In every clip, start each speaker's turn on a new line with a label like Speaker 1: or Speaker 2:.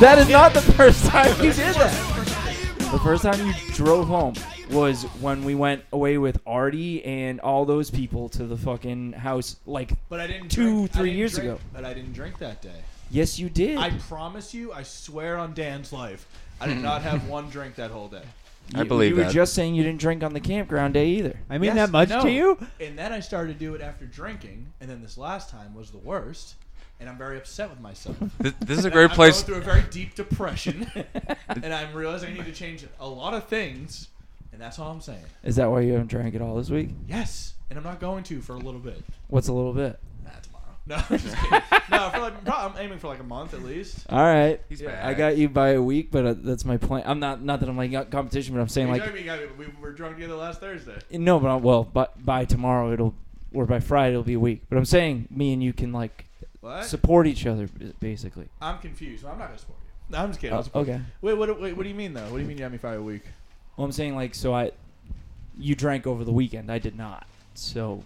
Speaker 1: That is not the first time you did that. The first time you drove home was when we went away with Artie and all those people to the fucking house. Like,
Speaker 2: But I didn't
Speaker 1: Two,
Speaker 2: drink- I
Speaker 1: three
Speaker 2: didn't
Speaker 1: years
Speaker 2: drink-
Speaker 1: ago.
Speaker 2: But I didn't drink that day.
Speaker 1: yes, you did.
Speaker 2: I promise you, I swear on Dan's life, I did not have one drink that whole day.
Speaker 1: You-
Speaker 3: I believe
Speaker 1: you were
Speaker 3: that.
Speaker 1: just saying you didn't drink on the campground day either.
Speaker 4: I mean
Speaker 2: Yes,
Speaker 4: that much
Speaker 2: I know.
Speaker 4: to you?
Speaker 2: And then I started to do it after drinking, and then this last time was the worst, and I'm very upset with myself.
Speaker 3: Th- this is a
Speaker 2: And
Speaker 3: great
Speaker 2: I'm
Speaker 3: place.
Speaker 2: Going through a very deep depression, and I'm realizing I need to change a lot of things, and that's all I'm saying.
Speaker 1: Is that why you haven't drank at all this week?
Speaker 2: Yes, and I'm not going to for a little bit.
Speaker 1: What's a little bit?
Speaker 2: Nah, tomorrow. No, I'm just kidding. no, for like, probably, I'm aiming for like a month at least.
Speaker 1: All right,
Speaker 3: He's
Speaker 2: Yeah,
Speaker 1: I
Speaker 3: back.
Speaker 1: got you by a week, but uh, that's my plan. I'm not not that I'm like got competition, but I'm saying
Speaker 2: Like,
Speaker 1: like
Speaker 2: we were drunk together last Thursday.
Speaker 1: no, but i well, by by tomorrow it'll or by Friday it'll be a week. But I'm saying me and you can like
Speaker 2: What?
Speaker 1: support each other b- basically.
Speaker 2: I'm confused. I'm not gonna support you. No, I'm just kidding.
Speaker 1: Oh,
Speaker 2: I'll support
Speaker 1: okay.
Speaker 2: you. Wait, what, wait, what do you mean though? What do you mean you had me for a week?
Speaker 1: Well, I'm saying like so I you drank over the weekend. I did not. So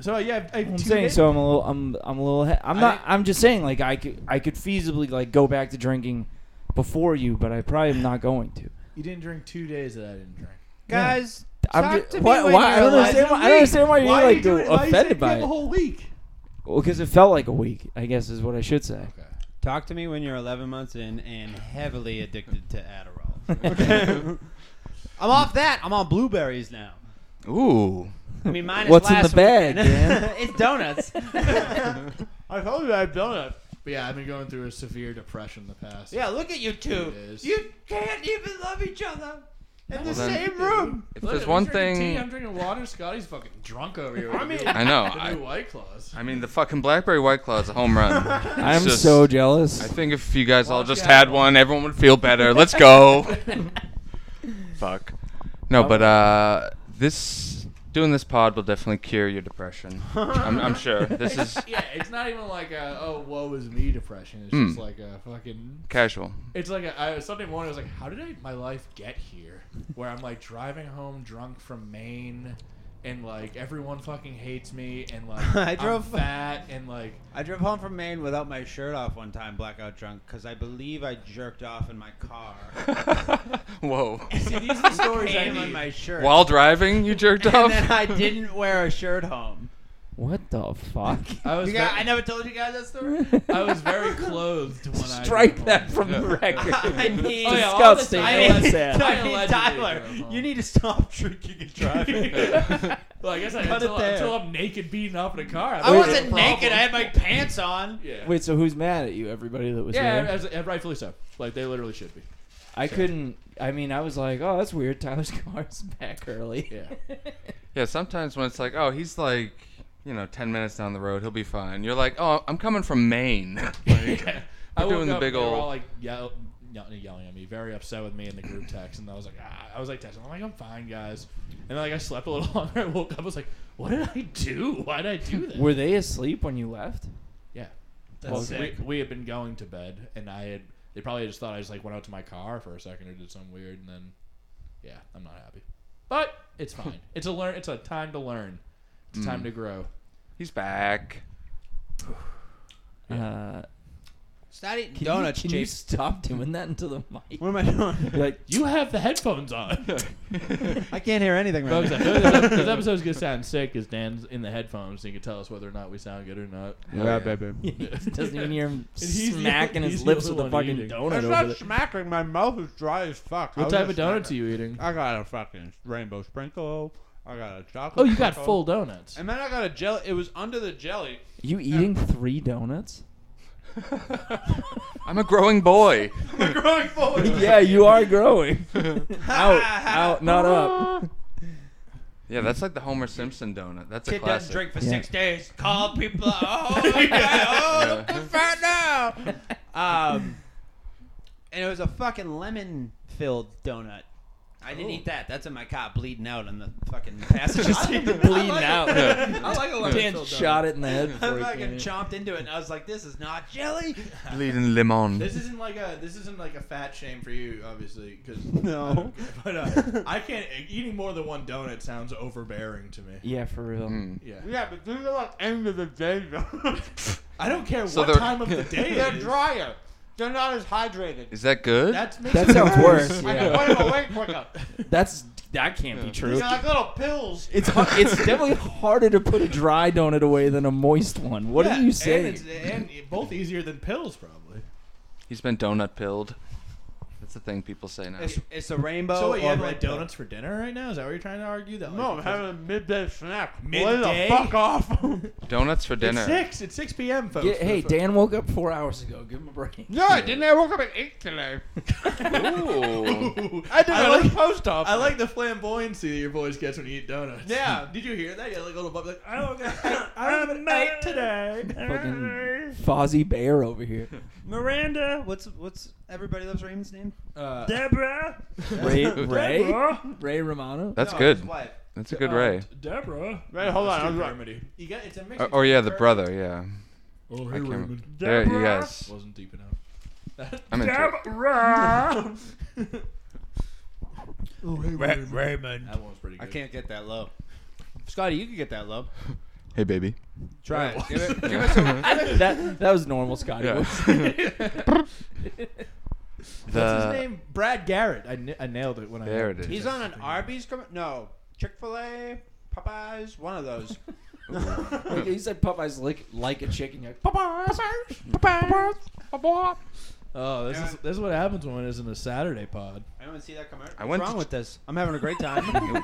Speaker 2: So yeah, I, I,
Speaker 1: I'm
Speaker 2: two
Speaker 1: saying
Speaker 2: days-
Speaker 1: so. I'm a little. I'm. I'm a little. He- I'm
Speaker 2: I
Speaker 1: not.
Speaker 2: didn't-
Speaker 1: I'm just saying. Like I could. I could feasibly like go back to drinking before you, but I probably am not going to.
Speaker 2: You didn't drink two days that I didn't drink.
Speaker 4: Guys,
Speaker 1: I'm
Speaker 4: talk
Speaker 1: ju-
Speaker 4: to me
Speaker 1: why-
Speaker 4: when
Speaker 1: why- I
Speaker 4: you're
Speaker 1: don't
Speaker 4: alive.
Speaker 1: understand why- I don't understand why you're
Speaker 2: Why
Speaker 1: like
Speaker 2: you doing- why you
Speaker 1: offended
Speaker 2: saying you
Speaker 1: by
Speaker 2: have
Speaker 1: it.
Speaker 2: a whole week.
Speaker 1: Well, because it felt like a week. I guess is what I should say.
Speaker 4: Talk to me when you're 11 months in and heavily addicted to Adderall. Okay. I'm off that. I'm on blueberries now.
Speaker 3: Ooh.
Speaker 4: I mean, mine is
Speaker 1: What's in
Speaker 4: last
Speaker 1: the bag,
Speaker 4: weekend.
Speaker 1: Dan?
Speaker 4: it's donuts.
Speaker 2: I told you I had donut. But yeah, I've been going through a severe depression the past.
Speaker 4: yeah, look at you two.
Speaker 2: It is.
Speaker 4: You can't even love each other in the
Speaker 3: Well, then-
Speaker 4: same room.
Speaker 3: If
Speaker 2: Look,
Speaker 3: there's
Speaker 2: I'm
Speaker 3: one
Speaker 2: drinking Tea, I'm
Speaker 3: thing,
Speaker 2: drinking water. Scotty's fucking drunk over here. I mean,
Speaker 3: I know.
Speaker 2: the new
Speaker 3: I,
Speaker 2: White Claws.
Speaker 3: I mean, the fucking blackberry white claw is a home run.
Speaker 1: I'm
Speaker 3: just-
Speaker 1: so jealous.
Speaker 3: I think if you guys all
Speaker 2: Watch
Speaker 3: just
Speaker 2: out.
Speaker 3: had one, everyone would feel better. Let's go. Fuck. No, but uh, this doing this pod will definitely cure your depression. I'm, I'm sure. This is
Speaker 2: yeah, it's not even like a oh woe is me depression. It's
Speaker 3: Hmm.
Speaker 2: just like a fucking
Speaker 3: casual.
Speaker 2: It's like a, I, Sunday morning. I was like, "How did I, my life get here?" Where I'm like driving home drunk from Maine, and like everyone fucking hates me, and like
Speaker 4: I
Speaker 2: I'm
Speaker 4: drove-
Speaker 2: fat, and like
Speaker 4: I drove home from Maine without my shirt off one time, blackout drunk, because I believe I jerked off in my car.
Speaker 3: Whoa.
Speaker 2: see these are the stories I
Speaker 4: Came on
Speaker 2: need.
Speaker 4: my shirt.
Speaker 3: While driving, you jerked
Speaker 4: and
Speaker 3: off.
Speaker 4: then I didn't wear a shirt home.
Speaker 1: what the fuck?
Speaker 2: I was
Speaker 4: You guys-
Speaker 2: ve-
Speaker 4: I never told you guys that story.
Speaker 2: I was very clothed when I
Speaker 1: Strike
Speaker 2: drove
Speaker 1: that
Speaker 2: home.
Speaker 1: from the
Speaker 3: Yeah.
Speaker 1: record.
Speaker 4: I mean,
Speaker 2: Oh, yeah, all
Speaker 1: Disgusting.
Speaker 2: this-
Speaker 4: I
Speaker 2: I
Speaker 4: mean,
Speaker 1: That's
Speaker 2: allegedly-
Speaker 1: sad.
Speaker 4: I mean,
Speaker 2: allegedly
Speaker 4: Tyler,
Speaker 2: drove home.
Speaker 4: you need to stop drinking and driving.
Speaker 2: Well, I guess I,
Speaker 4: Cut
Speaker 2: until,
Speaker 4: it there.
Speaker 2: until I'm naked beating up in a car.
Speaker 4: I
Speaker 1: Wait,
Speaker 4: wasn't
Speaker 2: no
Speaker 4: naked.
Speaker 2: problem.
Speaker 4: I had my pants on.
Speaker 2: yeah.
Speaker 1: Wait, so who's mad at you? Everybody that was
Speaker 2: yeah,
Speaker 1: there.
Speaker 2: as, and rightfully so. Like they literally should be.
Speaker 1: I couldn't. I mean, I was like, oh, that's weird. Tyler's car's back early.
Speaker 2: Yeah.
Speaker 3: Yeah, sometimes when it's like, oh, he's like, you know, 10 minutes down the road, he'll be fine. You're like, oh, I'm coming from Maine. like,
Speaker 2: I
Speaker 3: we're
Speaker 2: woke
Speaker 3: doing the
Speaker 2: up,
Speaker 3: big
Speaker 2: they were all
Speaker 3: old.
Speaker 2: like yell, yell, yelling at me, very upset with me in the group text, and I was like, ah, I was like texting, I'm like, I'm fine, guys, and then like I slept a little longer. I woke up, I was like, what did I do? Why did I do that?
Speaker 1: Were they asleep when you left?
Speaker 2: yeah,
Speaker 4: That's
Speaker 2: Well,
Speaker 4: sick.
Speaker 2: We, we had been going to bed, and I had they probably just thought I just like went out to my car for a second or did something weird, and then yeah, I'm not happy, but it's fine. it's a learn. It's a time to learn. It's a time
Speaker 3: Mm.
Speaker 2: to grow.
Speaker 3: he's back.
Speaker 1: Uh,
Speaker 4: Stop eating
Speaker 1: can
Speaker 4: donuts,
Speaker 1: you, can you
Speaker 4: Chief.
Speaker 1: stop doing that into the mic?
Speaker 4: What am I doing?
Speaker 1: You're like,
Speaker 2: You have the headphones on.
Speaker 4: I can't hear anything right
Speaker 2: Folks, I
Speaker 4: now.
Speaker 2: feel like this ep- this episode's gonna sound sick because Dan's in the headphones, so you can tell us whether or not we sound good or not.
Speaker 3: Hell yeah.
Speaker 1: he doesn't even hear him
Speaker 2: And he's the-
Speaker 1: smacking
Speaker 2: he's
Speaker 1: his
Speaker 2: the
Speaker 1: lips
Speaker 2: only
Speaker 1: with a
Speaker 2: one
Speaker 1: fucking
Speaker 2: eating.
Speaker 1: donut over there.
Speaker 4: smacking. My mouth is dry as fuck.
Speaker 2: What type of donuts are you eating?
Speaker 4: I got a fucking rainbow sprinkle. I got a chocolate.
Speaker 2: Oh, you got full donuts.
Speaker 4: then I got a jelly. It was under the jelly.
Speaker 1: You eating three donuts?
Speaker 3: I'm a growing boy.
Speaker 4: growing forward.
Speaker 1: yeah, you are growing. out, out, not up.
Speaker 3: Yeah, that's like the Homer Simpson donut. That's a
Speaker 4: Kid
Speaker 3: classic.
Speaker 4: doesn't drink for
Speaker 1: Yeah.
Speaker 4: six days. Call people. Oh, okay, oh look who's fat now. Um, and it was a fucking lemon-filled donut. I didn't
Speaker 2: Oh.
Speaker 4: eat that. That's in my cot bleeding out in the fucking passenger seat.
Speaker 1: Bleeding out.
Speaker 2: I like a lemon
Speaker 1: Dan
Speaker 2: filled
Speaker 1: shot it in the head. before
Speaker 4: I
Speaker 1: he
Speaker 4: fucking
Speaker 1: came in.
Speaker 4: chomped into it, and I was like, "This is not jelly."
Speaker 3: Bleeding lemon.
Speaker 2: This isn't like a this isn't like a fat shame for you, obviously, because
Speaker 4: No.
Speaker 2: but uh, I can't eating more than one donut sounds overbearing to me.
Speaker 1: Yeah, for real.
Speaker 3: Mm.
Speaker 2: Yeah,
Speaker 4: Yeah, but this is like end of the day. Though.
Speaker 2: I don't care
Speaker 3: So
Speaker 2: what
Speaker 3: they're-
Speaker 2: time of the day it is.
Speaker 4: drier. They're not as hydrated.
Speaker 3: Is that good?
Speaker 2: That's makes
Speaker 1: That
Speaker 2: it
Speaker 1: sounds worse. Yeah.
Speaker 4: put them away quicker.
Speaker 1: That's that can't be true.
Speaker 4: little pills.
Speaker 1: It's har- it's definitely harder to put a dry donut away than a moist one. What
Speaker 2: Yeah,
Speaker 1: are you
Speaker 2: And,
Speaker 1: saying?
Speaker 2: it's, and it- both easier than pills, probably.
Speaker 3: He's been donut pilled. That's the thing people say now.
Speaker 4: It's, it's a rainbow.
Speaker 2: so what, you
Speaker 4: Oh, or
Speaker 2: have
Speaker 4: red
Speaker 2: like
Speaker 4: pill.
Speaker 2: donuts for dinner right now? Is that what you're trying to argue? That
Speaker 4: No, I'm
Speaker 2: like,
Speaker 4: having a midday snack.
Speaker 2: Midday?
Speaker 4: Lay the fuck off.
Speaker 3: Donuts for
Speaker 2: it's
Speaker 3: dinner.
Speaker 2: six. It's six p.m. folks.
Speaker 1: Get- hey,
Speaker 2: That's what-
Speaker 1: Dan woke up four hours ago. Give him a break.
Speaker 4: no, I didn't. I woke up at eight today.
Speaker 3: Ooh.
Speaker 4: I did
Speaker 2: I
Speaker 4: I like,
Speaker 2: like-
Speaker 4: post office.
Speaker 2: I like the flamboyancy that your voice gets when you eat donuts.
Speaker 4: Yeah.
Speaker 2: Did you hear that? You had like a little bub like I don't I, I don't have a night today.
Speaker 1: Fucking Fozzie Bear over here.
Speaker 4: Miranda. What's what's everybody loves Raymond's name?
Speaker 2: Uh,
Speaker 4: Deborah.
Speaker 1: Ray Ray Ray Romano.
Speaker 3: That's
Speaker 2: Oh,
Speaker 4: No,
Speaker 3: good.
Speaker 4: his wife.
Speaker 3: That's a good
Speaker 4: uh,
Speaker 3: Ray.
Speaker 2: Deborah.
Speaker 4: Wait, hold on,
Speaker 2: It's too
Speaker 4: I'm sorry.
Speaker 2: Kermity. You got it's a mix.
Speaker 3: Or,
Speaker 2: between
Speaker 3: or Uh, oh, yeah, the
Speaker 2: Kermit-
Speaker 3: brother. Yeah.
Speaker 2: Oh, hey
Speaker 3: I can't
Speaker 2: Raymond.
Speaker 3: remember. There, you
Speaker 4: Deborah.
Speaker 3: guys.
Speaker 2: Wasn't deep enough.
Speaker 3: I'm into it.
Speaker 4: Deborah.
Speaker 2: oh, hey
Speaker 4: Raymond.
Speaker 2: That one was pretty
Speaker 4: I
Speaker 2: good.
Speaker 4: can't get that low. Scotty, you can get that low.
Speaker 3: Hey, baby.
Speaker 4: Try it. Give it. Give us a,
Speaker 3: Yeah.
Speaker 1: that that was normal Scotty.
Speaker 3: Yeah.
Speaker 2: What's his
Speaker 3: The-
Speaker 2: name? Brad Garrett. I, kn- I nailed it when I.
Speaker 3: There it is.
Speaker 4: he's on an Arby's. Com- no, Chick Fil A, Popeyes, one of those.
Speaker 1: Like, he said Popeyes like like a chicken. You're like, Popeyes.
Speaker 2: Oh, this is this is what happens when it isn't a Saturday pod.
Speaker 4: Anyone see that commercial?
Speaker 3: I went
Speaker 4: What's wrong
Speaker 3: to ch-
Speaker 4: with this? I'm having a great time.
Speaker 3: Ooh.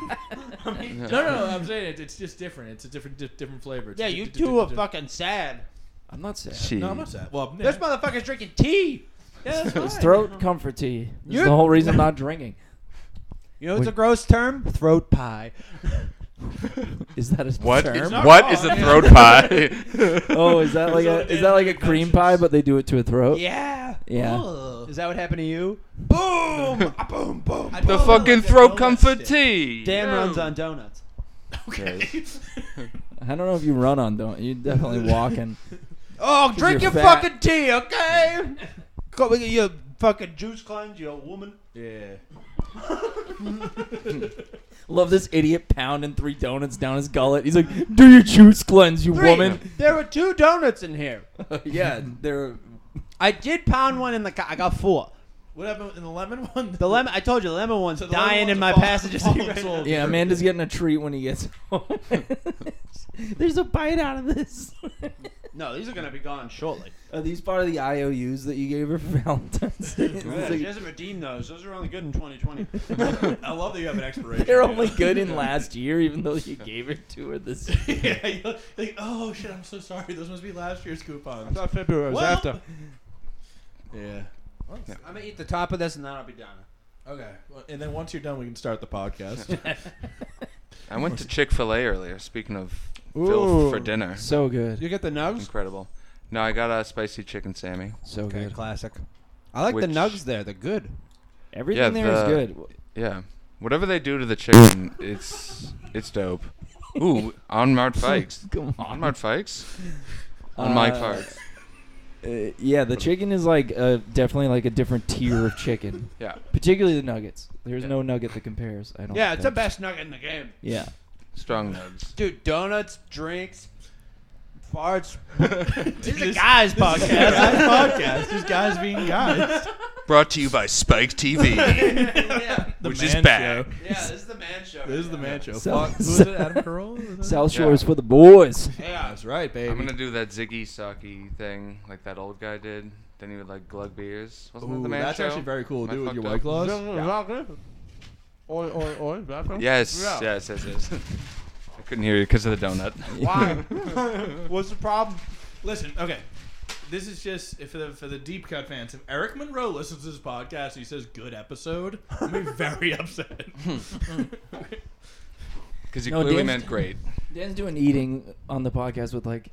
Speaker 4: I mean,
Speaker 2: No, no, I'm saying it, it's just different. It's a different di- different flavor. It's
Speaker 4: yeah,
Speaker 2: di-
Speaker 4: you
Speaker 2: di-
Speaker 4: two
Speaker 2: di-
Speaker 4: are
Speaker 2: di-
Speaker 4: fucking sad.
Speaker 1: I'm not sad.
Speaker 3: She.
Speaker 2: No, I'm not sad. Well,
Speaker 4: This motherfucker's drinking tea. Yeah, that's
Speaker 1: It's
Speaker 4: fine.
Speaker 1: throat comfort tea. This is
Speaker 4: You're-
Speaker 1: the whole reason I'm not drinking.
Speaker 4: You know, it's a
Speaker 1: Wait.
Speaker 4: gross term. Throat pie.
Speaker 1: Is that a
Speaker 3: What?
Speaker 1: term?
Speaker 3: Is,
Speaker 2: not
Speaker 3: what
Speaker 2: wrong,
Speaker 3: is a
Speaker 2: yeah.
Speaker 3: throat pie?
Speaker 1: oh, is that like
Speaker 2: There's
Speaker 1: a
Speaker 2: other
Speaker 1: is that like a cream pie,
Speaker 2: conventions.
Speaker 1: but they do it to a throat?
Speaker 4: Yeah.
Speaker 1: Yeah.
Speaker 4: Is that what happened to you? Boom! Ah, boom! Boom!
Speaker 2: I
Speaker 3: the
Speaker 2: don't
Speaker 3: fucking
Speaker 2: like the
Speaker 3: throat
Speaker 2: donut
Speaker 3: comfort
Speaker 2: stick.
Speaker 3: tea.
Speaker 4: Dan
Speaker 3: No.
Speaker 4: runs on donuts.
Speaker 2: Okay.
Speaker 1: I don't know if you run on don't you definitely walk and
Speaker 4: Oh,
Speaker 1: drink
Speaker 4: drink
Speaker 1: you're
Speaker 4: your
Speaker 1: your fat.
Speaker 4: fucking tea, okay? Go you fucking juice cleanse, you woman.
Speaker 2: yeah.
Speaker 1: love this idiot pounding three donuts down his gullet. He's like, "Do your juice cleanse, you woman."
Speaker 4: There were two donuts in here.
Speaker 1: Oh, yeah, they're
Speaker 4: I did pound one in the car. I got four.
Speaker 2: What happened in the lemon one?
Speaker 4: The lemon. I told you, the lemon one's
Speaker 2: So the lemon
Speaker 4: dying
Speaker 2: one's
Speaker 4: in my
Speaker 2: fall-
Speaker 4: passenger
Speaker 2: fallen
Speaker 4: seat. Right now.
Speaker 2: soldier.
Speaker 1: yeah. Amanda's getting a treat when he gets home. There's a bite out of this.
Speaker 4: No, these are gonna be gone shortly.
Speaker 1: Are these part of the IOUs that you gave her for Valentine's Day? It's
Speaker 4: Yeah,
Speaker 1: like,
Speaker 4: she doesn't redeem those. Those are only good in 2020.
Speaker 2: I love that you have an expiration.
Speaker 1: they're only good in last year, even though you gave it to her this. year.
Speaker 2: yeah, you're like, oh shit, I'm so sorry. Those must be last year's coupons.
Speaker 4: thought February
Speaker 2: Well- Yeah.
Speaker 4: I'm gonna eat the top of this and then I'll be done.
Speaker 2: Okay. Well, and then once you're done, we can start the podcast.
Speaker 3: I went to Chick Fil A earlier. Speaking of
Speaker 4: Ooh.
Speaker 3: filth for dinner,
Speaker 1: So good,
Speaker 4: You get the nugs?
Speaker 3: incredible. No, I got a spicy chicken Sammy.
Speaker 1: so
Speaker 4: Okay,
Speaker 1: good.
Speaker 4: classic. I like
Speaker 3: Which-
Speaker 4: the nugs there. They're good.
Speaker 1: Everything
Speaker 3: Yeah,
Speaker 1: there is
Speaker 3: the-
Speaker 1: good.
Speaker 3: Yeah, whatever they do to the chicken, it's it's dope. Ooh, on Mart Fikes.
Speaker 1: Come on,
Speaker 3: On Mart Fikes. On Mike
Speaker 1: Uh,
Speaker 3: Fikes.
Speaker 1: Uh, yeah, the chicken is like uh definitely like a different tier of chicken,
Speaker 3: Yeah.
Speaker 1: particularly the nuggets. There's no nugget that compares. I don't.
Speaker 4: Yeah, it's the
Speaker 1: think.
Speaker 4: best nugget in the game.
Speaker 1: Yeah,
Speaker 3: Strong nugs.
Speaker 4: Dude, donuts, drinks, farts. this is a
Speaker 2: This-
Speaker 4: guy's
Speaker 2: Yeah,
Speaker 4: podcast.
Speaker 2: that's podcast. Just guys being guys.
Speaker 3: Brought to you by Spike TV,
Speaker 4: yeah.
Speaker 2: The
Speaker 3: which is
Speaker 2: man
Speaker 3: bad.
Speaker 2: show.
Speaker 4: yeah, this is the man show.
Speaker 2: This is the man show.
Speaker 1: So-
Speaker 2: Fuck- who is it? Adam Carolla?
Speaker 1: South
Speaker 3: Yeah.
Speaker 1: Shore is for the boys.
Speaker 4: Yeah.
Speaker 2: That's right, baby.
Speaker 3: I'm gonna do that Ziggy Saki thing, like that old guy did. Then he would like glug beers. Wasn't that
Speaker 2: Ooh,
Speaker 3: the man
Speaker 2: that's
Speaker 3: show?
Speaker 2: actually very cool.
Speaker 3: Am I
Speaker 2: Do it with your
Speaker 3: fucked
Speaker 2: white
Speaker 3: up?
Speaker 2: claws.
Speaker 4: Oi, oi, oi.
Speaker 3: Yes, yes, yes, yes. I couldn't hear you because of the donut.
Speaker 4: Why? What's the problem?
Speaker 2: Listen, okay. This is just for the, for the deep cut fans. If Eric Monroe listens to this podcast and he says good episode, I'm gonna be very upset.
Speaker 3: Because you
Speaker 1: No,
Speaker 3: clearly
Speaker 1: Dan's-
Speaker 3: meant great.
Speaker 1: Dan's doing eating on the podcast with like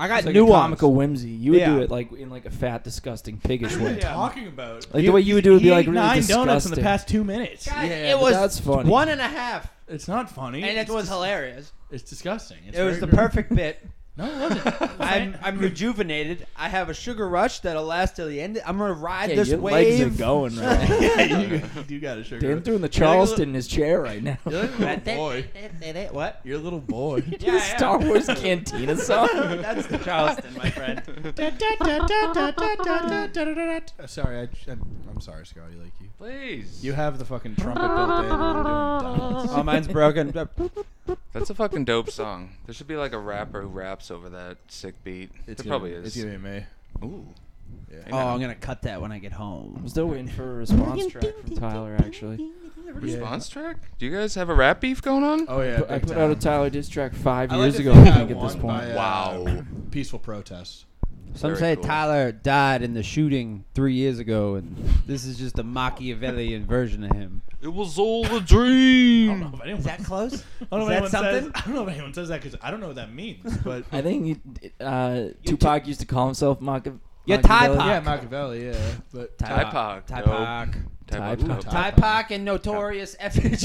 Speaker 4: I got
Speaker 1: It's like
Speaker 4: nuance.
Speaker 1: a comical whimsy. You would
Speaker 4: Yeah.
Speaker 1: do it like in like a fat, disgusting, piggish
Speaker 2: What are
Speaker 1: way.
Speaker 2: you talking about?
Speaker 1: Like the way you would do it would be
Speaker 5: He
Speaker 1: like
Speaker 5: ate
Speaker 1: really
Speaker 5: nine
Speaker 1: disgusting.
Speaker 5: donuts in the past two minutes.
Speaker 4: God,
Speaker 2: Yeah,
Speaker 4: it
Speaker 2: but
Speaker 4: was
Speaker 1: that's funny.
Speaker 4: one and a half,
Speaker 2: It's not funny.
Speaker 4: and it
Speaker 2: It's
Speaker 4: was
Speaker 2: dis-
Speaker 4: hilarious.
Speaker 2: It's disgusting. It's
Speaker 4: it was the
Speaker 2: very gross.
Speaker 4: perfect bit.
Speaker 2: No, it wasn't.
Speaker 4: I'm I'm rejuvenated. I have a sugar rush that'll last till the end. I'm gonna ride
Speaker 1: Yeah,
Speaker 4: this
Speaker 1: your
Speaker 4: wave.
Speaker 1: legs are going right. now.
Speaker 2: you, you got a sugar.
Speaker 1: Dan
Speaker 2: rush.
Speaker 1: threw in the Charleston in his chair right now.
Speaker 2: You're like a
Speaker 4: That-
Speaker 2: little
Speaker 4: that-
Speaker 2: boy.
Speaker 4: that- that- that- What?
Speaker 2: You're a little boy.
Speaker 4: Yeah, yeah.
Speaker 1: Star Wars Cantina song.
Speaker 4: That's the Charleston, my friend.
Speaker 2: Uh, sorry, I, I'm, I'm sorry, Scotty. Like you,
Speaker 3: Please.
Speaker 2: you have the fucking trumpet built in. And I'm doing dots.
Speaker 4: Oh, mine's broken.
Speaker 3: That's a fucking dope song. There should be like a rapper who raps over that sick beat.
Speaker 2: It's gonna-
Speaker 3: there probably
Speaker 2: It's
Speaker 3: is.
Speaker 2: gonna be me.
Speaker 3: Ooh.
Speaker 4: Oh, I'm gonna cut that when I get home.
Speaker 1: I'm still waiting for a response track from Tyler. Actually,
Speaker 3: Response track? Do you guys have a rap beef going on?
Speaker 2: Oh yeah,
Speaker 1: I
Speaker 2: big
Speaker 1: put out a
Speaker 2: time.
Speaker 1: Tyler diss track five
Speaker 4: I like
Speaker 1: years
Speaker 4: to
Speaker 1: ago.
Speaker 4: think
Speaker 1: I
Speaker 4: I
Speaker 1: think at this
Speaker 4: won
Speaker 1: point.
Speaker 2: by, uh,
Speaker 3: Wow.
Speaker 2: Peaceful protest.
Speaker 4: Some
Speaker 3: Very
Speaker 4: say
Speaker 3: cool.
Speaker 4: Tyler died in the shooting three years ago, and this is just a Machiavellian version of him.
Speaker 3: It was all a dream.
Speaker 2: if anyone,
Speaker 4: Is that close?
Speaker 2: I don't know
Speaker 4: Is
Speaker 2: if
Speaker 4: that
Speaker 2: anyone says-
Speaker 4: something?
Speaker 2: I don't know if anyone says that because I don't know what that means. But
Speaker 1: I think uh, Tupac used to call himself Machiavelli.
Speaker 4: Yeah, Tupac.
Speaker 2: yeah, Machiavelli. Yeah, but
Speaker 3: Tide Pod.
Speaker 4: Ty
Speaker 3: Tide
Speaker 1: Tide
Speaker 4: Pock.
Speaker 3: Pod.
Speaker 1: Pod.
Speaker 3: Dope.
Speaker 4: Ty Pock and Notorious F.H.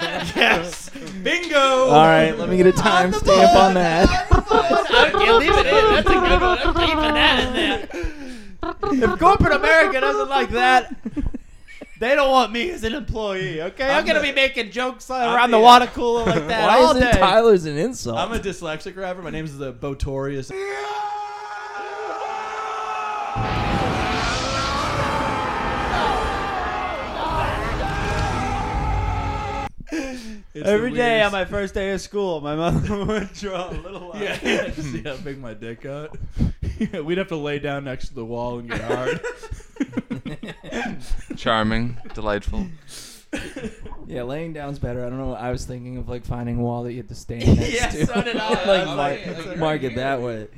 Speaker 2: yes, bingo.
Speaker 1: All right, let me get a timestamp on that.
Speaker 4: I can't leave it in. That's a good one. I'm keeping that in there. If corporate America doesn't like that, they don't want me as an employee. Okay, I'm,
Speaker 2: I'm
Speaker 4: gonna
Speaker 2: the-
Speaker 4: be making jokes around the
Speaker 2: the-
Speaker 4: water cooler like that
Speaker 1: Why
Speaker 4: all
Speaker 1: isn't
Speaker 4: day.
Speaker 1: Tyler's an insult?
Speaker 2: I'm a dyslexic rapper. My name's the Botorious. It's the
Speaker 4: Every day on
Speaker 2: weirdest-
Speaker 4: my first day of school, my mother would draw a little line.
Speaker 2: Yeah, yeah, see how big my dick got. yeah, we'd have to lay down next to the wall and get hard.
Speaker 3: Charming. Delightful.
Speaker 1: yeah, laying down's better. I don't know. I was thinking of like finding a wall that you had to stand next
Speaker 4: Yeah,
Speaker 1: to.
Speaker 4: so did I.
Speaker 1: like, mark,
Speaker 4: I'm like, it's like
Speaker 1: mark
Speaker 4: right
Speaker 1: it that way.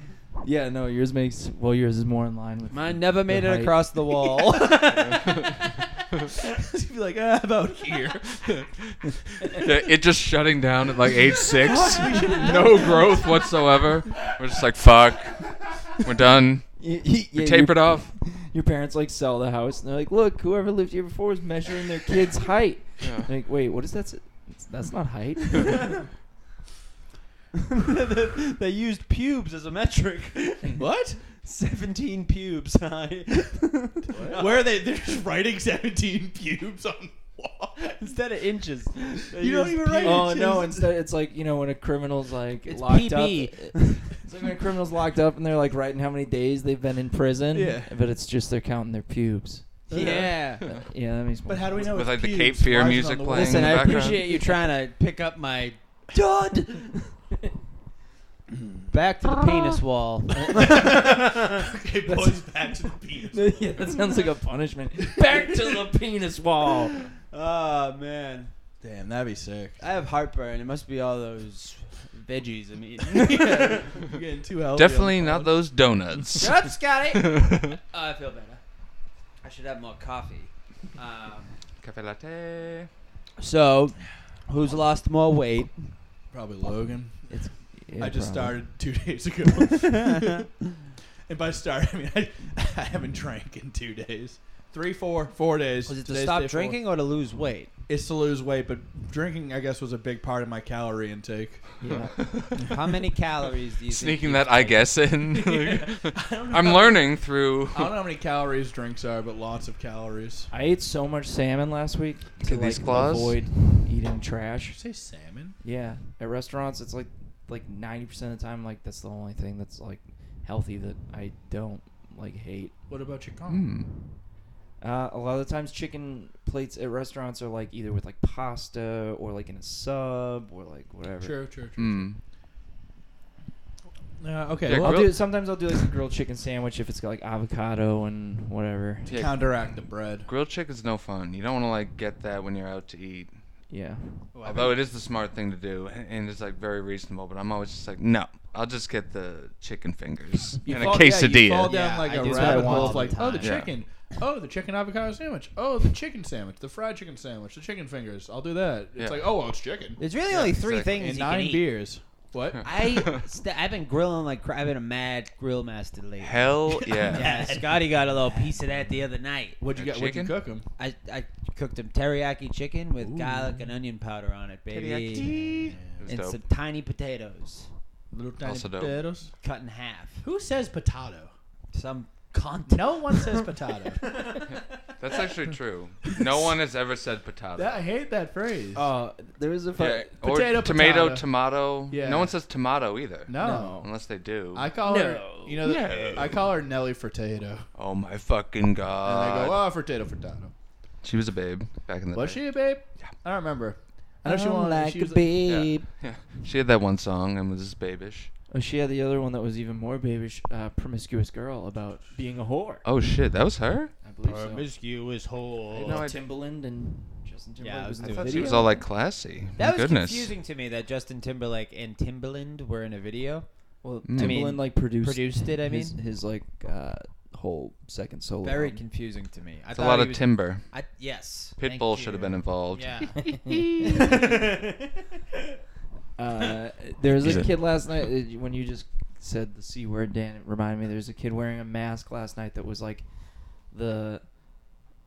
Speaker 1: Yeah, no, yours makes well, yours is more in line with.
Speaker 4: Mine never made
Speaker 1: The
Speaker 4: it
Speaker 1: height.
Speaker 4: across the wall.
Speaker 2: She'd be like, ah, about here.
Speaker 3: Yeah, it just shutting down at like age six. No growth whatsoever. We're just like fuck. We're done.
Speaker 1: You- you- yeah,
Speaker 3: We tape
Speaker 1: your,
Speaker 3: it off.
Speaker 1: Your parents like sell the house, and they're like, "Look, whoever lived here before was measuring their kid's height."
Speaker 3: Yeah.
Speaker 1: Like, wait, what is that? s- That's not height.
Speaker 4: they used pubes as a metric.
Speaker 2: what?
Speaker 4: 17 pubes high.
Speaker 2: Where are they? They're just writing 17 pubes on the wall.
Speaker 4: Instead of inches. they
Speaker 2: You don't
Speaker 4: used
Speaker 2: even write
Speaker 4: pubes.
Speaker 1: Oh no! Instead, it's like you know when a criminal's like
Speaker 4: It's
Speaker 1: locked
Speaker 4: PB.
Speaker 1: up. It's like when a criminal's locked up and they're like writing how many days they've been in prison.
Speaker 2: Yeah.
Speaker 1: But it's just they're counting their pubes.
Speaker 4: Yeah.
Speaker 1: Yeah, that makes. more
Speaker 2: But how do we
Speaker 1: sense.
Speaker 2: know?
Speaker 3: With,
Speaker 2: it's
Speaker 3: like, the
Speaker 2: pubes?
Speaker 3: Cape Fear
Speaker 2: Why is it
Speaker 3: music
Speaker 2: on the wall?
Speaker 3: playing.
Speaker 4: Listen,
Speaker 3: in the
Speaker 4: I
Speaker 3: background.
Speaker 4: appreciate you trying to pick up my dud. Back to the penis wall.
Speaker 2: okay, boys, back to the penis.
Speaker 1: yeah, that sounds like a punishment. Back to the penis wall.
Speaker 2: Ah,
Speaker 4: oh man,
Speaker 2: Damn, that'd be sick.
Speaker 4: I have heartburn. It must be all those veggies I'm eating.
Speaker 2: You're getting too healthy.
Speaker 3: Definitely not those donuts.
Speaker 4: Shut up, Scotty. Oh, I feel better. I should have more coffee. Um,
Speaker 3: Cafe latte.
Speaker 4: so, who's lost more weight?
Speaker 2: Probably Logan.
Speaker 1: Yeah,
Speaker 2: I just
Speaker 1: probably.
Speaker 2: started two days ago. and by start, I mean I, I haven't drank in two days. Three, four, four days.
Speaker 4: Was it to
Speaker 2: Today's
Speaker 4: stop
Speaker 2: day four.
Speaker 4: drinking or to lose weight?
Speaker 2: It's to lose weight, but drinking, I guess, was a big part of my calorie intake.
Speaker 1: Yeah.
Speaker 4: How many calories do you
Speaker 3: Sneaking
Speaker 4: think
Speaker 3: that I guess in.
Speaker 2: I don't know
Speaker 3: I'm
Speaker 2: how-
Speaker 3: learning through.
Speaker 2: I don't know how many calories drinks are, but lots of calories.
Speaker 1: I ate so much salmon last week to
Speaker 3: To these
Speaker 1: like,
Speaker 3: claws?
Speaker 1: avoid eating trash.
Speaker 2: Did you say salmon?
Speaker 1: Yeah, at restaurants, it's like like ninety percent of the time, like that's the only thing that's like healthy that I don't like hate.
Speaker 2: What about your car?
Speaker 3: Hmm.
Speaker 1: Uh, a lot of the times, chicken plates at restaurants are like either with like pasta or like in a sub or like whatever.
Speaker 2: True, true, true.
Speaker 3: Hmm.
Speaker 2: Uh, okay,
Speaker 3: Yeah,
Speaker 1: Well, I'll
Speaker 3: Grilled-
Speaker 1: do, sometimes I'll do like a grilled chicken sandwich if it's got like avocado and whatever.
Speaker 3: Yeah,
Speaker 2: counteract the bread.
Speaker 3: grilled chicken's no fun. You don't want to like get that when you're out to eat.
Speaker 1: Yeah.
Speaker 3: Although it is the smart thing to do, and- and it's like very reasonable. But I'm always just like, no, I'll just get the chicken fingers and a
Speaker 2: fall- yeah,
Speaker 3: quesadilla.
Speaker 2: you fall down
Speaker 4: Yeah,
Speaker 2: like
Speaker 4: I
Speaker 2: a
Speaker 4: do that
Speaker 2: rabbit
Speaker 4: all
Speaker 2: hole of
Speaker 4: the
Speaker 2: like, oh, the
Speaker 4: time.
Speaker 3: Yeah.
Speaker 2: chicken. Oh, the chicken avocado sandwich. Oh, the chicken sandwich. The fried chicken sandwich. The chicken fingers. I'll do that. It's
Speaker 3: Yeah.
Speaker 2: like, oh, well, it's chicken.
Speaker 4: There's really only three
Speaker 3: exactly.
Speaker 4: things
Speaker 2: And
Speaker 4: you can
Speaker 2: nine
Speaker 4: eat.
Speaker 2: beers. What?
Speaker 4: I st- I've been grilling like cra- I've been a mad grill master lately.
Speaker 3: Hell yeah.
Speaker 4: Yeah, Scotty got a little piece of that the other night.
Speaker 2: What'd you
Speaker 3: Uh,
Speaker 2: get? What'd you
Speaker 3: chicken?
Speaker 2: cook him?
Speaker 4: I, I cooked him teriyaki chicken with
Speaker 2: Ooh.
Speaker 4: garlic and onion powder on it, baby,
Speaker 3: It was
Speaker 4: and
Speaker 3: dope.
Speaker 4: some tiny potatoes
Speaker 2: Little tiny
Speaker 3: Also dope.
Speaker 2: potatoes.
Speaker 4: cut in half.
Speaker 2: Who says potato?
Speaker 4: Some cunt.
Speaker 2: No one says potato.
Speaker 3: That's actually true. No one has ever said potato.
Speaker 2: That- I hate that phrase.
Speaker 1: Uh, there was a fu-
Speaker 3: Yeah, or
Speaker 2: Potato,
Speaker 3: tomato,
Speaker 2: potato.
Speaker 3: tomato.
Speaker 2: Yeah.
Speaker 3: No one says tomato either.
Speaker 2: no.
Speaker 1: no.
Speaker 3: Unless they do.
Speaker 2: I call her. You know,
Speaker 3: No.
Speaker 2: I call her Nelly Furtado. And
Speaker 3: oh my fucking
Speaker 2: I
Speaker 3: god.
Speaker 2: go, oh, Furtado, Furtado.
Speaker 3: She was a babe back in the
Speaker 2: Was
Speaker 3: day.
Speaker 2: she a babe? I don't remember. I know she wanted.
Speaker 4: like
Speaker 2: she
Speaker 4: a
Speaker 2: was
Speaker 4: babe.
Speaker 3: Yeah. She had that one song and was just babish.
Speaker 1: Oh, she had the other one that was even more babish, uh, promiscuous girl about being a whore.
Speaker 3: Oh shit, that was her?
Speaker 1: I believe so.
Speaker 4: Promiscuous whore.
Speaker 1: No,
Speaker 3: I-
Speaker 1: Timbaland and Justin Timberlake
Speaker 4: Yeah, I
Speaker 1: was
Speaker 4: was
Speaker 1: in the
Speaker 3: I
Speaker 4: doing-
Speaker 3: thought
Speaker 1: video.
Speaker 3: she was all like classy.
Speaker 4: That
Speaker 3: my
Speaker 4: was
Speaker 3: goodness.
Speaker 4: confusing to me that Justin Timberlake and Timbaland were in a video.
Speaker 1: well,
Speaker 3: Mm.
Speaker 1: Timbaland
Speaker 3: I
Speaker 4: mean,
Speaker 1: like produced
Speaker 4: produced it, I
Speaker 1: his-
Speaker 4: mean?
Speaker 1: his like uh, whole second solo.
Speaker 4: Very
Speaker 1: album.
Speaker 4: confusing to me. I
Speaker 3: It's a
Speaker 4: thought
Speaker 3: lot
Speaker 4: he
Speaker 3: of
Speaker 4: was-
Speaker 3: timber.
Speaker 4: I, yes. thank
Speaker 3: Pitbull
Speaker 4: you.
Speaker 3: should have been involved.
Speaker 4: Yeah.
Speaker 1: Uh, there was
Speaker 3: He's
Speaker 1: a
Speaker 3: a-
Speaker 1: kid last night uh, when you just said the c word, Dan. It reminded me. There was a kid wearing a mask last night that was like the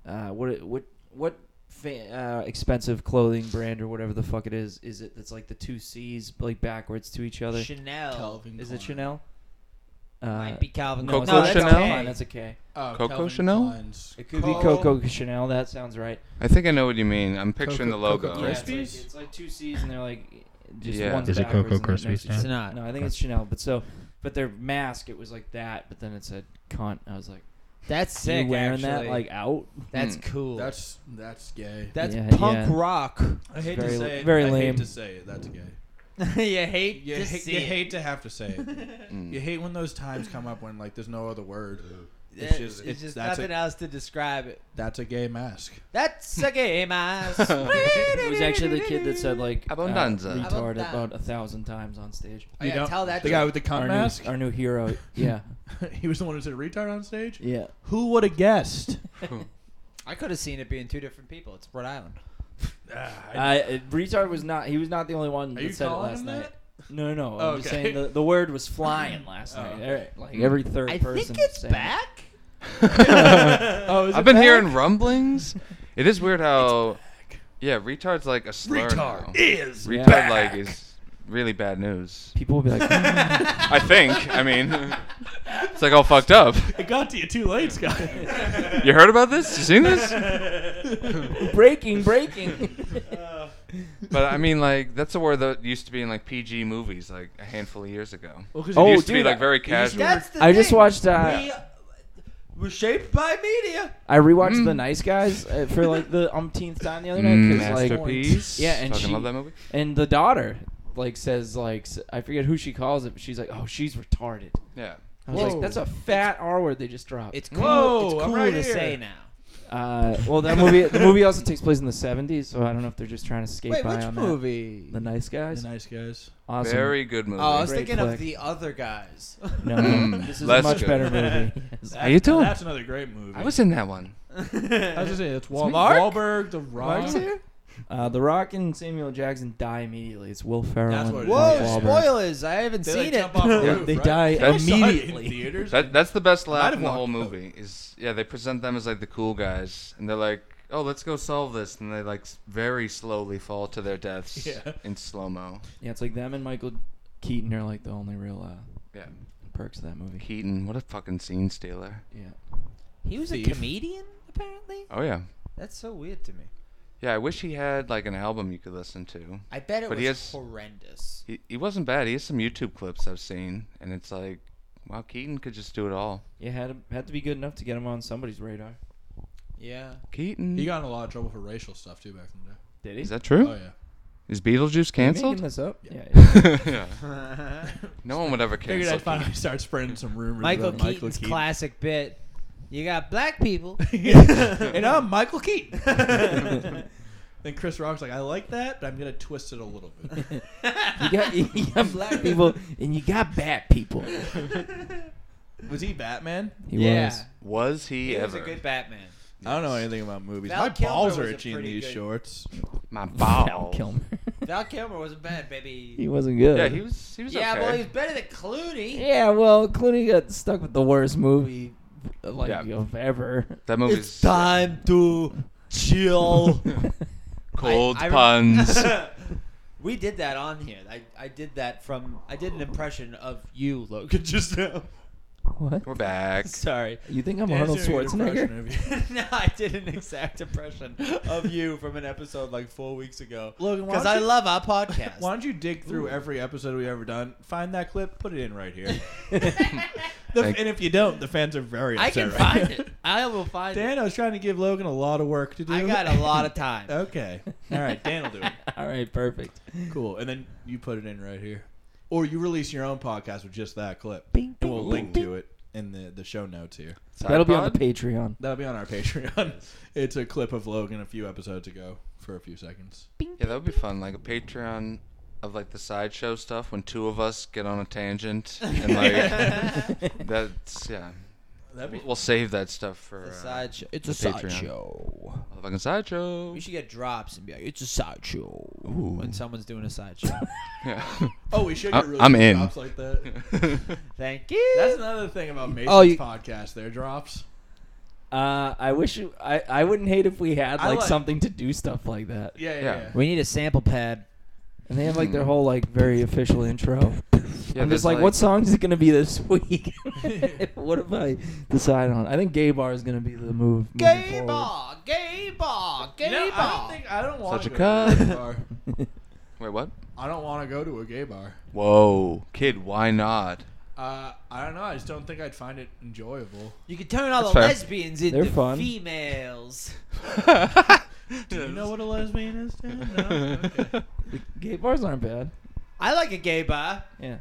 Speaker 1: uh, what what what fa- uh, expensive clothing brand or whatever the fuck it is. Is it that's like the two C's like backwards to each other?
Speaker 4: Chanel.
Speaker 2: Calvin
Speaker 1: is
Speaker 2: Klein.
Speaker 1: it Chanel? Uh,
Speaker 4: Might be Calvin
Speaker 1: no,
Speaker 3: Coco
Speaker 4: Klein.
Speaker 1: no, that's
Speaker 3: Chanel?
Speaker 1: a K, That's a K.
Speaker 2: Oh,
Speaker 3: Coco
Speaker 2: Calvin
Speaker 3: Chanel?
Speaker 2: Klein's
Speaker 1: It could be
Speaker 2: Col-
Speaker 1: Coco Chanel. That sounds right.
Speaker 3: I think I know what you mean. I'm picturing
Speaker 2: Coco-
Speaker 3: the logo.
Speaker 2: Coco
Speaker 1: Yeah, it's, like,
Speaker 2: Krispies?
Speaker 1: it's like two C's, and they're like just
Speaker 3: Yeah.
Speaker 1: one's
Speaker 5: Is it
Speaker 1: backwards
Speaker 5: Cocoa
Speaker 1: and the next
Speaker 5: Krispies,
Speaker 4: It's
Speaker 1: is-
Speaker 4: not.
Speaker 1: No, I think it's Chanel. But so, but their mask, it was like that. But then it said cunt. I was like,
Speaker 4: That's
Speaker 1: "You
Speaker 4: sick.
Speaker 1: wearing
Speaker 4: actually.
Speaker 1: that like out?
Speaker 4: that's
Speaker 3: Mm.
Speaker 4: cool.
Speaker 2: That's that's gay.
Speaker 4: that's
Speaker 1: Yeah,
Speaker 4: punk
Speaker 1: yeah.
Speaker 4: rock.
Speaker 2: I hate
Speaker 1: very-
Speaker 2: to say it.
Speaker 1: very
Speaker 2: I
Speaker 1: lame.
Speaker 2: hate to say it. That's gay.
Speaker 4: you hate
Speaker 2: You,
Speaker 4: to
Speaker 2: hate-
Speaker 4: see
Speaker 2: you
Speaker 4: it.
Speaker 2: hate to have to say it.
Speaker 3: Mm.
Speaker 2: you hate when those times come up when like there's no other word.
Speaker 4: Yeah,
Speaker 2: It's
Speaker 4: it's
Speaker 2: just, it's,
Speaker 4: just
Speaker 2: that's,
Speaker 4: nothing
Speaker 2: a,
Speaker 4: else to describe it.
Speaker 2: that's a gay mask.
Speaker 4: That's a game. I
Speaker 1: It was actually the kid that said like uh,
Speaker 3: Abundanza.
Speaker 1: retard
Speaker 4: Abundanza.
Speaker 1: about a thousand times on stage.
Speaker 4: I gotta
Speaker 2: don't-
Speaker 4: tell that
Speaker 2: the
Speaker 4: joke.
Speaker 2: guy with the cunt
Speaker 1: Our new,
Speaker 2: mask.
Speaker 1: our new hero. Yeah,
Speaker 2: he was the one who said retard on stage.
Speaker 1: yeah.
Speaker 2: Who would have guessed?
Speaker 4: I could have seen it being two different people. It's Rhode Island.
Speaker 2: Ah,
Speaker 1: Uh, uh, retard was not. He was not the only one that said it last night. No, no, no. I'm just
Speaker 2: Okay.
Speaker 1: saying the, the word was flying last
Speaker 2: Oh.
Speaker 1: night. Every- Like every third
Speaker 4: I
Speaker 1: person.
Speaker 4: think it's
Speaker 1: saying it.
Speaker 4: back.
Speaker 2: Oh, is
Speaker 3: I've
Speaker 2: it
Speaker 3: been
Speaker 2: back?
Speaker 3: hearing rumblings. It is weird how, yeah, retard's like a slur now.
Speaker 2: Retard is
Speaker 3: Retard like is really bad news.
Speaker 1: People will be like,
Speaker 3: I think. I mean, it's like all fucked up.
Speaker 2: It got to you too late, Scott.
Speaker 3: You heard about this? You seen this?
Speaker 1: breaking, breaking.
Speaker 3: Uh, But I mean, like that's a word that used to be in like PG movies like a handful of years ago.
Speaker 1: Oh,
Speaker 3: it used to be
Speaker 1: dude,
Speaker 3: like very
Speaker 2: used to-
Speaker 3: casual.
Speaker 4: That's the
Speaker 1: I just
Speaker 4: thing.
Speaker 1: watched, uh,
Speaker 4: we, we're shaped by media.
Speaker 1: I rewatched
Speaker 3: Mm.
Speaker 1: The Nice Guys uh, for like the umpteenth time the other night.
Speaker 3: Mm,
Speaker 1: 'cause, like,
Speaker 3: masterpiece.
Speaker 1: yeah, and
Speaker 3: Fucking
Speaker 1: she-
Speaker 3: love that movie.
Speaker 1: and the daughter like says like s- I forget who she calls it, but she's like, oh, she's retarded.
Speaker 3: Yeah.
Speaker 1: I was
Speaker 2: Whoa.
Speaker 1: like, that's a fat R word they just dropped.
Speaker 4: It's cool.
Speaker 2: Whoa,
Speaker 4: it's
Speaker 2: I'm
Speaker 4: cool
Speaker 2: right
Speaker 4: to
Speaker 2: here.
Speaker 4: say now.
Speaker 1: uh, well, that movie. the movie also takes place in the '70s, so I don't know if they're just trying to skate
Speaker 4: Wait,
Speaker 1: by
Speaker 4: which
Speaker 1: on
Speaker 4: movie?
Speaker 1: that. The Nice Guys.
Speaker 2: The nice guys.
Speaker 1: awesome.
Speaker 3: Very good movie.
Speaker 4: Oh, I was
Speaker 1: Great
Speaker 4: thinking
Speaker 1: flick.
Speaker 4: of the other guys.
Speaker 1: no,
Speaker 3: Mm,
Speaker 1: this is a
Speaker 3: less
Speaker 1: much
Speaker 3: good.
Speaker 1: better movie.
Speaker 3: How you doing?
Speaker 2: That's another great movie.
Speaker 3: I was in that one.
Speaker 2: I was gonna say it's Wal-
Speaker 4: Mark?
Speaker 2: Wahlberg, The Rock.
Speaker 4: Mark's here?
Speaker 1: Uh, the Rock and Samuel Jackson die immediately. It's Will Ferrell.
Speaker 2: That's
Speaker 1: and
Speaker 2: what it
Speaker 1: Mark
Speaker 4: Whoa,
Speaker 2: Yeah.
Speaker 1: Wahlberg.
Speaker 4: spoilers! I haven't
Speaker 2: They, like,
Speaker 4: seen
Speaker 2: jump
Speaker 4: it.
Speaker 2: off a
Speaker 1: They-
Speaker 2: roof,
Speaker 1: they
Speaker 2: right?
Speaker 1: die
Speaker 2: I saw it in
Speaker 1: immediately.
Speaker 2: theaters.
Speaker 3: That that's the best
Speaker 2: I'd
Speaker 3: laugh
Speaker 2: have
Speaker 3: in the whole
Speaker 2: walked
Speaker 3: movie. Is yeah, they present them as like the cool guys, and they're like, "Oh, let's go solve this," and they like s- very slowly fall to their deaths
Speaker 2: Yeah.
Speaker 3: in slow mo.
Speaker 1: Yeah, it's like them and Michael Keaton are like the only real uh,
Speaker 3: Yeah,
Speaker 1: perks of that movie.
Speaker 3: Keaton, what a fucking scene stealer.
Speaker 1: Yeah.
Speaker 4: He was a
Speaker 2: Thief.
Speaker 4: comedian, apparently.
Speaker 3: Oh yeah,
Speaker 4: That's so weird to me.
Speaker 3: yeah. I wish he had like an album you could listen to.
Speaker 4: I bet it
Speaker 3: But
Speaker 4: was
Speaker 3: he has-
Speaker 4: horrendous.
Speaker 3: He he wasn't bad. He has some YouTube clips I've seen, and it's like, wow, Keaton could just do it all.
Speaker 1: Yeah, had had to be good enough to get him on somebody's radar.
Speaker 4: Yeah.
Speaker 3: Keaton.
Speaker 2: He got in a lot of trouble for racial stuff too back in the day.
Speaker 1: Did
Speaker 3: is that true?
Speaker 2: Oh yeah.
Speaker 3: Is Beetlejuice
Speaker 1: Am I Making
Speaker 3: canceled?
Speaker 1: this up? Yeah.
Speaker 3: Yeah. No one would ever
Speaker 2: Figured
Speaker 3: cancel.
Speaker 2: I'd
Speaker 3: Keaton.
Speaker 2: finally start spreading some rumors.
Speaker 4: Michael
Speaker 2: about
Speaker 4: Keaton's
Speaker 2: Michael Keaton.
Speaker 4: classic bit. You got black people.
Speaker 2: and I'm Michael Keaton. then Chris Rock's like, I like that, but I'm gonna twist it a little bit.
Speaker 1: you, got, you got black people and you got bad people.
Speaker 2: Was he Batman?
Speaker 1: He
Speaker 4: yeah.
Speaker 1: was.
Speaker 3: Was he,
Speaker 4: He was
Speaker 3: ever?
Speaker 4: a good Batman.
Speaker 2: I don't know anything about movies.
Speaker 4: Val
Speaker 2: My balls
Speaker 4: Kilmer
Speaker 2: are
Speaker 4: was a
Speaker 2: itchy in
Speaker 4: pretty
Speaker 2: these
Speaker 4: good-
Speaker 2: shorts.
Speaker 3: My
Speaker 1: Val
Speaker 3: ball.
Speaker 1: Kilmer.
Speaker 4: Val Kilmer wasn't bad, baby.
Speaker 1: He wasn't good.
Speaker 3: Yeah, he was. He was
Speaker 4: Yeah,
Speaker 3: okay.
Speaker 4: well, he's better than Clooney.
Speaker 1: Yeah, well, Clooney got stuck with the worst movie uh, like
Speaker 3: Yeah.
Speaker 1: of ever.
Speaker 3: that movie's
Speaker 4: to chill.
Speaker 3: cold
Speaker 4: I- I rem-
Speaker 3: puns.
Speaker 4: we did that on here. I, I did that from. I did an impression of you, Logan, just now.
Speaker 1: what?
Speaker 3: We're back.
Speaker 4: Sorry.
Speaker 1: You think I'm
Speaker 2: Yeah,
Speaker 1: Arnold
Speaker 2: it's a good impression
Speaker 1: Schwarzenegger?
Speaker 2: of you.
Speaker 4: no, I did an exact impression of you from an episode like four weeks ago.
Speaker 2: Logan, why
Speaker 4: Because
Speaker 2: don't
Speaker 4: I
Speaker 2: you-
Speaker 4: love our podcast.
Speaker 2: Why don't you dig through every episode we've ever done, find that clip, put it in right here. The-
Speaker 3: Thank-
Speaker 2: and if you don't, the fans are very
Speaker 4: I
Speaker 2: upset.
Speaker 4: can
Speaker 2: right
Speaker 4: find
Speaker 2: now.
Speaker 4: it. I will find
Speaker 2: Dan,
Speaker 4: it.
Speaker 2: I was trying to give Logan a lot of work to do.
Speaker 4: I got a lot of time.
Speaker 2: Okay. All right, Dan will do it.
Speaker 1: All right, perfect.
Speaker 2: Cool. And then you put it in right here. Or you release your own podcast with just that clip.
Speaker 1: Bing,
Speaker 2: and we'll
Speaker 1: bing,
Speaker 2: link
Speaker 1: bing,
Speaker 2: to it in the, the show notes here.
Speaker 1: That'll be on the
Speaker 3: Side pod?
Speaker 1: Patreon.
Speaker 2: That'll be on our Patreon. It's a clip of Logan a few episodes ago for a few seconds.
Speaker 3: Yeah, that would be fun. Like a Patreon of like the sideshow stuff when two of us get on a tangent and like that's yeah.
Speaker 2: That'd be
Speaker 3: We'll save that stuff for
Speaker 4: It's a
Speaker 3: uh,
Speaker 4: sideshow. It's a
Speaker 3: the Patreon.
Speaker 4: sideshow.
Speaker 3: the fucking sideshow.
Speaker 4: We should get drops and be like, it's a sideshow.
Speaker 3: Ooh.
Speaker 4: When someone's doing a sideshow.
Speaker 3: Yeah.
Speaker 2: Oh, we should
Speaker 3: I-
Speaker 2: get really
Speaker 3: I'm
Speaker 2: good
Speaker 3: in.
Speaker 2: drops like that.
Speaker 4: Thank you.
Speaker 2: That's another thing about Mason's
Speaker 1: Oh, you-
Speaker 2: podcast. Their drops.
Speaker 1: Uh, I wish you, I I wouldn't hate if we had
Speaker 2: I
Speaker 1: like
Speaker 2: like-
Speaker 1: something to do stuff like that.
Speaker 2: Yeah, yeah,
Speaker 3: Yeah.
Speaker 2: yeah.
Speaker 4: we need a sample pad.
Speaker 1: And they have like their whole like very official intro.
Speaker 3: Yeah,
Speaker 1: I'm
Speaker 3: there's,
Speaker 1: just like, what song is it gonna be this week? what if I decide on? I think Gay Bar is gonna be the move. moving
Speaker 4: Gay
Speaker 1: forward.
Speaker 4: bar, gay bar, gay
Speaker 2: You know, I
Speaker 4: bar.
Speaker 2: don't think I don't want to
Speaker 3: Such
Speaker 2: go
Speaker 3: a
Speaker 2: to a
Speaker 3: cut.
Speaker 2: gay bar.
Speaker 3: Wait, what?
Speaker 2: I don't want to go to a gay bar.
Speaker 3: Whoa, kid, why not?
Speaker 2: Uh, I don't know. I just don't think I'd find it enjoyable.
Speaker 4: you can turn all
Speaker 3: That's
Speaker 4: the
Speaker 3: fair.
Speaker 4: lesbians into
Speaker 1: They're fun.
Speaker 4: females.
Speaker 2: Do you know what a lesbian is, Dan? No? Okay.
Speaker 1: The gay bars aren't bad.
Speaker 4: I like a gay bar
Speaker 1: Yeah,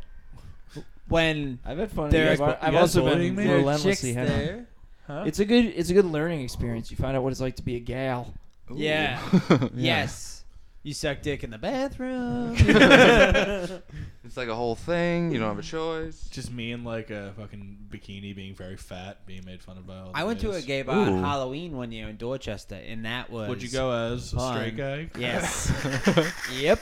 Speaker 4: when
Speaker 1: I've had fun.
Speaker 4: There
Speaker 1: at
Speaker 4: are-
Speaker 1: gay bar. I've
Speaker 2: you guys
Speaker 1: also been
Speaker 2: bullying me? There are
Speaker 1: relentlessly
Speaker 4: chicks
Speaker 1: head on.
Speaker 4: there.
Speaker 2: Huh?
Speaker 1: It's a good it's a good learning experience. You find out what it's like to be a gal.
Speaker 4: Yeah.
Speaker 3: Yeah.
Speaker 4: Yes. You suck dick in the bathroom.
Speaker 3: It's like a whole thing. You don't have a choice.
Speaker 2: just me in like a fucking bikini, being very fat, being made fun of by all. The
Speaker 4: I went to a
Speaker 2: gays.
Speaker 4: gay bar on
Speaker 3: Ooh.
Speaker 4: Halloween one year in Dorchester, and that was.
Speaker 2: Would you go as a
Speaker 4: fun.
Speaker 2: straight guy?
Speaker 4: Yes. yep.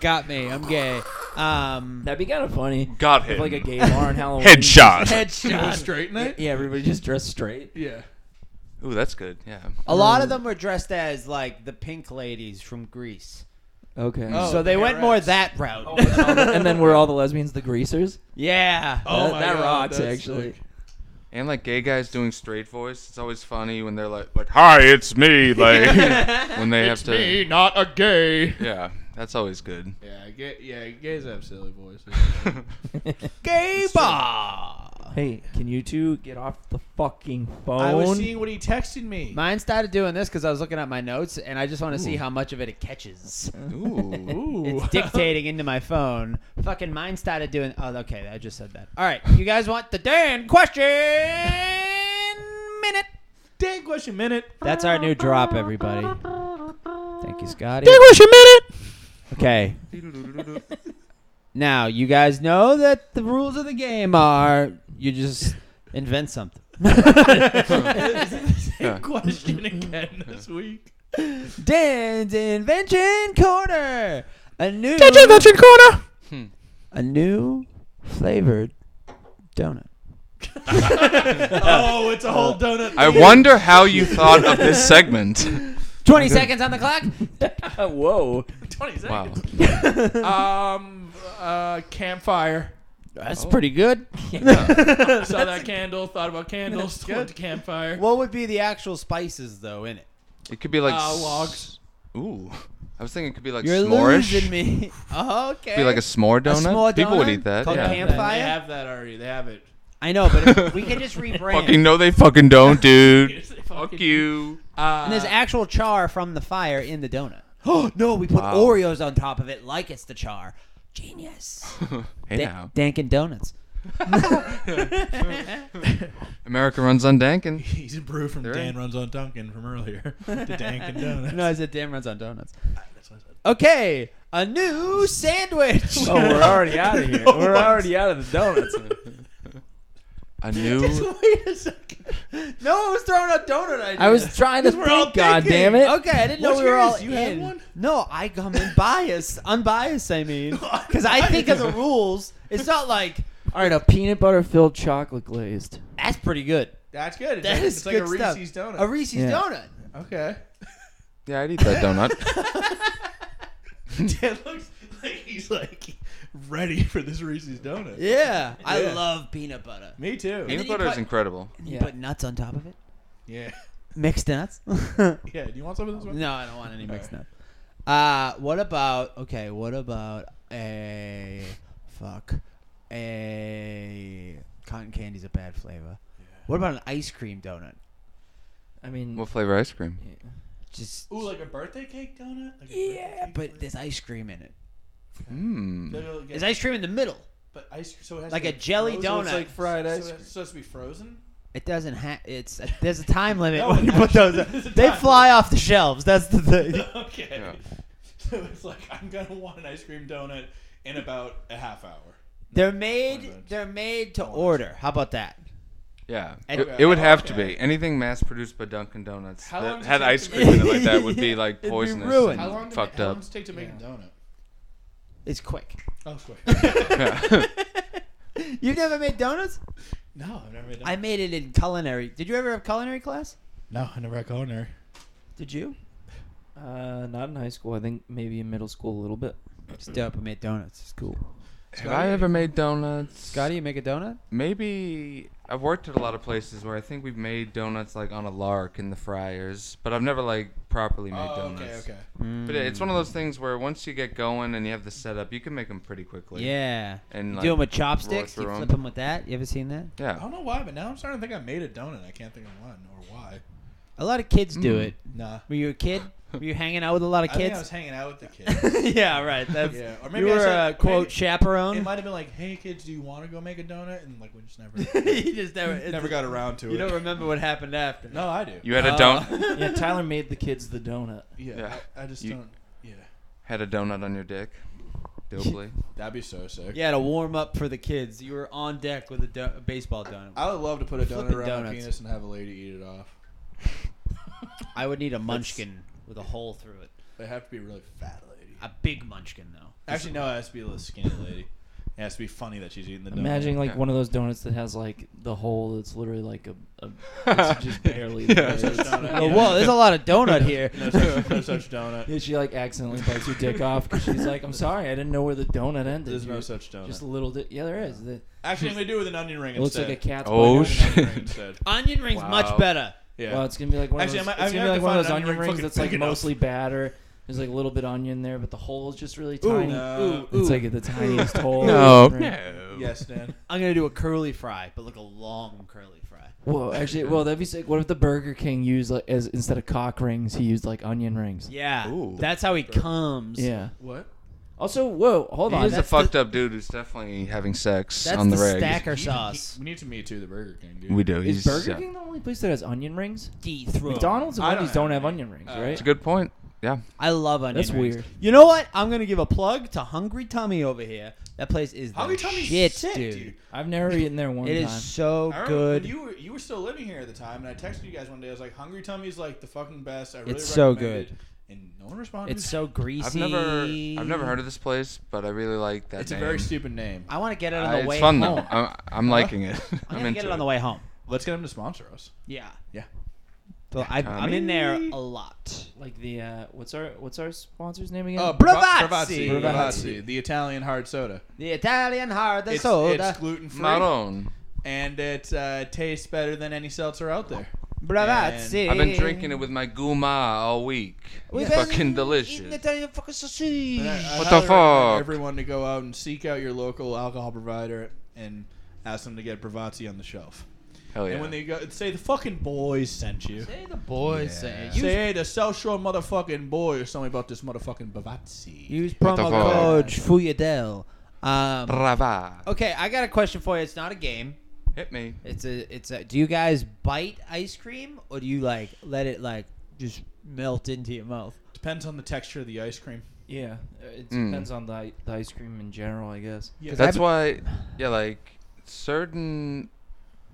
Speaker 4: Got me. I'm gay. Um,
Speaker 1: That'd be kind of funny.
Speaker 3: Got
Speaker 1: If,
Speaker 3: him.
Speaker 1: like a gay bar on Halloween.
Speaker 3: Headshot.
Speaker 2: Was
Speaker 4: headshot.
Speaker 2: straight night.
Speaker 1: Yeah, everybody just dressed straight.
Speaker 2: Yeah.
Speaker 3: Ooh, that's good. Yeah.
Speaker 4: A lot of them were dressed as like the pink ladies from Greece,
Speaker 1: Okay.
Speaker 2: Oh,
Speaker 4: so they
Speaker 2: the
Speaker 4: went more
Speaker 2: hairettes.
Speaker 4: that route.
Speaker 1: and then we're all the lesbians, the greasers.
Speaker 4: yeah.
Speaker 2: Oh
Speaker 1: That-
Speaker 2: my
Speaker 1: that
Speaker 2: God,
Speaker 1: rocks,
Speaker 2: that's
Speaker 1: actually.
Speaker 2: sick.
Speaker 3: And like gay guys doing straight voice, it's always funny when they're like, like "Hi, it's me." Like when they have to.
Speaker 2: not a gay.
Speaker 3: Yeah, that's always good.
Speaker 2: Yeah, gay, yeah, gays have silly voices.
Speaker 4: gay bar.
Speaker 1: hey, can you two get off the fucking phone?
Speaker 2: I was seeing what he texted me.
Speaker 4: Mine started doing this because I was looking at my notes, and I just want to see how much of it it catches.
Speaker 3: Ooh.
Speaker 2: Ooh.
Speaker 4: It's dictating into my phone. Fucking mine started doing. Oh, okay. I just said that. All right. You guys want the Dan question minute?
Speaker 2: Dan question minute.
Speaker 4: That's our new drop, everybody. Thank you, Scotty.
Speaker 2: question minute.
Speaker 4: Okay. Now, you guys know that the rules of the game are you just invent something.
Speaker 3: Yeah.
Speaker 2: Question again this week.
Speaker 4: Dan's Invention Corner! A new.
Speaker 2: corner.
Speaker 4: A new flavored donut.
Speaker 2: Oh, it's a whole donut.
Speaker 3: I wonder how you thought of this segment.
Speaker 4: 20 seconds on the clock.
Speaker 1: Whoa.
Speaker 2: Twenty
Speaker 3: Wow.
Speaker 2: seconds. Um, uh, campfire.
Speaker 4: That's pretty good.
Speaker 2: Saw that candle. Thought about candles. Went to campfire.
Speaker 4: What would be the actual spices, though, in it?
Speaker 3: It could be like
Speaker 2: Uh,
Speaker 3: s-
Speaker 2: logs.
Speaker 3: Ooh, I was thinking it could be like
Speaker 4: You're
Speaker 3: s'more-ish.
Speaker 4: losing me. Oh, Okay.
Speaker 3: Could be like a s'more donut.
Speaker 4: s'more
Speaker 3: People would
Speaker 4: donut
Speaker 3: eat that.
Speaker 4: called
Speaker 3: Yeah.
Speaker 4: camp-
Speaker 2: They
Speaker 4: Campfire?
Speaker 2: have that already. They have it.
Speaker 4: I know, but if we can just rebrand.
Speaker 3: Fucking no, they fucking don't, dude.
Speaker 2: Fuck
Speaker 3: you.
Speaker 2: Uh,
Speaker 4: And there's actual char from the fire in the donut. Oh no, we put
Speaker 3: Wow.
Speaker 4: Oreos on top of it like it's the char. Genius.
Speaker 3: hey
Speaker 4: Da-
Speaker 3: now,
Speaker 4: Dankin' Donuts.
Speaker 3: America runs on Dankin.
Speaker 2: He's improved from
Speaker 3: They're
Speaker 2: Dan
Speaker 3: in.
Speaker 2: runs on Duncan from earlier to Dankin Donuts.
Speaker 4: No, I said Dan runs on donuts.
Speaker 2: That's what I said.
Speaker 4: Okay, a new sandwich.
Speaker 1: Oh, we're already out of here. We're already out of the donuts.
Speaker 3: a new.
Speaker 4: Wait a second. No one
Speaker 2: Oh,
Speaker 4: was throwing out donut ideas.
Speaker 1: I was trying to
Speaker 4: Because we're all
Speaker 1: think. God
Speaker 4: thinking.
Speaker 1: damn it!
Speaker 4: Okay, I didn't know
Speaker 2: What's
Speaker 4: we were
Speaker 2: yours?
Speaker 4: all
Speaker 2: You had
Speaker 4: in.
Speaker 2: one?
Speaker 4: No, I come in biased, unbiased. I mean, because I think of the rules. It's not like
Speaker 1: All right, a peanut butter filled chocolate glazed.
Speaker 4: that's pretty good.
Speaker 2: That's good. It's
Speaker 4: That
Speaker 2: like,
Speaker 4: is
Speaker 2: it's
Speaker 4: good
Speaker 2: like a
Speaker 4: stuff.
Speaker 2: Reese's
Speaker 4: A
Speaker 2: donut.
Speaker 4: Reese's
Speaker 1: Yeah.
Speaker 4: donut.
Speaker 2: okay.
Speaker 3: Yeah, I'd eat that donut.
Speaker 2: Dan looks like he's like ready for this Reese's donut.
Speaker 4: Yeah, I
Speaker 2: Yeah.
Speaker 4: love peanut butter.
Speaker 2: Me too.
Speaker 4: And
Speaker 3: Peanut
Speaker 4: then you
Speaker 3: butter is
Speaker 4: put-
Speaker 3: incredible.
Speaker 4: You
Speaker 1: Yeah.
Speaker 4: put nuts on top of it.
Speaker 2: Yeah.
Speaker 4: Mixed nuts.
Speaker 2: Yeah. Do you want some of this one?
Speaker 4: No, I don't want any
Speaker 2: All
Speaker 4: mixed up. Uh, what about okay? What about a fuck a cotton candy's a bad flavor. What about an ice cream donut?
Speaker 1: I mean,
Speaker 3: What flavor ice cream?
Speaker 1: yeah.
Speaker 4: Just
Speaker 2: Ooh, like a birthday cake donut. Like a
Speaker 4: yeah,
Speaker 2: birthday cake
Speaker 4: but there's ice cream in it.
Speaker 3: Hmm.
Speaker 2: donut? They'll get-
Speaker 4: There's ice cream in the middle.
Speaker 2: but ice so it has
Speaker 4: like
Speaker 2: to
Speaker 4: a
Speaker 2: be
Speaker 4: jelly
Speaker 2: frozen.
Speaker 4: donut.
Speaker 2: fried
Speaker 4: So
Speaker 2: ice.
Speaker 4: it's
Speaker 2: it's supposed to be frozen.
Speaker 4: It doesn't have. It's there's a time limit
Speaker 2: No,
Speaker 4: when you put
Speaker 2: actually,
Speaker 4: those.
Speaker 2: there's a
Speaker 4: They
Speaker 2: time
Speaker 4: fly off the shelves. That's the thing.
Speaker 2: okay.
Speaker 3: Yeah.
Speaker 2: So it's like I'm gonna want an ice cream donut in about a half hour.
Speaker 4: They're
Speaker 2: Fine,
Speaker 4: made.
Speaker 2: thanks.
Speaker 4: They're made to order. How about that?
Speaker 3: Yeah.
Speaker 4: And-
Speaker 3: It, it would have to
Speaker 2: Okay.
Speaker 3: be. Anything mass produced by Dunkin' Donuts
Speaker 2: How long
Speaker 3: that
Speaker 2: does
Speaker 3: had
Speaker 2: it
Speaker 3: ice
Speaker 2: take to
Speaker 3: cream in it like that would be like
Speaker 4: It'd be
Speaker 3: poisonous.
Speaker 4: ruined.
Speaker 2: How
Speaker 3: and
Speaker 2: long did
Speaker 3: fucked
Speaker 2: it, How
Speaker 3: up.
Speaker 2: long does it take to make a donut?
Speaker 4: It's quick.
Speaker 2: Oh, quick.
Speaker 3: Yeah.
Speaker 4: You've never made donuts?
Speaker 2: no, I've never made.
Speaker 4: I made it in culinary. Did you ever have culinary class?
Speaker 2: no, I never had culinary.
Speaker 4: Did you?
Speaker 1: Uh, not in high school. I think maybe in middle school a little bit.
Speaker 4: Just dope. I made donuts. It's cool.
Speaker 3: Have I ever made donuts?
Speaker 4: Scotty, you make a donut?
Speaker 3: Maybe I've worked at a lot of places where I think we've made donuts like on a lark in the fryers, but I've never like properly made
Speaker 2: Oh,
Speaker 3: donuts.
Speaker 2: okay, okay.
Speaker 3: But it's one of those things where once you get going and you have the setup, you can make them pretty quickly.
Speaker 4: Yeah.
Speaker 3: And
Speaker 4: you
Speaker 3: like,
Speaker 4: do them with chopsticks.
Speaker 3: roll
Speaker 4: You
Speaker 3: through
Speaker 4: flip
Speaker 3: 'em.
Speaker 4: them with that. You ever seen that?
Speaker 2: I
Speaker 3: Yeah.
Speaker 2: don't know why, but now I'm starting to think I made a donut. I can't think of one or why.
Speaker 4: A lot of kids do
Speaker 3: Mm.
Speaker 4: it.
Speaker 2: Nah.
Speaker 4: Were you a kid? Were you hanging out with a lot of
Speaker 2: I think I
Speaker 4: kids?
Speaker 2: was hanging out with the kids.
Speaker 4: yeah, right. That's
Speaker 2: yeah, or
Speaker 4: you
Speaker 2: I
Speaker 4: were
Speaker 2: said-
Speaker 4: a quote
Speaker 2: maybe-
Speaker 4: chaperone.
Speaker 2: It might have been like, "Hey kids, do you want to go make a donut?" And like, we just never,
Speaker 4: you just never. it's-
Speaker 2: never got around to
Speaker 4: You
Speaker 2: it.
Speaker 4: don't remember what happened after.
Speaker 2: no, I do.
Speaker 3: You had a
Speaker 4: Oh.
Speaker 3: don
Speaker 1: Yeah, Tyler made the kids the donut.
Speaker 2: yeah,
Speaker 3: Yeah.
Speaker 2: I, I just
Speaker 3: You-
Speaker 2: don't. Yeah,
Speaker 3: had a donut on your dick. Dopely.
Speaker 2: that'd be so sick.
Speaker 4: You had a warm up for the kids. You were on deck with a, do- a baseball donut.
Speaker 2: I would love to put a donut
Speaker 4: Flipping
Speaker 2: around my
Speaker 4: donuts.
Speaker 2: penis and have a lady eat it off.
Speaker 4: I would need a munchkin with a hole through it.
Speaker 2: They have to be a really fat lady.
Speaker 4: A big munchkin though.
Speaker 2: Actually, no, it has to be a little skinny lady. It has to be funny that she's eating the donut.
Speaker 1: Imagine like
Speaker 3: Yeah.
Speaker 1: one of those donuts that has like the hole that's literally like a, a it's just barely
Speaker 3: Yeah.
Speaker 1: there.
Speaker 2: no such
Speaker 1: It's-
Speaker 2: donut.
Speaker 4: Oh, whoa, there's a lot of donut here.
Speaker 2: no such, no such donut.
Speaker 1: Yeah, she like accidentally bites your dick off because she's like, "I'm sorry, I didn't know where the donut ended."
Speaker 2: There's no
Speaker 1: You're-
Speaker 2: such donut.
Speaker 1: Just a little. Di- yeah, there is. The-
Speaker 2: Actually, I'm gonna do it with an onion ring
Speaker 1: it looks
Speaker 2: instead.
Speaker 1: like a cat's.
Speaker 3: Oh,
Speaker 1: butt.
Speaker 3: shit.
Speaker 2: Onion ring instead.
Speaker 4: Onion rings
Speaker 3: Wow.
Speaker 4: much better.
Speaker 2: Yeah.
Speaker 1: Well, it's gonna be like one
Speaker 2: Actually, I
Speaker 1: of those.
Speaker 2: might- I
Speaker 1: it's gonna
Speaker 2: might
Speaker 1: be
Speaker 2: have
Speaker 1: like
Speaker 2: to
Speaker 1: one of
Speaker 2: find
Speaker 1: those
Speaker 2: an
Speaker 1: onion
Speaker 2: onion ring
Speaker 1: rings that's like
Speaker 2: fucking big enough.
Speaker 1: mostly batter. There's like a little bit of onion there, but the hole's just really
Speaker 4: Ooh,
Speaker 1: tiny.
Speaker 2: No.
Speaker 4: ooh, ooh.
Speaker 1: It's like the tiniest hole.
Speaker 3: No.
Speaker 1: Right.
Speaker 3: No.
Speaker 2: yes, Dan.
Speaker 4: I'm gonna do a curly fry, but like a long curly fry.
Speaker 1: Whoa, actually, well, that'd be sick. What if the Burger King used like as instead of cock rings, he used like onion rings?
Speaker 4: Yeah,
Speaker 3: Ooh.
Speaker 4: that's how he comes.
Speaker 1: Yeah.
Speaker 2: What?
Speaker 1: Also, whoa, hold on.
Speaker 3: He's a
Speaker 4: that's
Speaker 3: fucked up dude who's definitely having sex
Speaker 4: that's
Speaker 3: on the,
Speaker 4: the,
Speaker 3: reg.
Speaker 4: stacker sauce.
Speaker 2: we need to meet too the Burger King, dude.
Speaker 3: We do.
Speaker 1: Is
Speaker 3: He's
Speaker 1: Burger
Speaker 3: yeah.
Speaker 1: King the only place that has onion rings?
Speaker 4: Dethrone.
Speaker 1: McDonald's and
Speaker 2: I don't
Speaker 1: Wendy's
Speaker 2: have
Speaker 1: don't have
Speaker 2: any.
Speaker 1: onion rings,
Speaker 2: Uh,
Speaker 1: right?
Speaker 3: It's a good point. Yeah.
Speaker 4: I love onion.
Speaker 1: That's
Speaker 4: rings.
Speaker 1: weird.
Speaker 4: You know what? I'm gonna give a plug to Hungry Tummy over here. That place is
Speaker 2: Hungry
Speaker 4: the
Speaker 2: Tommy's
Speaker 4: shit,
Speaker 2: sick,
Speaker 4: dude.
Speaker 2: dude.
Speaker 1: I've never eaten there one
Speaker 4: It
Speaker 1: time.
Speaker 4: is so
Speaker 2: I remember
Speaker 4: good.
Speaker 2: when You were you were still living here at the time, and I texted you guys one day. I was like, "Hungry Tummy's like the fucking best. I really
Speaker 4: It's so
Speaker 2: recommend
Speaker 4: good.
Speaker 2: It. And no one responded.
Speaker 4: it's so greasy.
Speaker 3: I've never I've never heard of this place, but I really like that
Speaker 2: It's a
Speaker 3: name.
Speaker 2: very stupid name.
Speaker 4: I want to get it on
Speaker 3: Uh,
Speaker 4: the
Speaker 3: it's
Speaker 4: way
Speaker 3: fun
Speaker 4: home.
Speaker 3: though. I'm, I'm liking it.
Speaker 4: I'm
Speaker 3: I'm
Speaker 4: gonna
Speaker 3: into
Speaker 4: get it on the way home.
Speaker 2: Let's get him to sponsor us.
Speaker 4: Yeah.
Speaker 2: Yeah.
Speaker 4: So I, I'm
Speaker 3: Tommy.
Speaker 4: in there a lot.
Speaker 1: like the uh, what's our what's our sponsor's name again?
Speaker 2: Uh,
Speaker 4: Bravazzi.
Speaker 2: Bravazzi.
Speaker 1: Bravazzi.
Speaker 2: Bravazzi, the Italian hard soda.
Speaker 4: The Italian hard
Speaker 2: It's,
Speaker 4: soda.
Speaker 2: it's gluten free
Speaker 3: Maroon.
Speaker 2: and it uh, tastes better than any seltzer out there.
Speaker 4: Bravazzi.
Speaker 3: I've been drinking it with my guma all week.
Speaker 4: We've
Speaker 3: It's
Speaker 4: been
Speaker 3: fucking
Speaker 4: eating
Speaker 3: delicious.
Speaker 4: Italian fucking sausage.
Speaker 2: And I- I
Speaker 3: What
Speaker 2: highly
Speaker 3: the
Speaker 2: recommend
Speaker 3: fuck?
Speaker 2: Everyone to go out and seek out your local alcohol provider and ask them to get Bravazzi on the shelf.
Speaker 3: Hell Oh, yeah.
Speaker 2: And when they go, say the fucking boys sent you.
Speaker 4: Say the boys
Speaker 3: Yeah.
Speaker 4: say it.
Speaker 2: Say the South Shore motherfucking boy or something about this motherfucking Bavazzi.
Speaker 4: Use, use
Speaker 3: What the
Speaker 4: promo
Speaker 3: fuck?
Speaker 4: code Fuyadel. Um,
Speaker 3: Brava.
Speaker 4: okay, I got a question for you. It's not a game.
Speaker 3: Hit me.
Speaker 4: It's a. It's a. Do you guys bite ice cream or do you like let it like just melt into your mouth?
Speaker 2: Depends on the texture of the ice cream.
Speaker 1: yeah, uh, it
Speaker 3: Mm.
Speaker 1: depends on the, i- the ice cream in general, I guess.
Speaker 2: Yeah.
Speaker 3: That's why, yeah, like certain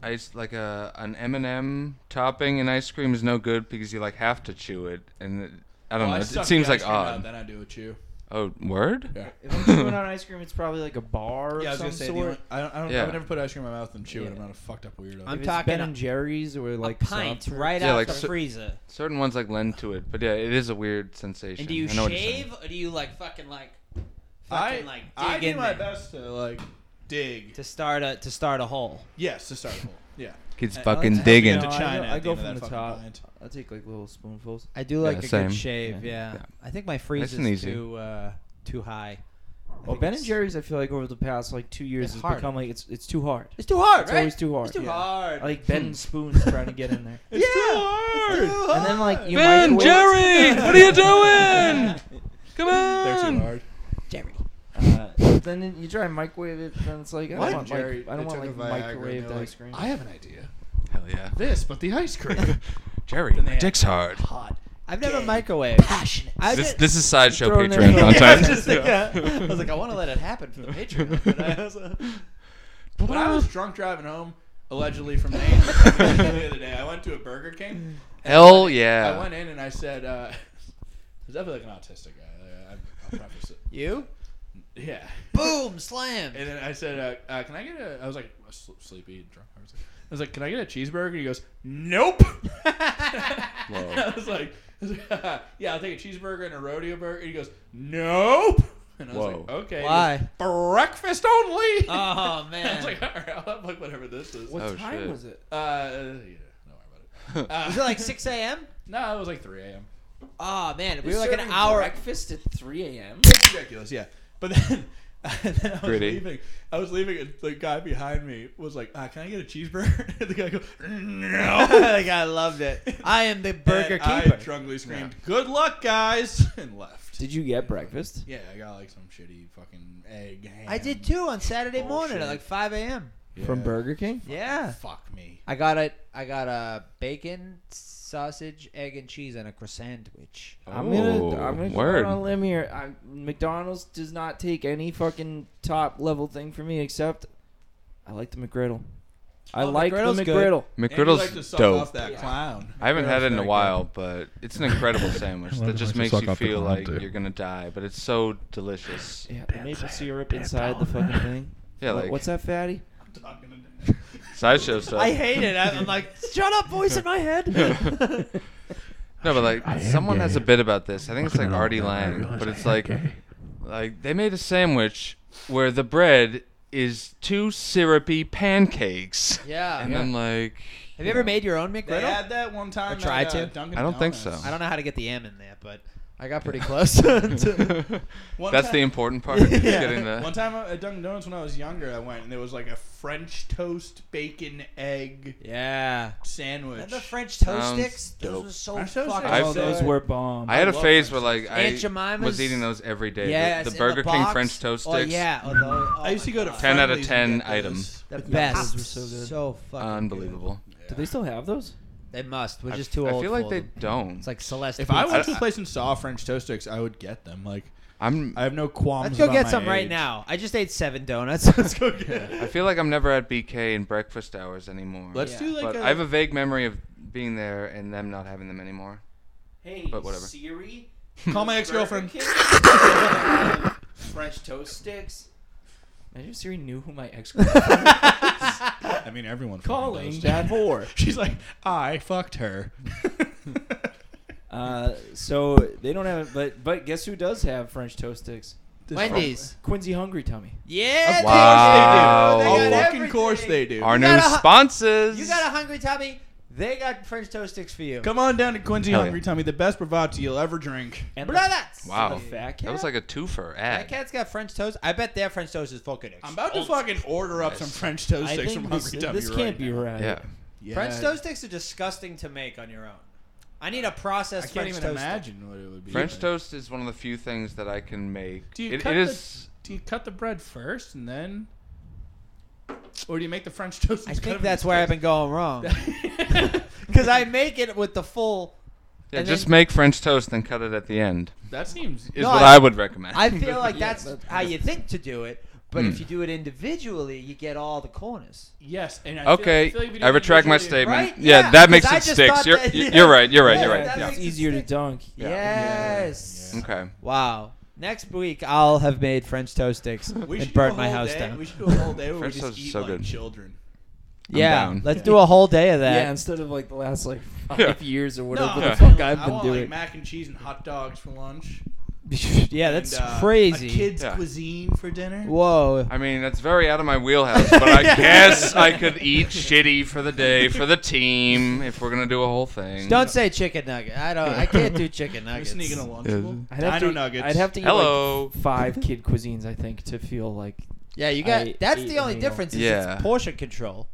Speaker 3: ice like a an M and m topping in ice cream is no good because you like have to chew it, and it, I don't
Speaker 2: Well,
Speaker 3: know.
Speaker 2: Oh, suck
Speaker 3: it seems
Speaker 2: the
Speaker 3: like
Speaker 2: ice cream out,
Speaker 3: odd.
Speaker 2: Then I do a chew.
Speaker 3: Oh, word.
Speaker 2: Yeah.
Speaker 1: If I'm chewing on ice cream, it's probably like a bar of
Speaker 2: Yeah, I was
Speaker 1: some
Speaker 2: gonna say. do you
Speaker 1: sort.
Speaker 2: want- I don't. I don't. I
Speaker 3: Yeah.
Speaker 2: would never put ice cream in my mouth and chew it.
Speaker 1: Yeah.
Speaker 2: I'm not a fucked up weirdo.
Speaker 4: I'm
Speaker 1: If it's
Speaker 4: talking
Speaker 1: Ben and Jerry's or like
Speaker 5: a pint
Speaker 1: soft-
Speaker 5: right
Speaker 3: Yeah,
Speaker 5: out
Speaker 3: like
Speaker 5: the
Speaker 3: so-
Speaker 5: freezer.
Speaker 3: Certain ones like lend to it, but yeah, it is a weird sensation.
Speaker 5: And do you
Speaker 3: I know what you're saying.
Speaker 5: shave or do you like fucking like
Speaker 2: I
Speaker 5: fucking like dig
Speaker 2: I do
Speaker 5: in
Speaker 2: my
Speaker 5: there
Speaker 2: best to like dig.
Speaker 5: to start a to start a hole?
Speaker 2: Yes, to start a hole. Yeah.
Speaker 3: Kids
Speaker 2: I- I
Speaker 3: fucking
Speaker 1: like to-
Speaker 3: digging.
Speaker 1: No,
Speaker 2: to
Speaker 1: I go-
Speaker 2: China.
Speaker 1: I go
Speaker 2: at the end
Speaker 1: from
Speaker 2: of that
Speaker 1: the
Speaker 2: fucking
Speaker 1: top.
Speaker 2: pint.
Speaker 1: I take like little spoonfuls.
Speaker 4: I do
Speaker 3: Yeah,
Speaker 4: like a
Speaker 3: same.
Speaker 4: good shave.
Speaker 1: Yeah.
Speaker 4: Yeah.
Speaker 3: Yeah.
Speaker 4: I think my freezer's
Speaker 3: and easy.
Speaker 4: too uh, too high. I
Speaker 1: Well,
Speaker 4: think
Speaker 1: Oh, Ben
Speaker 4: it's-
Speaker 1: and Jerry's, I feel like over the past like two years,
Speaker 4: It's
Speaker 1: has
Speaker 4: hard.
Speaker 1: become like it's it's too hard.
Speaker 4: It's too hard,
Speaker 1: It's
Speaker 4: right?
Speaker 1: always too hard.
Speaker 4: It's too
Speaker 1: yeah.
Speaker 4: hard.
Speaker 1: Like Ben and Spoon's trying to get in there,
Speaker 2: It's
Speaker 4: Yeah.
Speaker 2: too hard.
Speaker 4: It's too
Speaker 1: and then like you
Speaker 3: Ben,
Speaker 1: microwave-
Speaker 3: Jerry, what are you doing? Come
Speaker 2: They're
Speaker 1: Um,
Speaker 2: too
Speaker 3: on.
Speaker 2: hard.
Speaker 4: Jerry.
Speaker 1: Uh, then you try and microwave it, then it's like I
Speaker 2: What?
Speaker 1: don't want,
Speaker 2: Jerry,
Speaker 1: like, I don't
Speaker 2: they
Speaker 1: want like
Speaker 2: took a Viagra and
Speaker 1: microwaved
Speaker 2: they're like,
Speaker 1: ice cream.
Speaker 2: I have an idea.
Speaker 3: Hell yeah,
Speaker 2: This, but the ice cream.
Speaker 3: Jerry, my dick's hard.
Speaker 2: Hot.
Speaker 4: I've never
Speaker 2: Gay.
Speaker 4: microwaved.
Speaker 2: Passionate.
Speaker 4: I
Speaker 3: This,
Speaker 4: did-
Speaker 3: this is sideshow
Speaker 1: throwing their-
Speaker 3: Patreon
Speaker 1: Yeah, I
Speaker 3: content.
Speaker 4: I was just like, uh, I was like, I want to let it happen for the Patreon. But I also,
Speaker 2: When I was drunk driving home, allegedly from Maine, the other day, I went to a Burger King.
Speaker 3: Hell yeah.
Speaker 2: I went in and I said, uh, "Was that like an autistic guy?" I, I, I'll preface it.
Speaker 4: you?
Speaker 2: Yeah.
Speaker 4: Boom, slam.
Speaker 2: And then I said, uh, uh, "Can I get a?" I was like I was sl- sleepy and drunk. I was like, I was like, "Can I get a cheeseburger?" He goes, "Nope." I was like, I was like, "Yeah, I'll take a cheeseburger and a rodeo burger." He goes, "Nope." And I was like,
Speaker 3: Whoa.
Speaker 2: "Okay." He
Speaker 4: Why?
Speaker 2: goes, Breakfast only.
Speaker 5: Oh
Speaker 2: I was
Speaker 5: man.
Speaker 2: like, "All right, I'll have like whatever this is."
Speaker 1: what
Speaker 3: Oh,
Speaker 1: time
Speaker 3: shit.
Speaker 1: was it?
Speaker 2: Uh, yeah, don't worry about it. Uh,
Speaker 5: Was it like 6 a.m.?
Speaker 2: No, it was like 3 a.m.
Speaker 5: Oh man, we
Speaker 1: They're
Speaker 5: were like an
Speaker 1: serving
Speaker 5: hour.
Speaker 1: breakfast at 3 a.m.
Speaker 2: It's ridiculous, yeah. But then, and then I was
Speaker 3: Gritty.
Speaker 2: leaving. I was leaving, and the guy behind me was like, uh, "Can I get a cheeseburger?" And the guy goes, "No."
Speaker 4: like I loved it. I am the burger
Speaker 2: And Oh. I
Speaker 4: keeper.
Speaker 2: drunkenly screamed, "Good luck, guys!" and left.
Speaker 1: Did you get breakfast?
Speaker 2: Yeah, I got like some shitty fucking egg. Ham.
Speaker 4: I did too on Saturday morning at
Speaker 2: Bullshit.
Speaker 4: like 5 a.m.
Speaker 2: Yeah.
Speaker 1: From Burger King?
Speaker 4: Yeah,
Speaker 2: Fuck me.
Speaker 4: I got it. I got a bacon, sausage, egg, and cheese, and a croissant sandwich.
Speaker 1: I'm gonna,
Speaker 3: Oh,
Speaker 1: I'm gonna
Speaker 3: word.
Speaker 1: go on a limb here. i McDonald's does not take any fucking top level thing for me except I like the McGriddle. I
Speaker 4: Oh,
Speaker 1: like the
Speaker 4: McGriddle's
Speaker 1: McGriddle.
Speaker 4: good.
Speaker 3: McGriddle's
Speaker 2: like to suck
Speaker 3: dope.
Speaker 2: off that
Speaker 1: Yeah.
Speaker 2: clown.
Speaker 3: I haven't
Speaker 2: McGriddle's
Speaker 3: had it in a
Speaker 2: very
Speaker 3: while, but it's an incredible sandwich
Speaker 6: Everyone
Speaker 3: that just
Speaker 6: likes
Speaker 3: makes
Speaker 6: to
Speaker 3: you
Speaker 6: suck up
Speaker 3: feel
Speaker 6: the clown,
Speaker 3: like
Speaker 6: too.
Speaker 3: you're gonna die, but it's so delicious.
Speaker 1: Yeah, the maple syrup inside the fucking thing.
Speaker 3: Yeah,
Speaker 1: What-
Speaker 3: like
Speaker 1: what's that fatty?
Speaker 2: good. I'm talking to-
Speaker 3: sideshow stuff.
Speaker 4: I hate it. I, I'm like, shut up, voice in my head.
Speaker 3: no, but like
Speaker 6: I am
Speaker 3: someone
Speaker 6: gay.
Speaker 3: has a bit about this. I think it's like
Speaker 6: Fucking hell,
Speaker 3: Artie
Speaker 6: man, I
Speaker 3: Lang,
Speaker 6: realize
Speaker 3: but
Speaker 6: I
Speaker 3: it's
Speaker 6: am
Speaker 3: like
Speaker 6: gay.
Speaker 3: like they made a sandwich where the bread is two syrupy pancakes,
Speaker 4: yeah.
Speaker 3: and then like
Speaker 4: Have you ever made your own
Speaker 2: They
Speaker 4: McGriddle?
Speaker 2: had that one time.
Speaker 4: Or tried
Speaker 2: at, uh,
Speaker 4: to?
Speaker 2: Dunkin'
Speaker 3: I don't think
Speaker 2: Donuts.
Speaker 3: so.
Speaker 4: I don't know how to get the M in there, but I got pretty close. to-
Speaker 2: One
Speaker 3: That's
Speaker 2: time-
Speaker 3: the important part. is
Speaker 4: Yeah.
Speaker 3: Getting the
Speaker 2: One time at Dunkin' Donuts when I was younger, I went and there was like a French toast bacon egg
Speaker 4: yeah.
Speaker 2: sandwich.
Speaker 4: And the French toast
Speaker 3: Sounds
Speaker 4: sticks, those
Speaker 3: dope.
Speaker 4: were so
Speaker 2: French toast
Speaker 4: fucking
Speaker 2: sticks.
Speaker 1: oh,
Speaker 3: I've-
Speaker 1: those
Speaker 2: uh,
Speaker 1: were bomb.
Speaker 3: I had a
Speaker 2: love
Speaker 3: phase where
Speaker 2: French
Speaker 3: like I
Speaker 4: Aunt Jemima's-
Speaker 3: was eating those every day.
Speaker 4: Yes,
Speaker 3: the, the
Speaker 4: in
Speaker 3: Burger King
Speaker 4: box.
Speaker 3: French toast
Speaker 4: Oh
Speaker 3: sticks.
Speaker 4: yeah, oh, those- oh
Speaker 2: I used to
Speaker 4: my
Speaker 2: go to
Speaker 4: God.
Speaker 3: 10 out of
Speaker 2: Friendly's and get
Speaker 3: 10 items.
Speaker 4: the
Speaker 1: Yeah, those
Speaker 4: best.
Speaker 1: were so good.
Speaker 4: So fucking.
Speaker 3: Unbelievable.
Speaker 2: those.
Speaker 1: Do they still have those?
Speaker 4: They must. We're
Speaker 3: I-
Speaker 4: just too old.
Speaker 3: I feel
Speaker 4: for
Speaker 3: like they
Speaker 4: them.
Speaker 3: don't.
Speaker 4: It's like Celeste.
Speaker 2: If I
Speaker 4: Pizza.
Speaker 2: went to a place and saw French toast sticks, I would get them. Like
Speaker 3: I'm.
Speaker 2: I have no qualms.
Speaker 4: let's go
Speaker 2: about
Speaker 4: get
Speaker 2: my
Speaker 4: some right
Speaker 2: age.
Speaker 4: now. I just ate seven donuts. let's go get.
Speaker 3: I feel like I'm never at BK in breakfast hours anymore.
Speaker 2: Let's
Speaker 1: Yeah.
Speaker 2: do like
Speaker 3: but
Speaker 2: a.
Speaker 3: I have a vague memory of being there and them not having them anymore.
Speaker 1: Hey,
Speaker 3: But whatever.
Speaker 1: Siri.
Speaker 2: call my ex-girlfriend.
Speaker 1: French toast sticks. Imagine if Siri knew who my ex girlfriend was
Speaker 2: I mean, everyone fucking
Speaker 1: calling
Speaker 2: does.
Speaker 1: that whore.
Speaker 2: She's like, I fucked her.
Speaker 1: Uh, so they don't have it, but but guess who does have French toast sticks?
Speaker 4: Wendy's.
Speaker 1: Quincy Hungry Tummy.
Speaker 4: Yeah.
Speaker 3: Wow.
Speaker 4: They
Speaker 3: Oh,
Speaker 2: Of
Speaker 4: got
Speaker 2: fucking
Speaker 4: everything.
Speaker 2: course they do.
Speaker 3: Our
Speaker 4: You
Speaker 3: new
Speaker 4: got a hu-
Speaker 3: sponsors.
Speaker 4: You got a hungry tummy? They got French toast sticks for you.
Speaker 2: Come on down to Quincy
Speaker 3: Hell
Speaker 2: Hungry
Speaker 3: yeah.
Speaker 2: Tummy, the best bravati you'll ever drink.
Speaker 1: And the,
Speaker 4: Brothers.
Speaker 3: Wow.
Speaker 1: the fat cat.
Speaker 3: that was like a twofer
Speaker 4: That
Speaker 3: ad.
Speaker 4: cat's got French toast. I bet their French toast is fucking.
Speaker 2: I'm about to fucking order up some French toast
Speaker 1: I
Speaker 2: sticks from
Speaker 1: think this,
Speaker 2: Hungry Tummy.
Speaker 1: this
Speaker 2: right
Speaker 1: can't be
Speaker 2: now.
Speaker 1: right.
Speaker 3: Yeah.
Speaker 2: Yeah.
Speaker 4: French toast sticks are disgusting to make on your own. I need a
Speaker 2: I
Speaker 4: processed
Speaker 2: can't
Speaker 4: French
Speaker 2: even
Speaker 4: toast.
Speaker 2: imagine what it would be.
Speaker 3: French
Speaker 2: like.
Speaker 3: toast is one of the few things that I can make.
Speaker 2: Do you
Speaker 3: It-
Speaker 2: cut
Speaker 3: it
Speaker 2: the-
Speaker 3: is.
Speaker 2: Do you cut the bread first and then, or do you make the French toast?
Speaker 4: I
Speaker 2: and cut
Speaker 4: think
Speaker 2: them
Speaker 4: that's
Speaker 2: in
Speaker 4: where I've been going wrong.
Speaker 2: sticks?
Speaker 4: Because I make it with the full.
Speaker 3: Yeah,
Speaker 4: and
Speaker 3: just
Speaker 4: then-
Speaker 3: make French toast and cut it at the end.
Speaker 2: that seems.
Speaker 3: Is
Speaker 4: No,
Speaker 3: what
Speaker 4: I-
Speaker 3: I, would recommend.
Speaker 4: I feel like
Speaker 1: Yeah,
Speaker 4: that's
Speaker 1: that's-
Speaker 4: how you think to do it, But if
Speaker 3: Hmm.
Speaker 4: you do it individually, you get all the corners.
Speaker 2: Yes. And I feel-
Speaker 3: Okay,
Speaker 2: I, feel like if you do
Speaker 3: I retract my
Speaker 2: individually-
Speaker 3: statement.
Speaker 4: Right?
Speaker 3: Yeah,
Speaker 4: Yeah,
Speaker 3: that makes
Speaker 4: 'cause I
Speaker 3: it
Speaker 4: just
Speaker 3: sticks.
Speaker 4: thought
Speaker 3: You're,
Speaker 4: that-
Speaker 3: you're right. You're right. You're
Speaker 4: Yeah,
Speaker 3: right.
Speaker 4: that
Speaker 3: Yeah.
Speaker 1: It's
Speaker 4: makes it
Speaker 1: easier to
Speaker 4: stick.
Speaker 1: dunk.
Speaker 3: Yeah.
Speaker 4: Yes.
Speaker 2: Yeah.
Speaker 3: Okay.
Speaker 4: Wow. Next week, I'll have made French toast sticks
Speaker 2: We
Speaker 4: and
Speaker 2: should do a
Speaker 4: burnt my
Speaker 2: whole
Speaker 4: house
Speaker 2: day-
Speaker 4: down.
Speaker 2: We should do a whole day where we
Speaker 3: French
Speaker 2: just
Speaker 3: toast is
Speaker 2: eat
Speaker 3: so
Speaker 2: like
Speaker 3: good.
Speaker 2: children.
Speaker 4: yeah,
Speaker 3: down.
Speaker 4: let's do a whole day of that.
Speaker 1: Yeah, instead of like the last like five
Speaker 3: Yeah.
Speaker 1: years or whatever
Speaker 3: Yeah.
Speaker 1: the fuck I've
Speaker 2: I
Speaker 1: been
Speaker 2: want like
Speaker 1: doing.
Speaker 2: mac and cheese and hot dogs for lunch.
Speaker 4: yeah, that's
Speaker 2: and, uh,
Speaker 4: crazy.
Speaker 2: A kid's
Speaker 3: Yeah.
Speaker 2: cuisine for dinner.
Speaker 4: Whoa.
Speaker 3: I mean, that's very out of my wheelhouse, but I guess I could eat shitty for the day for the team if we're gonna do a whole thing.
Speaker 4: Don't say chicken nugget. I don't. I can't do chicken
Speaker 2: Are we
Speaker 4: nuggets.
Speaker 2: sneaking a lunchable?
Speaker 1: I'd have
Speaker 2: Dino
Speaker 1: to,
Speaker 2: nuggets.
Speaker 1: I'd have to eat
Speaker 3: Hello.
Speaker 1: like five kid cuisines, I think, to feel like.
Speaker 4: Yeah, you got.
Speaker 1: I
Speaker 4: that's
Speaker 1: ate
Speaker 4: the
Speaker 1: a
Speaker 4: only
Speaker 1: meal.
Speaker 4: difference is
Speaker 3: Yeah.
Speaker 4: it's portion control.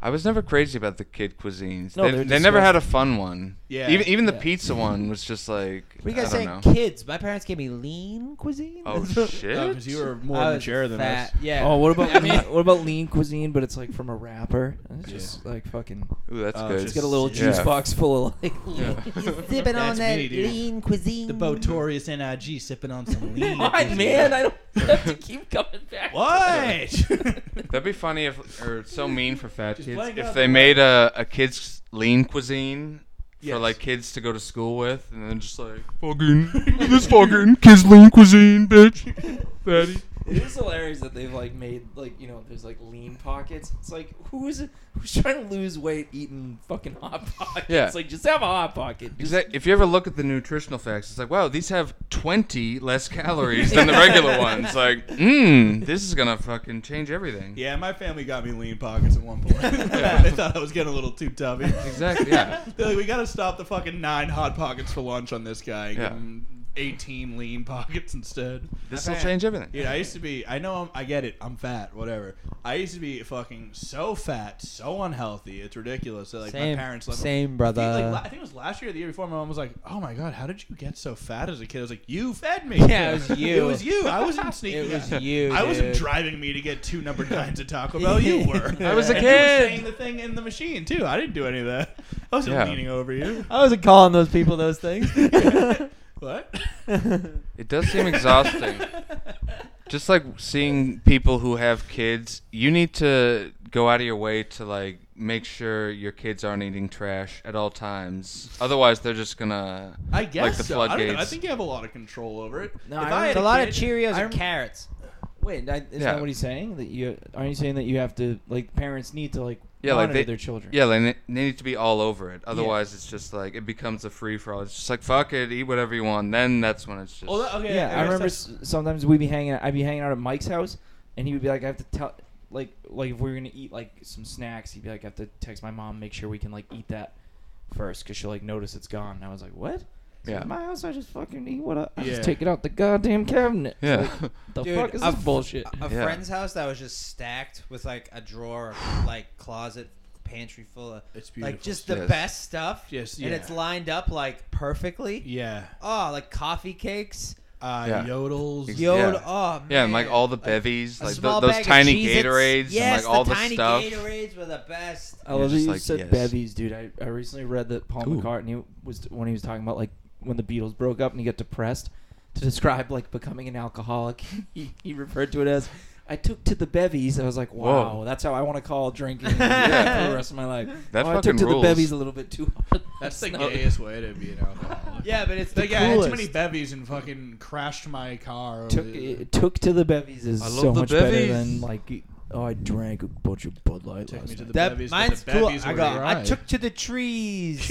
Speaker 3: I was never crazy about the kid cuisines.
Speaker 1: No,
Speaker 3: they,
Speaker 1: they're
Speaker 3: they never had a fun one.
Speaker 2: Yeah.
Speaker 3: Even even the
Speaker 1: Yeah.
Speaker 3: pizza one was just like.
Speaker 4: What are you guys
Speaker 3: I
Speaker 4: saying?
Speaker 3: don't know.
Speaker 4: Kids. My parents gave me lean cuisine.
Speaker 3: Oh
Speaker 2: Oh,
Speaker 3: shit!
Speaker 2: because you were more
Speaker 4: I was
Speaker 2: mature than
Speaker 4: fat.
Speaker 2: us.
Speaker 4: Yeah.
Speaker 1: Oh, what about
Speaker 2: I mean-
Speaker 1: lean, what about lean cuisine? But it's like from a wrapper. It's
Speaker 2: Yeah.
Speaker 1: just like fucking.
Speaker 3: Ooh, that's
Speaker 2: Oh,
Speaker 3: good.
Speaker 1: It's got a little
Speaker 2: Yeah.
Speaker 1: juice box full of like.
Speaker 4: Sipping on
Speaker 2: That's
Speaker 4: that
Speaker 2: me, dude.
Speaker 4: lean cuisine.
Speaker 2: The Botorius NIG sipping on some lean.
Speaker 1: Why, man? I don't have to keep coming back.
Speaker 2: What?
Speaker 3: That'd be funny if, or so mean for fat
Speaker 2: Just
Speaker 3: kids
Speaker 2: blank
Speaker 3: if
Speaker 2: out
Speaker 3: they
Speaker 2: the-
Speaker 3: made a, a kids lean cuisine for
Speaker 2: Yes.
Speaker 3: like kids to go to school with, and then just like fucking this fucking kids lean cuisine, bitch, fatty.
Speaker 1: It is hilarious that they've like made like you know there's like lean pockets. It's like who's who's trying to lose weight eating fucking hot pockets?
Speaker 3: Yeah.
Speaker 1: like just have a hot pocket. Just-
Speaker 3: Exact If you ever look at the nutritional facts, it's like, wow, these have 20 less calories than the regular ones. Like, mmm, this is gonna fucking change everything.
Speaker 2: yeah, my family got me lean pockets at one point.
Speaker 3: Yeah.
Speaker 2: they thought I was getting a little too tubby.
Speaker 3: Exactly, yeah.
Speaker 2: They're like, we got to stop the fucking nine hot pockets for lunch on this guy. and
Speaker 3: Yeah.
Speaker 2: Give him 18 lean pockets instead.
Speaker 3: This will change everything.
Speaker 2: Dude, I used to be. I know. I'm, I get it. I'm fat. Whatever. I used to be fucking so fat, so unhealthy. It's ridiculous. That, like
Speaker 4: same,
Speaker 2: my parents. Left
Speaker 4: same
Speaker 2: I think, like, la- I
Speaker 4: brother.
Speaker 2: think it was last year, or the year before. My mom was like, "Oh my god, how did you get so fat as a kid?" I was like, "You fed me.
Speaker 4: Yeah, it was you.
Speaker 2: it was you. I wasn't sneaking.
Speaker 4: It was
Speaker 2: out.
Speaker 4: you,
Speaker 2: I wasn't
Speaker 4: dude.
Speaker 2: driving me to get two number nines at Taco Bell. You were.
Speaker 4: I was a
Speaker 2: And
Speaker 3: kid.
Speaker 2: You were saying the thing in the machine too. I didn't do any of that. I wasn't
Speaker 3: Yeah.
Speaker 2: leaning over you.
Speaker 4: I wasn't calling those people those things.
Speaker 2: What?
Speaker 3: It does seem exhausting. Just like seeing people who have kids, you need to go out of your way to like make sure your kids aren't eating trash at all times. Otherwise, they're just gonna
Speaker 2: I guess
Speaker 3: like the
Speaker 2: so. I, don't know. I
Speaker 3: floodgates.
Speaker 2: think you have a lot of control over it.
Speaker 1: No, I
Speaker 2: If I
Speaker 1: remember-
Speaker 2: had
Speaker 4: a lot of
Speaker 2: kid,
Speaker 4: Cheerios
Speaker 2: I rem-
Speaker 4: and carrots.
Speaker 1: Wait, I, is
Speaker 3: Yeah.
Speaker 1: that what he's saying? That you aren't you saying that you have to like parents need to like
Speaker 3: Yeah, like
Speaker 1: monitor
Speaker 3: they-
Speaker 1: their children?
Speaker 3: Yeah, like, they they need to be all over it. Otherwise, it's just like it becomes a free for all. It's just like fuck it, eat whatever you want. Then that's when it's just
Speaker 2: Oh, that- okay.
Speaker 1: yeah. I
Speaker 2: guess
Speaker 1: remember
Speaker 2: that's-
Speaker 1: s- sometimes we'd be hanging. out I'd be hanging out at Mike's house, and he would be like, "I have to tell." Like, like if we were gonna eat like some snacks, he'd be like, "I have to text my mom, make sure we can like eat that first, cause she'll like notice it's gone." And I was like, "What? It's
Speaker 3: Yeah.
Speaker 1: at my house, I just fucking eat what I, I
Speaker 2: Yeah.
Speaker 1: just take it out the goddamn cabinet.
Speaker 3: yeah.
Speaker 1: Like, the
Speaker 4: Dude,
Speaker 1: fuck is
Speaker 4: a
Speaker 1: this
Speaker 4: f-
Speaker 1: bullshit?
Speaker 4: A a
Speaker 3: Yeah.
Speaker 4: friend's house that was just stacked with like a drawer, like closet, pantry full of
Speaker 2: It's beautiful.
Speaker 4: like just the
Speaker 3: Yes.
Speaker 4: best stuff.
Speaker 2: Yes,
Speaker 4: And
Speaker 2: yeah.
Speaker 4: it's lined up like perfectly.
Speaker 2: yeah.
Speaker 4: Oh, like coffee cakes.
Speaker 2: Uh,
Speaker 3: Yeah.
Speaker 2: Yodels.
Speaker 3: Ex-
Speaker 4: Yo,
Speaker 3: Yeah.
Speaker 4: oh man.
Speaker 3: yeah, and like all the bevies,
Speaker 4: A
Speaker 3: like
Speaker 4: small
Speaker 3: th- those
Speaker 4: bag of
Speaker 3: tiny
Speaker 4: Cheez-Its.
Speaker 3: Gatorades,
Speaker 4: Yes,
Speaker 3: and like all the,
Speaker 4: tiny
Speaker 3: stuff.
Speaker 4: Gatorades were the best.
Speaker 1: I love
Speaker 3: You're
Speaker 1: that
Speaker 3: just
Speaker 1: you
Speaker 3: like,
Speaker 1: said
Speaker 3: yes.
Speaker 1: bevies, dude. I, I recently read that Paul
Speaker 3: Ooh.
Speaker 1: McCartney was when he was talking about like when the Beatles broke up and he got depressed to describe like becoming an alcoholic. he, he referred to it as I took to the bevies. I was like, wow,
Speaker 3: Whoa.
Speaker 1: that's how I want to call drinking
Speaker 4: Yeah.
Speaker 1: for the rest of my life.
Speaker 3: That
Speaker 1: oh, I took
Speaker 3: fucking
Speaker 1: to
Speaker 3: rules.
Speaker 1: the bevies a little bit too hard.
Speaker 2: That's the
Speaker 1: That's not-
Speaker 2: gayest way to be an alcoholic.
Speaker 4: Yeah, but it's the
Speaker 2: Like, I had too
Speaker 4: coolest.
Speaker 2: many bevies and fucking crashed my car. over
Speaker 1: took
Speaker 2: the-
Speaker 1: it took to the bevies is
Speaker 3: I love
Speaker 1: so
Speaker 3: the
Speaker 1: much
Speaker 3: bevies.
Speaker 1: better than like oh I drank a bunch of Bud Light
Speaker 2: Took
Speaker 1: last
Speaker 2: me to
Speaker 1: night.
Speaker 2: the
Speaker 4: That-
Speaker 2: bevies. but
Speaker 4: mine's
Speaker 2: the
Speaker 4: cool.
Speaker 2: bevies
Speaker 4: I
Speaker 2: were
Speaker 4: got. I
Speaker 2: dry.
Speaker 4: took to the trees.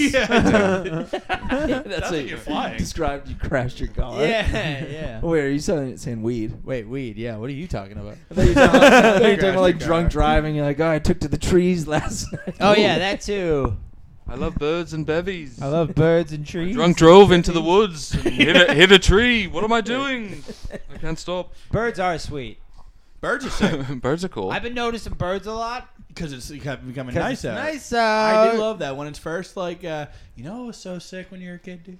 Speaker 2: Yeah, I took-
Speaker 1: that's
Speaker 2: That's
Speaker 1: how
Speaker 2: like
Speaker 1: you
Speaker 2: you're flying.
Speaker 1: described you crashed your car.
Speaker 4: yeah, yeah.
Speaker 1: Wait, are you saying, saying weed?
Speaker 4: Wait, weed. Yeah, what are you talking about?
Speaker 1: I thought you were talking about, I thought you were
Speaker 2: Crashed
Speaker 1: talking about, like
Speaker 2: your
Speaker 1: drunk
Speaker 2: car.
Speaker 1: driving. You're like, oh, I took to the trees last night.
Speaker 4: oh yeah, that too.
Speaker 3: I love birds and bevies.
Speaker 4: I love birds and trees.
Speaker 3: Drunk drove into the woods and hit, a, hit a tree. What am I doing? I can't stop.
Speaker 4: Birds are sweet.
Speaker 2: Birds are sick
Speaker 3: Birds are cool.
Speaker 4: I've been noticing birds a lot.
Speaker 2: because it's got- becoming
Speaker 4: 'cause
Speaker 2: nice
Speaker 4: it's
Speaker 2: out.
Speaker 4: Nice
Speaker 2: I
Speaker 4: out.
Speaker 2: do love that when it's first like uh, you know it was so sick when you were a kid, dude.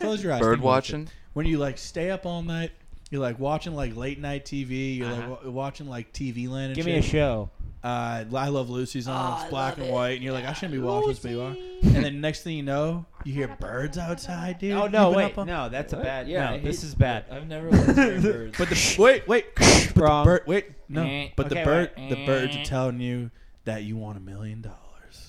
Speaker 2: Close your eyes. think
Speaker 3: Bird
Speaker 2: about it.
Speaker 3: watching.
Speaker 2: when you like stay up all night. You're like watching like late night TV. You're like w- watching like TV land. And
Speaker 4: Uh-huh. Give
Speaker 2: shit.
Speaker 4: me a show.
Speaker 2: uh, I Love Lucy's on.
Speaker 4: Oh,
Speaker 2: it's
Speaker 4: I
Speaker 2: black
Speaker 4: love
Speaker 2: and
Speaker 4: it.
Speaker 2: white, and you're like, I shouldn't be watching this, but you are. And then next thing you know, you hear birds outside, dude.
Speaker 4: Oh no,
Speaker 2: You've been
Speaker 4: wait,
Speaker 2: up on-
Speaker 4: no, that's a
Speaker 1: What?
Speaker 4: bad.
Speaker 1: Yeah, I
Speaker 4: no, this
Speaker 1: hate-
Speaker 4: is bad.
Speaker 1: I've never. Liked
Speaker 2: But the wait, wait,
Speaker 1: But
Speaker 2: But
Speaker 5: wrong.
Speaker 2: The bird, wait, no.
Speaker 1: Eh.
Speaker 2: But the
Speaker 5: Okay,
Speaker 2: bird,
Speaker 1: wait.
Speaker 2: the birds are telling you that you want a million dollars.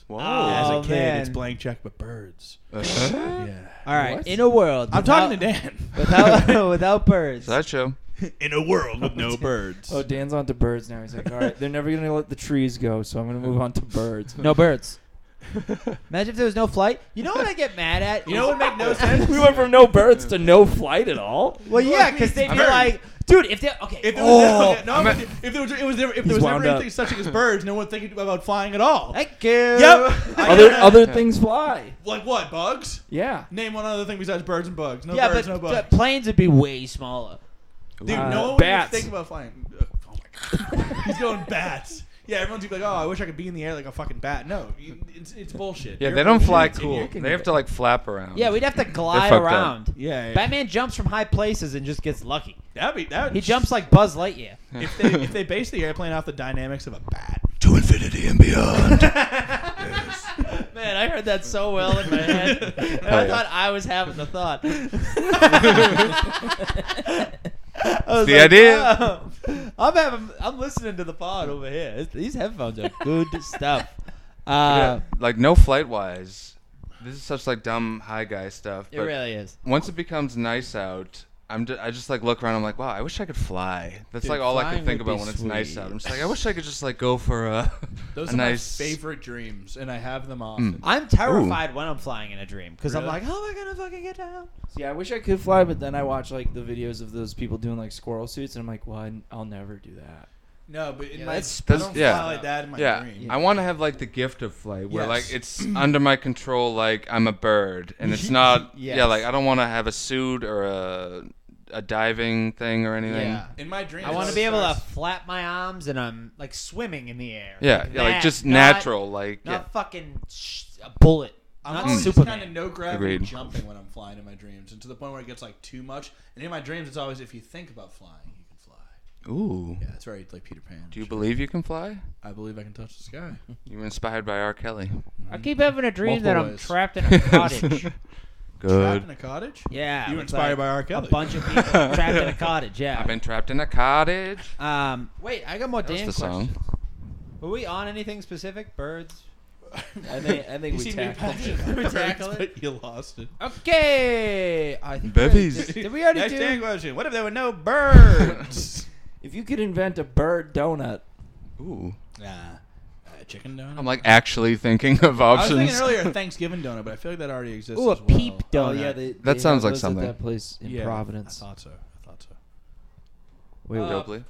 Speaker 3: Whoa.
Speaker 5: Oh.
Speaker 2: As a kid, it's
Speaker 5: man.
Speaker 2: blank check, but birds.
Speaker 4: Uh,
Speaker 3: Uh-huh.
Speaker 2: Yeah.
Speaker 4: All right,
Speaker 1: What?
Speaker 4: in a world,
Speaker 2: I'm
Speaker 4: without,
Speaker 2: talking to Dan.
Speaker 4: without without birds.
Speaker 3: Sideshow.
Speaker 2: In a world with no birds.
Speaker 1: Oh, Dan's on to birds now. He's like, all right, they're never gonna let the trees go, so I'm gonna move on to birds.
Speaker 4: No birds. Imagine if there was no flight. You know what I get mad at?
Speaker 5: You know what would make no sense?
Speaker 1: we went from no birds to no flight at all.
Speaker 4: Well, yeah, because they'd be like, dude, if they okay,
Speaker 2: If there was,
Speaker 4: oh,
Speaker 2: no, no, if there was, it was never, if
Speaker 1: He's
Speaker 2: there was
Speaker 1: wound up.
Speaker 2: never anything such as birds, no one thinking about flying at all.
Speaker 4: thank you. Yep.
Speaker 2: Yep.
Speaker 1: Other other things fly.
Speaker 2: like what? Bugs?
Speaker 1: Yeah.
Speaker 2: Name one other thing besides birds and bugs. No
Speaker 4: yeah,
Speaker 2: birds,
Speaker 4: but
Speaker 2: no
Speaker 4: the
Speaker 2: bugs.
Speaker 4: planes would be way smaller.
Speaker 2: Dude,
Speaker 1: Uh,
Speaker 2: no one would
Speaker 1: bats.
Speaker 2: think about flying. Ugh, Oh my god, he's going bats. Yeah, everyone's gonna be like, "Oh, I wish I could be in the air like a fucking bat." No, you, it's, it's bullshit.
Speaker 3: Yeah,
Speaker 2: You're
Speaker 3: they don't fly
Speaker 2: bullshit, and
Speaker 3: cool.
Speaker 2: you're-
Speaker 3: They have to like flap around.
Speaker 4: Yeah, we'd have to glide
Speaker 3: fucked up.
Speaker 4: around.
Speaker 2: Yeah, yeah.
Speaker 4: Batman jumps from high places and just gets lucky.
Speaker 2: That'd be that.
Speaker 4: He jumps like Buzz Lightyear.
Speaker 2: if they if they base the airplane off the dynamics of a bat.
Speaker 3: to infinity and beyond.
Speaker 4: Man, I heard that so well in my head. And
Speaker 3: Oh,
Speaker 4: I
Speaker 3: yeah.
Speaker 4: thought I was having the thought.
Speaker 3: It's the idea.
Speaker 4: "Wow." I'm having, I'm listening to the pod over here. It's- These headphones are good stuff. Uh,
Speaker 3: like no flight wise. This is such like dumb high guy stuff.
Speaker 4: It
Speaker 3: but
Speaker 4: really is.
Speaker 3: Once it becomes nice out, I'm ju- I just like look around. I'm like, wow, I wish I could fly. That's like all I
Speaker 4: flying
Speaker 3: can think
Speaker 4: would be
Speaker 3: about when it's nice
Speaker 4: sweet.
Speaker 3: out. I'm just like, I wish I could just like go for a,
Speaker 2: Those
Speaker 3: a
Speaker 2: are
Speaker 3: nice Mm.
Speaker 2: my favorite dreams, and I have them often.
Speaker 4: I'm terrified when I'm flying in a dream because I'm
Speaker 2: Really?
Speaker 4: like, how am I gonna fucking get down?
Speaker 1: See, I wish I could fly, but then I watch like the videos of those people doing like squirrel suits, and I'm like, well, I- I'll never do that.
Speaker 2: No, but in
Speaker 5: Yeah,
Speaker 2: my
Speaker 5: that's-
Speaker 2: I
Speaker 3: that's-
Speaker 2: don't
Speaker 3: yeah.
Speaker 2: fly like that in my
Speaker 3: Yeah,
Speaker 2: dream.
Speaker 3: I want to have like the gift of flight, where like
Speaker 2: Yes.
Speaker 3: it's under my control, like I'm a bird, and it's not. Yeah,
Speaker 4: Yes.
Speaker 3: like I don't want to have a suit or a a diving thing or anything.
Speaker 2: Yeah, in my dream,
Speaker 4: I
Speaker 2: it
Speaker 4: want to
Speaker 2: always
Speaker 4: be able to
Speaker 2: starts-
Speaker 4: flap my arms and I'm like swimming in the air.
Speaker 3: Yeah, yeah, like
Speaker 4: that,
Speaker 3: just
Speaker 4: not-
Speaker 3: natural, like
Speaker 4: Not
Speaker 3: yeah.
Speaker 4: fucking sh- a bullet.
Speaker 2: I'm
Speaker 4: not
Speaker 2: always
Speaker 4: Superman.
Speaker 2: kind of no gravity
Speaker 3: Agreed.
Speaker 2: jumping when I'm flying in my dreams, and to the point where it gets like too much. And in my dreams, it's always if you think about flying, you can fly.
Speaker 3: Ooh,
Speaker 2: Yeah, it's very like Peter Pan.
Speaker 3: do you believe you can fly?
Speaker 2: I believe I can touch the sky.
Speaker 3: You were inspired by R. Kelly.
Speaker 4: I keep having a dream
Speaker 2: Multiple
Speaker 4: that I'm
Speaker 2: ways.
Speaker 4: trapped in a cottage.
Speaker 2: Trapped
Speaker 3: Good.
Speaker 2: in a cottage?
Speaker 4: yeah,
Speaker 2: You were
Speaker 4: with,
Speaker 2: inspired
Speaker 4: like,
Speaker 2: by R. Kelly.
Speaker 4: a bunch of people trapped in a cottage. Yeah.
Speaker 3: I've been trapped in a cottage.
Speaker 4: um, wait, I got more
Speaker 3: That's
Speaker 4: Dan
Speaker 3: the song.
Speaker 4: questions. Were we on anything specific? Birds.
Speaker 1: I think I think
Speaker 2: You
Speaker 1: we
Speaker 2: see me
Speaker 1: tackled
Speaker 2: punching
Speaker 1: it.
Speaker 2: up
Speaker 4: We
Speaker 2: birds,
Speaker 4: tackled it.
Speaker 2: but you lost it.
Speaker 4: Okay. I think we already
Speaker 3: Babies.
Speaker 4: Did, did we already
Speaker 2: Next
Speaker 4: do?
Speaker 2: Dan question. What if there were no birds?
Speaker 1: If you could invent a bird donut,
Speaker 3: Ooh,
Speaker 2: nah. Uh, chicken donut?
Speaker 3: I'm like actually thinking of
Speaker 2: I was
Speaker 3: options.
Speaker 2: thinking earlier Thanksgiving donut, but I feel like that already exists.
Speaker 4: Ooh, a
Speaker 2: as well.
Speaker 4: peep
Speaker 1: oh
Speaker 4: donut.
Speaker 1: yeah, they, they
Speaker 3: That sounds
Speaker 1: have
Speaker 3: like
Speaker 1: those
Speaker 3: something.
Speaker 1: at that place in
Speaker 2: Yeah,
Speaker 1: Providence.
Speaker 2: I thought so. I thought so.
Speaker 1: Wait,
Speaker 4: Uh,
Speaker 3: Dopely.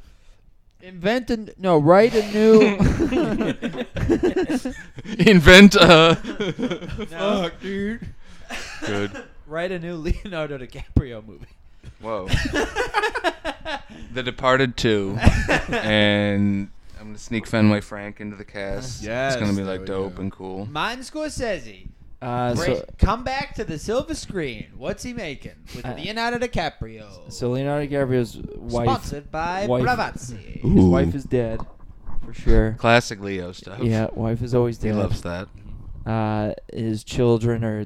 Speaker 4: Invent a n- no, write a
Speaker 1: Oh.
Speaker 4: new.
Speaker 3: Invent uh, a.
Speaker 4: No.
Speaker 2: Fuck, dude.
Speaker 3: Good.
Speaker 4: write a new Leonardo DiCaprio movie.
Speaker 3: Whoa. the Departed 2. and I'm going to sneak Fenway Frank into the cast.
Speaker 2: Yes,
Speaker 3: It's going to be
Speaker 2: there
Speaker 3: like
Speaker 2: we
Speaker 3: dope
Speaker 2: go.
Speaker 3: and cool.
Speaker 4: Martin Scorsese.
Speaker 1: uh,
Speaker 4: Great.
Speaker 1: so,
Speaker 4: Come back to the silver screen. What's he making with
Speaker 1: Uh,
Speaker 4: Leonardo DiCaprio?
Speaker 1: so Leonardo DiCaprio's wife,
Speaker 4: Sponsored by
Speaker 1: wife-
Speaker 4: Bravazzi.
Speaker 1: his wife is dead for sure.
Speaker 3: Classic Leo stuff.
Speaker 1: Yeah, wife is always
Speaker 3: He
Speaker 1: dead.
Speaker 3: loves that.
Speaker 2: Mm-hmm.
Speaker 1: uh, his children are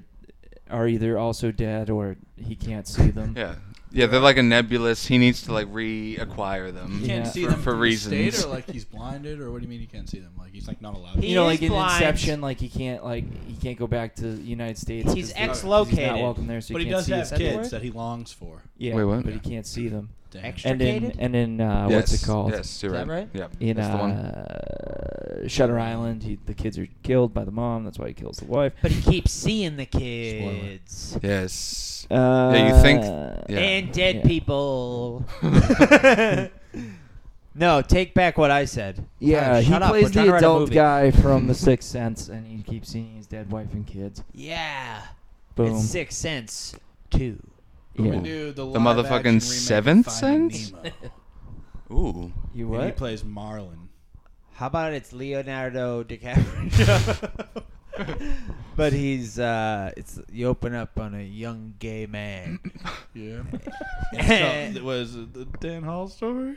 Speaker 1: are either also dead or he can't see them.
Speaker 3: Yeah. Yeah, they're like a nebulous. He needs to like reacquire them.
Speaker 1: Can't
Speaker 2: see
Speaker 3: for,
Speaker 2: them
Speaker 3: for
Speaker 2: from the
Speaker 3: reasons.
Speaker 2: State, or like he's blinded, or what do you mean you can't see them? Like he's like not allowed.
Speaker 4: He
Speaker 1: you know,
Speaker 4: is
Speaker 1: like in
Speaker 4: blind.
Speaker 1: Inception, like he can't like he can't go back to the United States.
Speaker 4: He's
Speaker 1: 'cause they- 'cause He's
Speaker 4: ex-located.
Speaker 1: not welcome there, so
Speaker 2: but
Speaker 1: he
Speaker 2: he
Speaker 1: can't
Speaker 2: does
Speaker 1: see
Speaker 2: have
Speaker 1: his
Speaker 2: kids
Speaker 1: kids.
Speaker 2: that he longs for.
Speaker 1: Yeah,
Speaker 3: Wait, what?
Speaker 1: But he can't see them.
Speaker 2: Damn.
Speaker 4: Extra-
Speaker 1: And in
Speaker 4: Extricated?
Speaker 1: and in uh, what's
Speaker 3: Yes,
Speaker 1: it called?
Speaker 3: Yes, you're
Speaker 4: Is
Speaker 3: right.
Speaker 4: that right?
Speaker 3: Yeah.
Speaker 1: In
Speaker 3: that's the one.
Speaker 1: uh, Shutter Island, he, the kids are killed by the mom. That's why he kills the wife.
Speaker 4: But he keeps seeing the kids.
Speaker 3: Yes.
Speaker 1: uh,
Speaker 3: Yeah, you think- yeah.
Speaker 4: And dead
Speaker 1: Yeah.
Speaker 4: people. no, take back what I said.
Speaker 1: Yeah,
Speaker 4: Tyler,
Speaker 1: he
Speaker 4: shut up. We're
Speaker 1: plays
Speaker 4: trying to
Speaker 1: the
Speaker 4: write a
Speaker 1: adult
Speaker 4: movie.
Speaker 1: guy from The Sixth Sense, and he keeps seeing his dead wife and kids.
Speaker 4: Yeah.
Speaker 1: Boom.
Speaker 4: It's Sixth Sense 2.
Speaker 1: Yeah.
Speaker 2: We do the,
Speaker 3: The
Speaker 2: live
Speaker 3: motherfucking
Speaker 2: action remake of
Speaker 3: Seventh
Speaker 2: Finding
Speaker 3: Sense?
Speaker 2: Nemo.
Speaker 3: Ooh.
Speaker 1: You
Speaker 2: And he
Speaker 1: what?
Speaker 2: plays Marlin.
Speaker 4: How about it's Leonardo DiCaprio? but he's uh it's you open up on a young gay man.
Speaker 2: Yeah. it was uh, the Dan Hall story.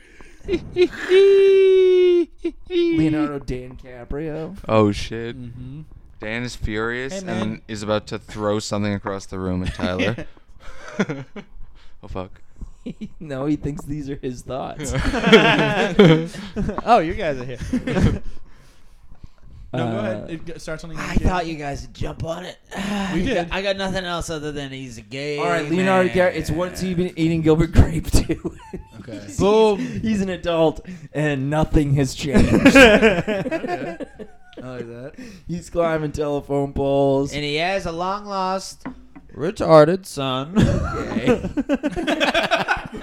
Speaker 1: Leonardo DiCaprio.
Speaker 3: Oh shit.
Speaker 2: Mm-hmm.
Speaker 3: Dan is furious
Speaker 2: Hey,
Speaker 3: and
Speaker 2: man.
Speaker 3: then is about to throw something across the room at Tyler. oh fuck.
Speaker 1: no, he thinks these are his thoughts.
Speaker 4: oh, you guys are here.
Speaker 2: No, go
Speaker 1: Uh,
Speaker 2: ahead. It g- starts on the.
Speaker 4: I thought you guys would jump on it.
Speaker 2: We did.
Speaker 4: I got nothing else other than he's a gay.
Speaker 1: All right, Leonardo
Speaker 4: man.
Speaker 1: DiCaprio. It's what's he been eating Gilbert Grape too.
Speaker 2: Okay.
Speaker 1: Boom. He's an adult, and nothing has changed.
Speaker 2: that.
Speaker 1: He's climbing telephone poles.
Speaker 5: And he has a long lost, retarded son.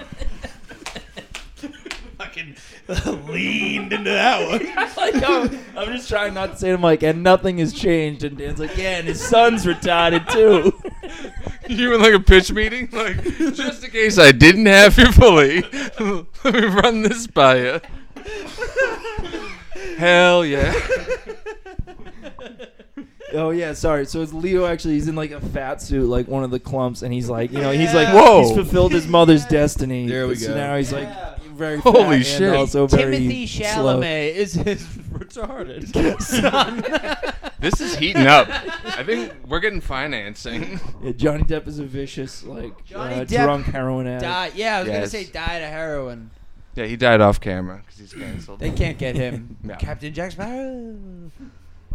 Speaker 2: Fucking leaned into that one.
Speaker 1: like, I'm, I'm just trying not to say to Mike, and nothing has changed. And Dan's like, yeah, and his son's retarded too.
Speaker 3: you in like a pitch meeting? Like, just in case I didn't have you fully, let me run this by you. Hell yeah.
Speaker 1: oh yeah, sorry. So it's Leo. Actually, he's in like a fat suit, like one of the clumps, and he's like, you know, he's like,
Speaker 5: Yeah.
Speaker 3: Whoa.
Speaker 1: he's fulfilled his mother's destiny.
Speaker 2: There we
Speaker 1: so
Speaker 2: go.
Speaker 1: now he's
Speaker 5: Yeah.
Speaker 1: like very
Speaker 3: Holy
Speaker 1: fat and
Speaker 3: shit.
Speaker 1: also very
Speaker 4: Oh, Timothy
Speaker 1: slow.
Speaker 4: Chalamet is his retarded son.
Speaker 3: This is heating up. I think we're getting financing.
Speaker 1: Yeah, Johnny Depp is a vicious, like
Speaker 4: Johnny
Speaker 1: uh,
Speaker 4: Depp
Speaker 1: drunk heroin addict.
Speaker 4: Died. Yeah, I was gonna
Speaker 3: Yes.
Speaker 4: say died of heroin.
Speaker 3: Yeah, he died off camera because he's canceled.
Speaker 4: They can't get him.
Speaker 3: No.
Speaker 4: Captain Jack Sparrow.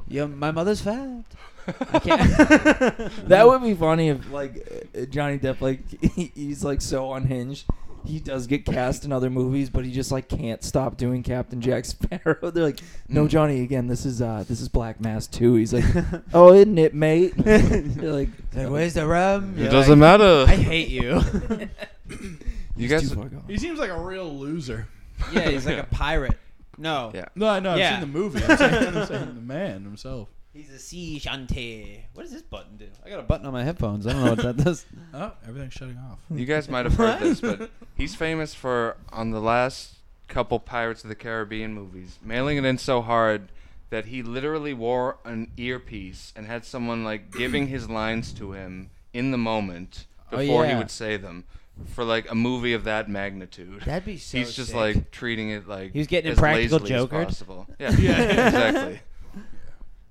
Speaker 4: Yeah, my mother's fat. I can't.
Speaker 1: That would be funny if like uh, Johnny Depp, like he, he's like so unhinged. He does get cast in other movies, but he just like can't stop doing Captain Jack Sparrow. They're like, "No,
Speaker 3: Mm.
Speaker 1: Johnny, again, this is uh this is Black Mass 2. He's like, "Oh, isn't it, mate?" They're like,
Speaker 4: Like, where's the rum?
Speaker 3: It
Speaker 4: You're
Speaker 3: doesn't
Speaker 4: like,
Speaker 3: matter.
Speaker 4: I hate you.
Speaker 3: you
Speaker 1: "It's
Speaker 3: guys.
Speaker 1: too far gone."
Speaker 2: He seems like a real loser.
Speaker 5: yeah, he's like a pirate. No,
Speaker 3: Yeah.
Speaker 2: No, I know. I've
Speaker 5: Yeah.
Speaker 2: seen the movie. I'm saying, I'm saying the man himself.
Speaker 5: he's a sea shanty. What does this button do? I got a button on my headphones. I don't know what that does.
Speaker 2: Oh, everything's shutting off.
Speaker 3: You guys might have heard this, but he's famous for on the last couple Pirates of the Caribbean movies, mailing it in so hard that he literally wore an earpiece and had someone like giving his lines to him in the moment
Speaker 4: Oh,
Speaker 3: before he
Speaker 4: yeah.
Speaker 3: would say them for like a movie of that magnitude.
Speaker 4: That'd be so.
Speaker 3: he's just
Speaker 4: sick.
Speaker 3: like treating it like
Speaker 4: He was getting
Speaker 3: as
Speaker 4: Impractical
Speaker 3: lazily as
Speaker 4: Jokered.
Speaker 3: possible. Yeah,
Speaker 2: Yeah.
Speaker 3: exactly.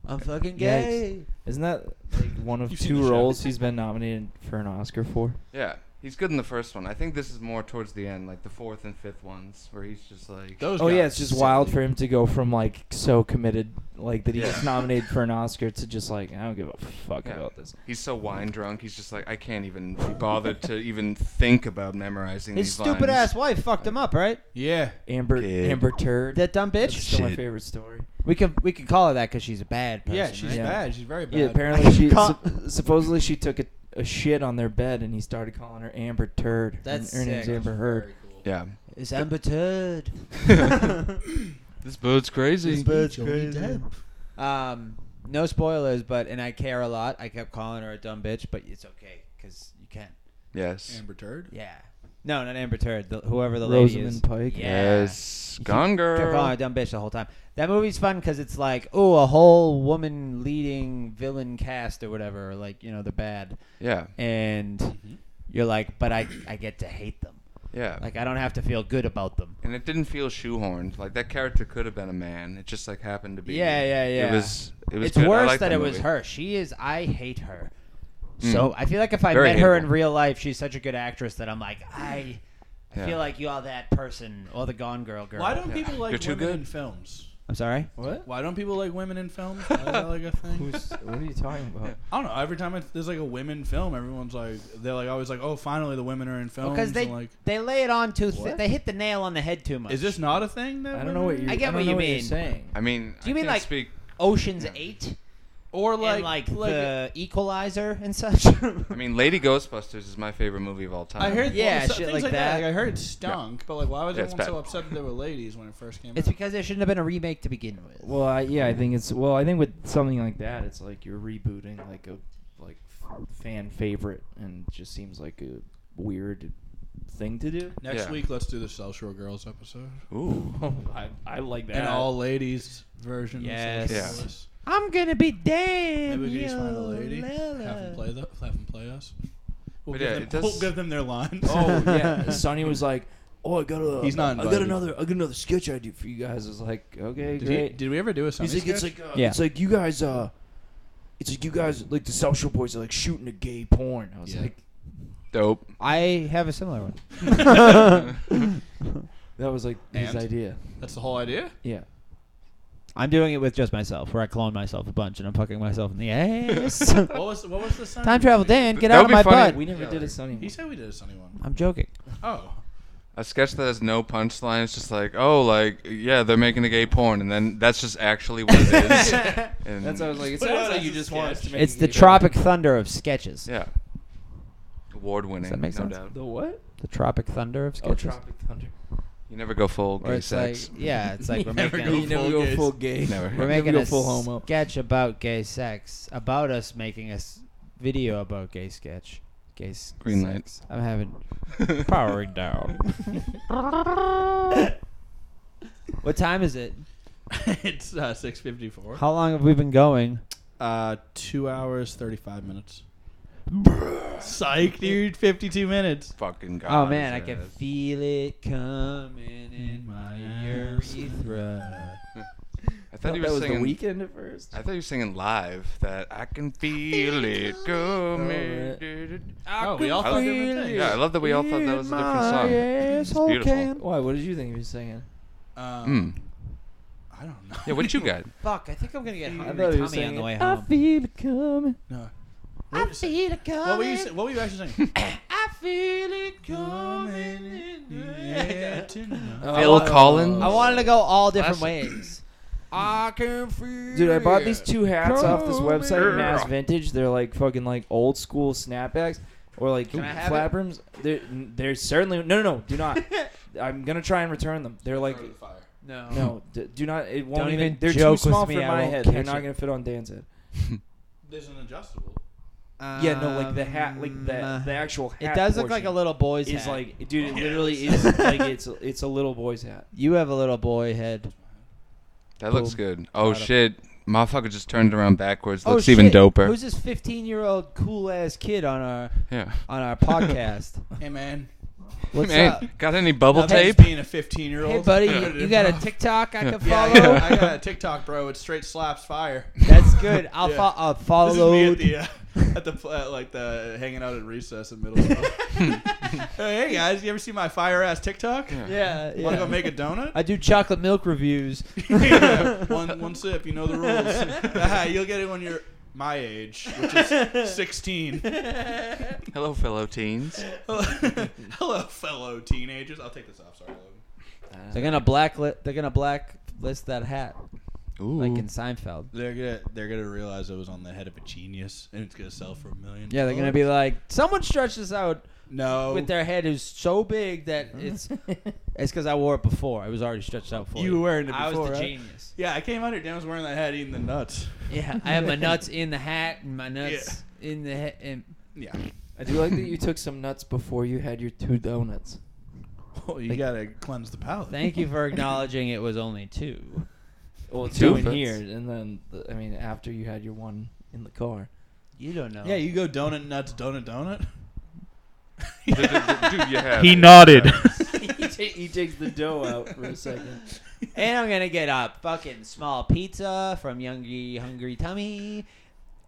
Speaker 4: I'm fucking
Speaker 1: Yikes.
Speaker 4: gay.
Speaker 1: Isn't that like one of
Speaker 2: You've seen the
Speaker 1: two
Speaker 2: show.
Speaker 1: roles he's been nominated for an Oscar for?
Speaker 3: Yeah, he's good in the first one. I think this is more towards the end, like the fourth and fifth ones, where he's just like
Speaker 2: Those
Speaker 1: Oh
Speaker 2: guys
Speaker 1: yeah, it's just
Speaker 2: suck.
Speaker 1: wild for him to go from like so committed, like that he gets
Speaker 3: Yeah.
Speaker 1: nominated for an Oscar to just like I don't give a fuck
Speaker 3: Yeah.
Speaker 1: about this.
Speaker 3: He's so wine drunk. He's just like I can't even be bothered to even think about memorizing
Speaker 5: His
Speaker 3: these lines.
Speaker 5: stupid ass wife fucked him up, right?
Speaker 2: Yeah.
Speaker 1: Amber
Speaker 3: Kid.
Speaker 1: Amber Turd.
Speaker 5: That dumb
Speaker 1: That's
Speaker 5: bitch.
Speaker 1: still my
Speaker 3: Shit.
Speaker 1: favorite story.
Speaker 4: We can we can call her that because she's a bad person.
Speaker 2: Yeah, she's
Speaker 4: right?
Speaker 1: Yeah.
Speaker 2: bad. She's very bad.
Speaker 1: Yeah, apparently she
Speaker 4: Call-
Speaker 1: sup- supposedly she took a, a shit on their bed and he started calling her Amber Turd.
Speaker 5: That's
Speaker 1: and her name's
Speaker 5: sick.
Speaker 1: Amber Heard.
Speaker 3: Yeah.
Speaker 4: It's Amber Turd.
Speaker 3: This bird's crazy.
Speaker 4: bird's crazy. Um, no spoilers, but and I care a lot. I kept calling her a dumb bitch, but it's okay because you can.
Speaker 3: Yes.
Speaker 2: Amber Turd.
Speaker 4: Yeah. No, not Amber Turd. The, whoever the lady is.
Speaker 1: Rosamund Pike.
Speaker 4: Yeah.
Speaker 3: Yes.
Speaker 4: You keep-
Speaker 3: Gone
Speaker 4: Kept calling her a
Speaker 3: girl.
Speaker 4: dumb bitch the whole time. That movie's fun because it's like, oh, a whole woman leading villain cast or whatever, or like you know the bad,
Speaker 3: Yeah.
Speaker 4: and you're like, but I I get to hate them.
Speaker 3: Yeah.
Speaker 4: Like I don't have to feel good about them.
Speaker 3: and it didn't feel shoehorned. Like that character could have been a man. It just like happened to be.
Speaker 4: Yeah, yeah, yeah.
Speaker 3: It was. It was.
Speaker 4: it's
Speaker 3: good. I
Speaker 4: worse
Speaker 3: liked
Speaker 4: that
Speaker 3: the
Speaker 4: it was
Speaker 3: movie.
Speaker 4: her. She is. I hate her.
Speaker 3: Mm.
Speaker 4: So I feel like if I
Speaker 3: Very
Speaker 4: met her in
Speaker 3: hateable.
Speaker 4: real life, she's such a good actress that I'm like, I, I
Speaker 3: Yeah.
Speaker 4: feel like you are that person or the Gone Girl girl.
Speaker 2: Why don't
Speaker 3: Yeah.
Speaker 2: people like
Speaker 3: You're too
Speaker 2: women
Speaker 3: good.
Speaker 2: in films?
Speaker 4: I'm sorry.
Speaker 1: What?
Speaker 2: Why don't people like women in films? Why is that like a thing?
Speaker 1: Who's, what are you talking about?
Speaker 2: I don't know. Every time it's, there's like a women film, everyone's like they're like always like, oh, finally the women are in films.
Speaker 4: Because they
Speaker 2: and like,
Speaker 4: they lay it on too. Th-
Speaker 1: What?
Speaker 4: they hit the nail on the head too much.
Speaker 2: is this not a thing? That
Speaker 1: I don't know what
Speaker 2: women-
Speaker 1: you.
Speaker 4: I get
Speaker 1: don't
Speaker 4: what
Speaker 1: know
Speaker 4: you
Speaker 1: you're
Speaker 4: mean.
Speaker 1: saying.
Speaker 3: I mean.
Speaker 4: Do you
Speaker 3: I
Speaker 4: mean,
Speaker 3: can't
Speaker 4: like,
Speaker 3: Speak,
Speaker 4: Ocean's
Speaker 3: Yeah.
Speaker 4: Eight
Speaker 2: or
Speaker 4: and
Speaker 2: like
Speaker 4: like,
Speaker 2: like
Speaker 4: the Equalizer and such?
Speaker 3: I mean, Lady Ghostbusters is my favorite movie of all time.
Speaker 2: I heard
Speaker 4: Yeah,
Speaker 2: well, so-
Speaker 4: shit
Speaker 2: things
Speaker 4: like
Speaker 2: like that.
Speaker 4: that.
Speaker 2: Like, I heard it stunk, but like why was
Speaker 3: Yeah, it's
Speaker 2: everyone so
Speaker 3: bad.
Speaker 2: upset that they were ladies when it first came
Speaker 4: it's
Speaker 2: out?
Speaker 4: because there shouldn't have been a remake to begin with.
Speaker 1: Well, I, yeah, I think it's well. I think with something like that, it's like you're rebooting like a like f- fan favorite, and it just seems like a weird thing to do.
Speaker 2: Next
Speaker 3: Yeah.
Speaker 2: week, let's do the South Shore Girls episode.
Speaker 3: Ooh.
Speaker 1: I, I like that.
Speaker 2: An all ladies version. of
Speaker 5: Yes.
Speaker 2: South Shore
Speaker 3: Yeah.
Speaker 2: Girls.
Speaker 4: I'm gonna be dead.
Speaker 2: Maybe we could just find a
Speaker 4: yo,
Speaker 2: lady, have
Speaker 4: Lola.
Speaker 2: them play the, have them play us. We'll
Speaker 3: But
Speaker 2: give,
Speaker 3: yeah,
Speaker 2: them,
Speaker 3: it does-
Speaker 2: we'll give them their lines.
Speaker 1: Oh yeah, Sonny was like, "Oh, I got a,
Speaker 2: He's not
Speaker 1: I got
Speaker 2: invited.
Speaker 1: another, I got another sketch I do for you guys." I was like, "Okay,
Speaker 2: did, we,
Speaker 1: great."
Speaker 2: did we ever do a Sunday
Speaker 1: He's like, "It's
Speaker 2: sketch?
Speaker 1: like, uh,
Speaker 4: Yeah.
Speaker 1: it's like you guys, uh, it's like you guys, like the South Shore boys are like shooting a gay porn." I was
Speaker 2: Yeah.
Speaker 1: like,
Speaker 3: Dope.
Speaker 4: I have a similar one.
Speaker 1: That was like his
Speaker 2: And?
Speaker 1: idea.
Speaker 2: That's the whole idea.
Speaker 1: Yeah.
Speaker 4: I'm doing it with just myself, where I clone myself a bunch and I'm fucking myself in the ass.
Speaker 2: What was what was the Sunny
Speaker 4: Time travel, Dan, get
Speaker 3: That
Speaker 4: out
Speaker 3: would
Speaker 4: of
Speaker 3: be
Speaker 4: my
Speaker 3: funny.
Speaker 4: butt.
Speaker 1: We never
Speaker 2: Yeah,
Speaker 1: did a
Speaker 2: like-
Speaker 1: sunny.
Speaker 2: He
Speaker 1: one.
Speaker 2: said we did a Sunny one.
Speaker 4: I'm joking.
Speaker 2: Oh,
Speaker 3: A sketch that has no punchline. It's just like, oh, like yeah, they're making a gay porn, and then that's just actually what it is. And
Speaker 1: That's what I was like. It sounds
Speaker 2: Put it out
Speaker 1: like
Speaker 2: as
Speaker 1: you
Speaker 2: a
Speaker 1: just want us to
Speaker 2: sketch.
Speaker 1: make.
Speaker 4: It's
Speaker 1: a
Speaker 4: the
Speaker 1: gay
Speaker 4: Tropic
Speaker 1: porn.
Speaker 4: Thunder of sketches.
Speaker 3: Yeah. Award winning.
Speaker 4: Does that make
Speaker 3: no
Speaker 4: sense?
Speaker 3: doubt.
Speaker 1: The what?
Speaker 4: The Tropic Thunder of
Speaker 1: Oh,
Speaker 4: sketches.
Speaker 1: Tropic Thunder.
Speaker 3: You never go full
Speaker 4: Or
Speaker 3: gay
Speaker 4: it's
Speaker 3: sex.
Speaker 4: like, yeah, it's like we're
Speaker 2: Never
Speaker 4: making
Speaker 2: go
Speaker 1: You never
Speaker 2: full
Speaker 1: go
Speaker 2: gays.
Speaker 1: full gay.
Speaker 3: Never.
Speaker 4: We're
Speaker 3: Never
Speaker 4: making
Speaker 1: go
Speaker 4: a
Speaker 1: full homo.
Speaker 4: sketch about gay sex, about us making a s- video about gay sketch, gay s-
Speaker 3: Green light.
Speaker 4: sex. I'm having powering down. what time is it?
Speaker 2: it's uh, six fifty four.
Speaker 4: How long have we been going?
Speaker 2: Uh, two hours thirty five minutes. Psych, dude. Fifty two minutes.
Speaker 3: Fucking god.
Speaker 4: Oh man, I
Speaker 3: is
Speaker 4: can
Speaker 3: that it?
Speaker 4: feel it coming in my urethra.
Speaker 3: I
Speaker 1: I
Speaker 3: thought
Speaker 1: thought
Speaker 3: he
Speaker 1: that
Speaker 3: was
Speaker 1: was the
Speaker 3: singing.
Speaker 1: weekend at first.
Speaker 3: I thought you were singing live that I can feel it
Speaker 1: Alright.
Speaker 3: coming.
Speaker 2: Oh, we all
Speaker 3: I
Speaker 2: thought
Speaker 3: like-
Speaker 2: different things.
Speaker 3: Yeah, I love that we all thought that was a different song. It's
Speaker 4: asshole
Speaker 3: beautiful.
Speaker 4: can-
Speaker 1: Why? What did you think he was singing?
Speaker 2: Um,
Speaker 3: Mm.
Speaker 2: I don't know.
Speaker 3: Yeah, what you got?
Speaker 5: Fuck, I think I'm gonna get
Speaker 1: I
Speaker 5: hungry
Speaker 1: thought he was
Speaker 5: tummy on
Speaker 1: saying,
Speaker 5: the way
Speaker 1: I
Speaker 5: home.
Speaker 1: feel it coming.
Speaker 2: No.
Speaker 4: I feel it coming.
Speaker 2: What were you? sa- What were you actually saying?
Speaker 4: I feel it coming in the air.
Speaker 2: tonight.
Speaker 1: Oh,
Speaker 3: Phil Collins?
Speaker 4: I wanted to go all different
Speaker 3: Classic.
Speaker 4: ways. I can feel
Speaker 1: Dude, I bought these two hats off this website,
Speaker 3: Come
Speaker 1: Mass
Speaker 3: here.
Speaker 1: Vintage. They're like fucking like old school snapbacks or like
Speaker 5: Can I have
Speaker 1: flap rims. They're, they're certainly no, no, no. Do not. I'm gonna try and return them. They're like
Speaker 5: No.
Speaker 1: no, d- do not. It won't
Speaker 4: Don't
Speaker 1: even,
Speaker 4: even
Speaker 1: They're too
Speaker 4: joke with
Speaker 1: small
Speaker 4: me,
Speaker 1: for
Speaker 4: I
Speaker 1: my
Speaker 4: won't
Speaker 1: head. They're
Speaker 4: catch
Speaker 1: not
Speaker 4: it.
Speaker 1: gonna fit on Dan's head.
Speaker 2: There's an adjustable.
Speaker 1: yeah, no, like the hat, like the
Speaker 4: Um,
Speaker 1: the actual hat.
Speaker 4: It does look like
Speaker 1: portion
Speaker 4: a little boy's
Speaker 1: Is
Speaker 4: hat.
Speaker 1: like, dude, it
Speaker 2: Yeah,
Speaker 1: literally
Speaker 2: it's-
Speaker 1: is like it's it's a little boy's hat.
Speaker 4: you have a little boy head.
Speaker 3: That looks
Speaker 4: Boom.
Speaker 3: good. Oh
Speaker 4: Got 'em.
Speaker 3: shit. Motherfucker just turned around backwards.
Speaker 4: Oh,
Speaker 3: Looks even
Speaker 4: shit.
Speaker 3: doper.
Speaker 4: Who's this 15-year-old cool ass kid on our
Speaker 3: yeah.
Speaker 4: on our podcast?
Speaker 2: Hey man,
Speaker 4: What's
Speaker 3: man,
Speaker 4: up?
Speaker 3: got any bubble
Speaker 2: Now that's
Speaker 3: tape?
Speaker 2: being a 15 year old.
Speaker 4: Hey buddy, you, you got a TikTok I can
Speaker 2: Yeah,
Speaker 4: follow?
Speaker 2: I got, I got a TikTok, bro. It straight slaps fire.
Speaker 4: That's good. I'll,
Speaker 2: Yeah.
Speaker 4: fo- I'll
Speaker 2: This is
Speaker 4: follow.
Speaker 2: me at the uh, at the pl- at, like the hanging out at recess in middle school. hey guys, you ever see my fire ass TikTok?
Speaker 4: yeah, yeah.
Speaker 2: Want to go make a donut?
Speaker 4: I do chocolate milk reviews.
Speaker 2: Yeah, one one sip, you know the rules. Ah, You'll get it when you're my age, which is 16.
Speaker 3: Hello, fellow teens.
Speaker 2: Hello, fellow teenagers. I'll take this off. Sorry, Logan.
Speaker 4: They're gonna blacklist. They're gonna blacklist that hat,
Speaker 3: Ooh.
Speaker 4: like in Seinfeld.
Speaker 2: They're gonna they're gonna realize it was on the head of a genius, and it's gonna sell for a million.
Speaker 4: Yeah, they're
Speaker 5: Oh.
Speaker 4: gonna be like, someone stretched this out
Speaker 2: no.
Speaker 4: with their head who's so big that it's it's because I wore it before. It was already stretched out for you.
Speaker 2: you were wearing it
Speaker 5: I was
Speaker 2: before,
Speaker 5: the
Speaker 2: right?
Speaker 5: genius.
Speaker 2: Yeah, I came out here. Dan was wearing that hat, eating the nuts.
Speaker 4: Yeah, I have my nuts in the hat and my nuts in the head. And
Speaker 2: Yeah.
Speaker 1: I do like that you took some nuts before you had your two donuts.
Speaker 2: Well, you
Speaker 4: Like-
Speaker 2: gotta cleanse the palate.
Speaker 4: thank you for acknowledging it was only two.
Speaker 1: Well, two in
Speaker 3: Donuts.
Speaker 1: here, and then the, I mean, after you had your one in the car.
Speaker 4: You don't know.
Speaker 2: Yeah, you go donut nuts, donut donut.
Speaker 3: Dude, dude, dude, you have
Speaker 2: He
Speaker 3: it.
Speaker 2: nodded.
Speaker 1: he, ta- he takes the dough out for a second.
Speaker 4: And I'm gonna get a fucking small pizza from Youngy Hungry Tummy.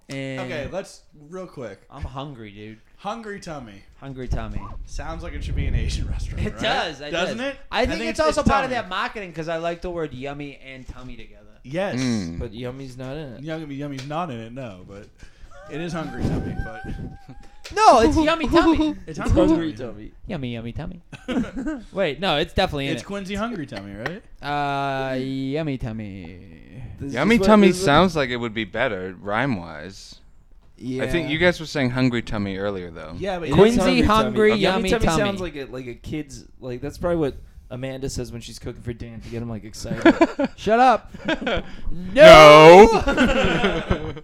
Speaker 4: And
Speaker 2: Okay, let's real quick.
Speaker 4: I'm hungry, dude.
Speaker 2: Hungry tummy
Speaker 4: Hungry Tummy.
Speaker 2: sounds like it should be an Asian restaurant.
Speaker 4: It
Speaker 2: right?
Speaker 4: does. It
Speaker 2: doesn't
Speaker 4: does.
Speaker 2: it?
Speaker 4: I think, it's, also part of
Speaker 2: tummy.
Speaker 4: that marketing because I like the word yummy and tummy together.
Speaker 2: Yes.
Speaker 3: Mm.
Speaker 1: But Yummy's not in it.
Speaker 2: Yummy, yummy's not in it. No, but it is hungry tummy. But
Speaker 4: No, it's yummy tummy.
Speaker 2: it's
Speaker 1: It's hungry tummy.
Speaker 4: yummy, yummy tummy.
Speaker 2: tummy.
Speaker 4: Wait, no, it's definitely in
Speaker 2: it's Quincy hungry tummy, right?
Speaker 4: it. Uh, yummy tummy.
Speaker 1: This is
Speaker 3: Yummy
Speaker 1: what-
Speaker 3: tummy
Speaker 1: this is what-
Speaker 3: sounds like it would be better rhyme wise.
Speaker 1: Yeah.
Speaker 3: I think you guys were saying hungry tummy earlier though.
Speaker 2: Yeah, but
Speaker 1: It
Speaker 2: it
Speaker 1: is
Speaker 4: Quincy
Speaker 1: hungry
Speaker 4: hungry,
Speaker 1: tummy.
Speaker 4: yummy
Speaker 1: tummy,
Speaker 4: tummy.
Speaker 1: sounds like a like a kid's like that's probably what Amanda says when she's cooking for Dan to get him like excited.
Speaker 4: Shut up.
Speaker 3: No.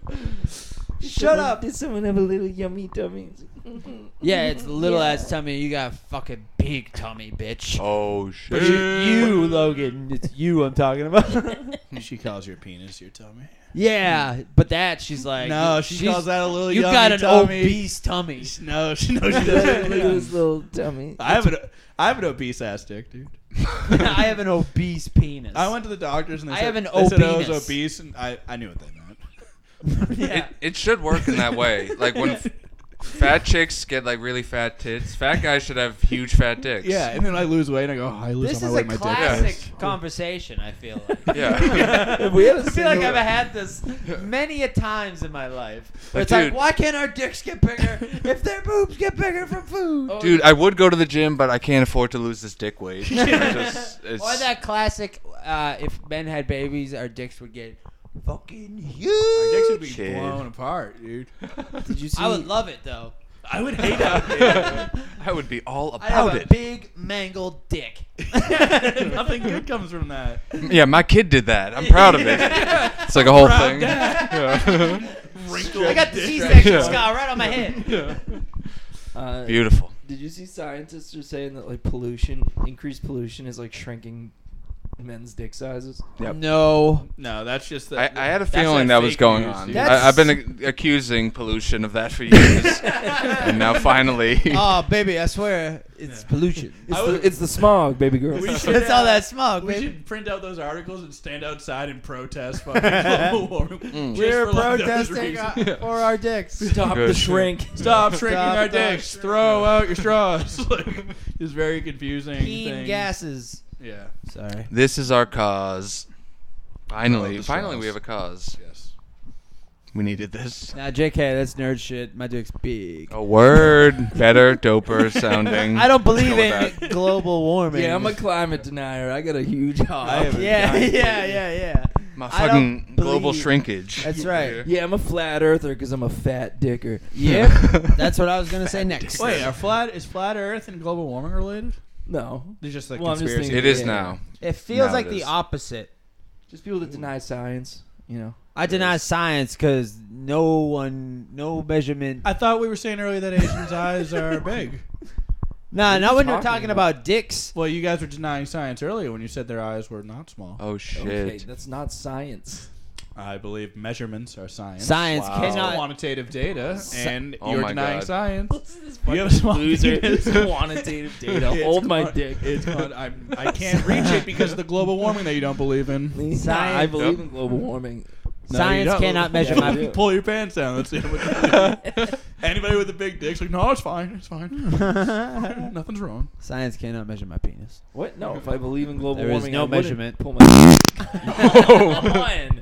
Speaker 4: Shut up.
Speaker 1: Did someone have a little yummy tummy?
Speaker 4: Yeah, it's little ass tummy. You got a fucking big tummy, bitch.
Speaker 3: oh
Speaker 4: But
Speaker 3: shit.
Speaker 4: you, you, Logan, it's you I'm talking about.
Speaker 2: she calls your penis your tummy.
Speaker 4: yeah, but that she's like
Speaker 2: no, she
Speaker 4: she's-
Speaker 2: calls that a little.
Speaker 4: You
Speaker 2: yummy
Speaker 4: got an
Speaker 2: tummy.
Speaker 4: obese tummy.
Speaker 2: No, she no, she
Speaker 1: Look at
Speaker 2: doesn't.
Speaker 1: this little tummy.
Speaker 2: I have an I have an obese ass dick, dude.
Speaker 4: I have an obese penis.
Speaker 2: I went to the doctors and they
Speaker 4: I
Speaker 2: said
Speaker 4: have an
Speaker 2: they said I was
Speaker 4: obeness.
Speaker 2: obese, and I, I knew what they meant.
Speaker 4: yeah.
Speaker 3: It should work in that way. Like when fat chicks get like really fat tits. Fat guys should have huge fat dicks.
Speaker 2: Yeah, and then I lose weight and I go, oh, I lose
Speaker 5: This
Speaker 2: all
Speaker 5: is
Speaker 2: my
Speaker 5: a
Speaker 2: weight. My
Speaker 5: classic
Speaker 2: dick.
Speaker 5: conversation. I feel like.
Speaker 3: Yeah.
Speaker 1: If we had a
Speaker 5: I feel like
Speaker 1: single-
Speaker 5: I've had this many a times in my life.
Speaker 3: But
Speaker 5: Where it's like,
Speaker 3: dude-
Speaker 5: why can't our dicks get bigger if their boobs get bigger from food?
Speaker 3: Dude, I would go to the gym, but I can't afford to lose this dick weight. I just- it's-
Speaker 5: Or that classic, uh, if men had babies, our dicks would get fucking huge.
Speaker 2: My dicks would be
Speaker 3: Kid.
Speaker 2: blown apart, dude.
Speaker 1: Did you see?
Speaker 5: I would love it though.
Speaker 2: I would hate
Speaker 3: Yeah. I would be all
Speaker 5: I have
Speaker 3: about
Speaker 5: a
Speaker 3: it.
Speaker 5: big mangled dick.
Speaker 2: Nothing good comes from that.
Speaker 3: Yeah, my kid did that. I'm proud of it. It's like a whole thing. Yeah.
Speaker 2: Wrinkled
Speaker 5: I got the
Speaker 2: dick.
Speaker 5: C-section
Speaker 3: Yeah.
Speaker 5: scar right on my head.
Speaker 2: Yeah.
Speaker 1: Uh,
Speaker 3: Beautiful.
Speaker 1: Did you see scientists are saying that like pollution, increased pollution, is like shrinking men's dick sizes?
Speaker 3: Yep.
Speaker 4: No.
Speaker 2: No, that's just the.
Speaker 3: I, I had a
Speaker 2: that's
Speaker 3: feeling that was
Speaker 2: fake
Speaker 3: going
Speaker 2: news,
Speaker 3: on.
Speaker 2: dude.
Speaker 3: I, I've been ac- accusing pollution of that for years, and now finally,
Speaker 4: Oh, baby, I swear it's pollution.
Speaker 1: It's,
Speaker 2: I would-
Speaker 1: the, it's the smog, baby girl.
Speaker 2: We should-
Speaker 4: That's all that smoke,
Speaker 2: We
Speaker 4: baby.
Speaker 2: should print out those articles and stand outside and protest fucking global warming.
Speaker 3: Mm.
Speaker 2: just
Speaker 4: We're
Speaker 2: for, like, those
Speaker 4: protesting uh,
Speaker 2: reasons.
Speaker 4: for our dicks.
Speaker 1: Stop
Speaker 3: Good.
Speaker 1: the shrink.
Speaker 2: Stop shrinking
Speaker 4: Stop
Speaker 2: our
Speaker 4: the
Speaker 2: dicks.
Speaker 4: shrink.
Speaker 2: Throw out your straws. like, it's very confusing.
Speaker 4: Peen
Speaker 2: thing.
Speaker 4: gases.
Speaker 2: Yeah.
Speaker 4: Sorry.
Speaker 3: this is our cause. Finally,
Speaker 2: the
Speaker 3: finally, we
Speaker 2: straws.
Speaker 3: have a cause.
Speaker 2: Yes.
Speaker 3: We needed this.
Speaker 4: Nah, JK, that's nerd shit. My dick's big.
Speaker 3: A word better, doper sounding.
Speaker 4: I don't believe
Speaker 3: Go
Speaker 4: in
Speaker 3: with that.
Speaker 4: global warming.
Speaker 1: Yeah, I'm a climate denier. I got a huge
Speaker 4: I
Speaker 1: hog.
Speaker 4: am- yeah, yeah, yeah, yeah.
Speaker 3: My
Speaker 4: I don't
Speaker 3: fucking global
Speaker 4: believe-
Speaker 3: shrinkage.
Speaker 4: That's right.
Speaker 1: Yeah, I'm a flat earther because I'm a fat dicker.
Speaker 4: Yep. That's what I was gonna say next.
Speaker 2: Wait, are flat is flat Earth and global warming related?
Speaker 1: No,
Speaker 2: They're just like
Speaker 1: Well, I'm just
Speaker 2: conspiracy.
Speaker 1: thinking-
Speaker 3: It is
Speaker 1: Yeah.
Speaker 3: now.
Speaker 4: It feels
Speaker 3: No,
Speaker 4: like
Speaker 3: it
Speaker 4: the
Speaker 3: is.
Speaker 4: opposite.
Speaker 1: just people that deny science. You know,
Speaker 4: I deny science because no one, no measurement.
Speaker 2: I thought we were saying earlier that Asians' eyes are big.
Speaker 4: Nah, not
Speaker 1: you
Speaker 4: when you're
Speaker 1: talking
Speaker 4: talking
Speaker 1: about?
Speaker 4: about dicks.
Speaker 2: Well, you guys were denying science earlier when you said their eyes were not small.
Speaker 3: Oh shit.
Speaker 1: okay, that's not science.
Speaker 2: I believe measurements are science.
Speaker 4: Science
Speaker 3: Wow.
Speaker 4: cannot.
Speaker 2: quantitative data, and
Speaker 3: Oh
Speaker 2: you're
Speaker 3: my
Speaker 2: denying
Speaker 3: God.
Speaker 2: science.
Speaker 1: This
Speaker 2: You have a small
Speaker 1: loser.
Speaker 2: penis.
Speaker 1: It's quantitative data.
Speaker 2: It's
Speaker 1: Hold my
Speaker 2: quan-
Speaker 1: dick.
Speaker 2: It's quan- I'm, I can't reach it because of the global warming that you don't believe in.
Speaker 1: Nah, I
Speaker 4: Science-
Speaker 1: believe in global warming.
Speaker 2: No,
Speaker 4: Science
Speaker 2: you don't.
Speaker 4: cannot measure
Speaker 1: my-
Speaker 2: Pull- Pull your pants down. Let's see. what- Anybody with a big dick's like, no, it's fine. It's fine. Nothing's wrong.
Speaker 4: Science cannot measure my penis.
Speaker 1: What? No, if I believe in global
Speaker 4: There is
Speaker 1: warming,
Speaker 4: no
Speaker 1: I wouldn't
Speaker 4: measurement.
Speaker 1: Pull my. Come on.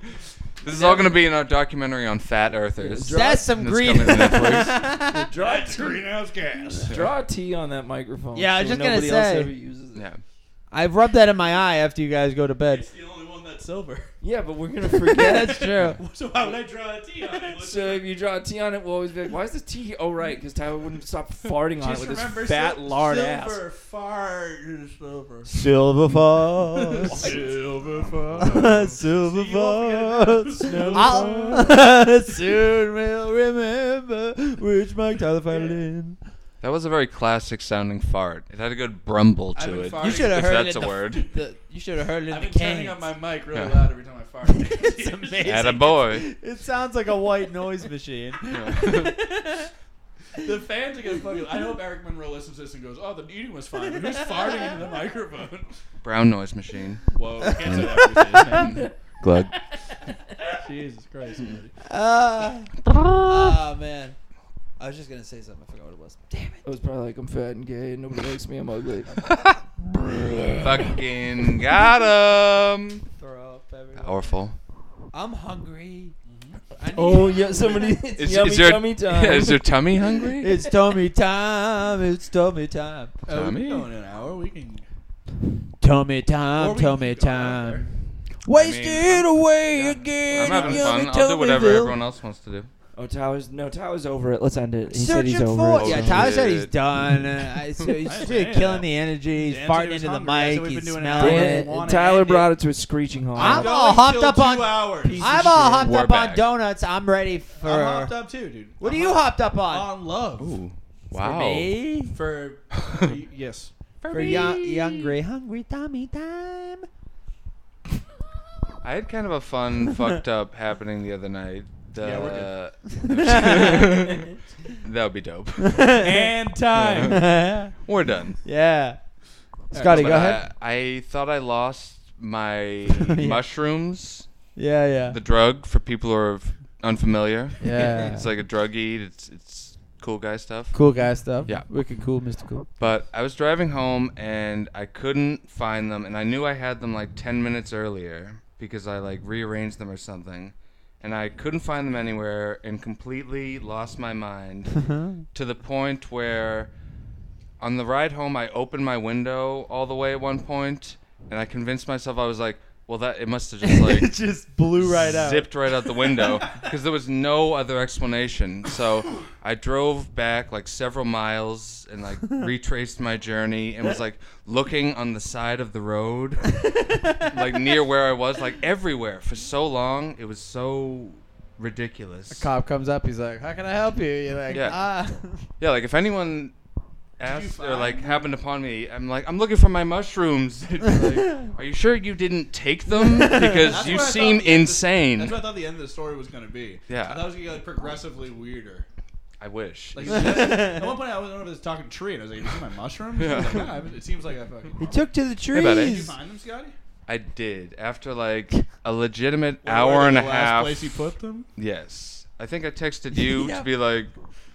Speaker 3: This is all going to be in our documentary on fat earthers.
Speaker 1: Drop-
Speaker 4: That's some
Speaker 3: That's
Speaker 4: green.
Speaker 3: coming to Netflix.
Speaker 1: Draw,
Speaker 2: greenhouse gas.
Speaker 1: draw a T on that microphone.
Speaker 4: Yeah, I was
Speaker 1: so
Speaker 4: just gonna
Speaker 1: nobody else
Speaker 4: say.
Speaker 1: ever uses it.
Speaker 3: yeah.
Speaker 4: I've rubbed that in my eye after you guys go to bed.
Speaker 2: It's the only one that's silver.
Speaker 1: Yeah, but we're gonna
Speaker 4: Yeah,
Speaker 1: forget.
Speaker 4: that's true.
Speaker 2: So why would I draw a T on it?
Speaker 1: So if you draw a T on it, we'll always be like, "Why is this T?" here?" Oh, right, because Tyler wouldn't stop farting on it with his fat lard ass.
Speaker 2: Silver fart is silver.
Speaker 4: Silver falls.
Speaker 2: Silver fart.
Speaker 4: Silver
Speaker 2: See, you won't forget that.
Speaker 4: falls.
Speaker 2: Silver
Speaker 4: I'll soon will remember which Mike Tyler found in.
Speaker 3: That was a very classic sounding fart. It had a good brumble
Speaker 2: I've
Speaker 3: to
Speaker 2: been
Speaker 3: it.
Speaker 2: farting.
Speaker 4: You should have
Speaker 3: If
Speaker 4: heard it.
Speaker 3: that's
Speaker 4: in
Speaker 3: a
Speaker 4: the-
Speaker 3: word.
Speaker 4: the- you should have heard it in
Speaker 2: I've
Speaker 4: the
Speaker 2: been turning
Speaker 4: cans.
Speaker 2: up my mic really
Speaker 3: Yeah.
Speaker 2: loud every time I fart.
Speaker 4: It's amazing.
Speaker 3: At a boy.
Speaker 4: It sounds like a white noise machine.
Speaker 2: The fans are gonna fucking. I hope Eric Monroe listens to this and goes, "Oh, the eating was fine." But who's farting into the microphone?
Speaker 3: Brown noise machine.
Speaker 2: Whoa, I can't say that. we say his name.
Speaker 3: Glug.
Speaker 2: Jesus Christ, buddy.
Speaker 4: Ah. Ah, man. I was just gonna say something. I forgot what it was. Damn it.
Speaker 1: I was probably like, "I'm fat and gay, and nobody likes me. I'm ugly."
Speaker 3: Fucking got him.
Speaker 4: Throw up everywhere.
Speaker 3: Powerful.
Speaker 4: Oh. I'm hungry.
Speaker 2: Mm-hmm.
Speaker 4: I need-
Speaker 1: oh yeah, somebody. It's
Speaker 3: Is,
Speaker 1: yummy,
Speaker 3: is your,
Speaker 1: yummy time.
Speaker 3: Yeah, is your tummy hungry?
Speaker 4: It's tummy time. It's tummy time.
Speaker 3: Tommy?
Speaker 2: Oh, in an hour we can.
Speaker 4: Tummy
Speaker 2: or
Speaker 4: time.
Speaker 2: we can
Speaker 4: Tummy
Speaker 2: keep going out
Speaker 4: time.
Speaker 2: there.
Speaker 4: Wasted
Speaker 3: I'm-
Speaker 4: away
Speaker 2: yeah.
Speaker 4: again.
Speaker 3: I'm having
Speaker 4: in yummy
Speaker 3: fun. I'll do whatever
Speaker 4: Tommyville.
Speaker 3: everyone else wants to do.
Speaker 1: oh, Tyler's no, Tyler's over it. Let's end it. He said
Speaker 4: Searching
Speaker 1: he's over
Speaker 4: for
Speaker 1: it.
Speaker 4: yeah,
Speaker 1: so-
Speaker 4: Tyler said he's
Speaker 3: Shit.
Speaker 4: done. Uh, I- so he's
Speaker 2: I
Speaker 4: just
Speaker 2: say
Speaker 4: killing
Speaker 2: it.
Speaker 4: the energy. He's
Speaker 2: Dan said he
Speaker 4: farting
Speaker 2: was
Speaker 4: into the
Speaker 2: hungry. I said
Speaker 4: mic.
Speaker 2: we've
Speaker 4: He's
Speaker 2: been doing
Speaker 4: smelling
Speaker 2: an hour.
Speaker 4: it.
Speaker 1: Damn
Speaker 2: wanna
Speaker 1: it. Tyler
Speaker 2: end
Speaker 1: brought it to a screeching halt.
Speaker 4: I'm
Speaker 2: We're
Speaker 4: all
Speaker 2: going
Speaker 4: hopped
Speaker 2: till
Speaker 4: up on-
Speaker 2: Two hours.
Speaker 1: Piece
Speaker 4: I'm
Speaker 1: of
Speaker 4: all
Speaker 1: shit.
Speaker 4: hopped
Speaker 3: We're
Speaker 4: up on
Speaker 3: back.
Speaker 4: donuts. I'm ready for.
Speaker 2: I'm hopped up too, dude.
Speaker 4: What are
Speaker 2: I'm
Speaker 4: you hopped up on?
Speaker 2: on love?
Speaker 3: Ooh.
Speaker 4: For
Speaker 3: Wow.
Speaker 4: me?
Speaker 2: For yes.
Speaker 4: For young, young, hungry tummy time.
Speaker 3: I had kind of a fun fucked up happening the other night.
Speaker 2: Yeah,
Speaker 3: The,
Speaker 2: we're
Speaker 3: that would be dope.
Speaker 2: And time.
Speaker 3: We're done.
Speaker 4: yeah. Scotty, go
Speaker 3: But I-
Speaker 4: ahead.
Speaker 3: I, thought I lost my
Speaker 4: Yeah.
Speaker 3: mushrooms,
Speaker 4: Yeah, yeah.
Speaker 3: the drug for people who are unfamiliar.
Speaker 4: Yeah.
Speaker 3: It's like a druggie. It's it's cool guy stuff.
Speaker 4: Cool guy stuff.
Speaker 3: Yeah.
Speaker 4: Wicked cool, Mr. Cool.
Speaker 3: But I was driving home and I couldn't find them, and I knew I had them like 10 minutes earlier because I like rearranged them or something. And I couldn't find them anywhere and completely lost my mind to the point where on the ride home I opened my window all the way at one point and I convinced myself I was like, well, that it must have just like
Speaker 4: just blew
Speaker 3: zipped right out the window because there was no other explanation. So I drove back like several miles and like retraced my journey and was like looking on the side of the road, like near where I was, like everywhere for so long. It was so ridiculous.
Speaker 4: A cop comes up. He's like, "How can I help you?" You're like,
Speaker 3: Yeah.
Speaker 2: Uh,
Speaker 4: "Ah."
Speaker 3: Yeah, like if anyone asked or like happened upon me, I'm like, I'm looking for my mushrooms. They'd be like, Are you sure you didn't take them? Because
Speaker 2: That's
Speaker 3: you
Speaker 2: what I thought
Speaker 3: seem
Speaker 2: the end of the-
Speaker 3: insane.
Speaker 2: That's what I thought the end of the story was going to be.
Speaker 3: Yeah.
Speaker 2: I thought it was going to get like progressively weirder.
Speaker 3: I wish.
Speaker 2: Like at one point, I was, I was talking to Tree, and I was like, "You see my mushrooms?" Yeah. Like, yeah, it seems like I fucking.
Speaker 4: He took to the trees.
Speaker 3: buddy.
Speaker 2: Did you find them, Scotty?
Speaker 3: I did after like a legitimate
Speaker 2: Or
Speaker 3: hour
Speaker 2: where
Speaker 3: and a
Speaker 2: the last
Speaker 3: half.
Speaker 2: Place you put them.
Speaker 3: Yes, I think I texted you
Speaker 4: Yeah.
Speaker 3: to be like,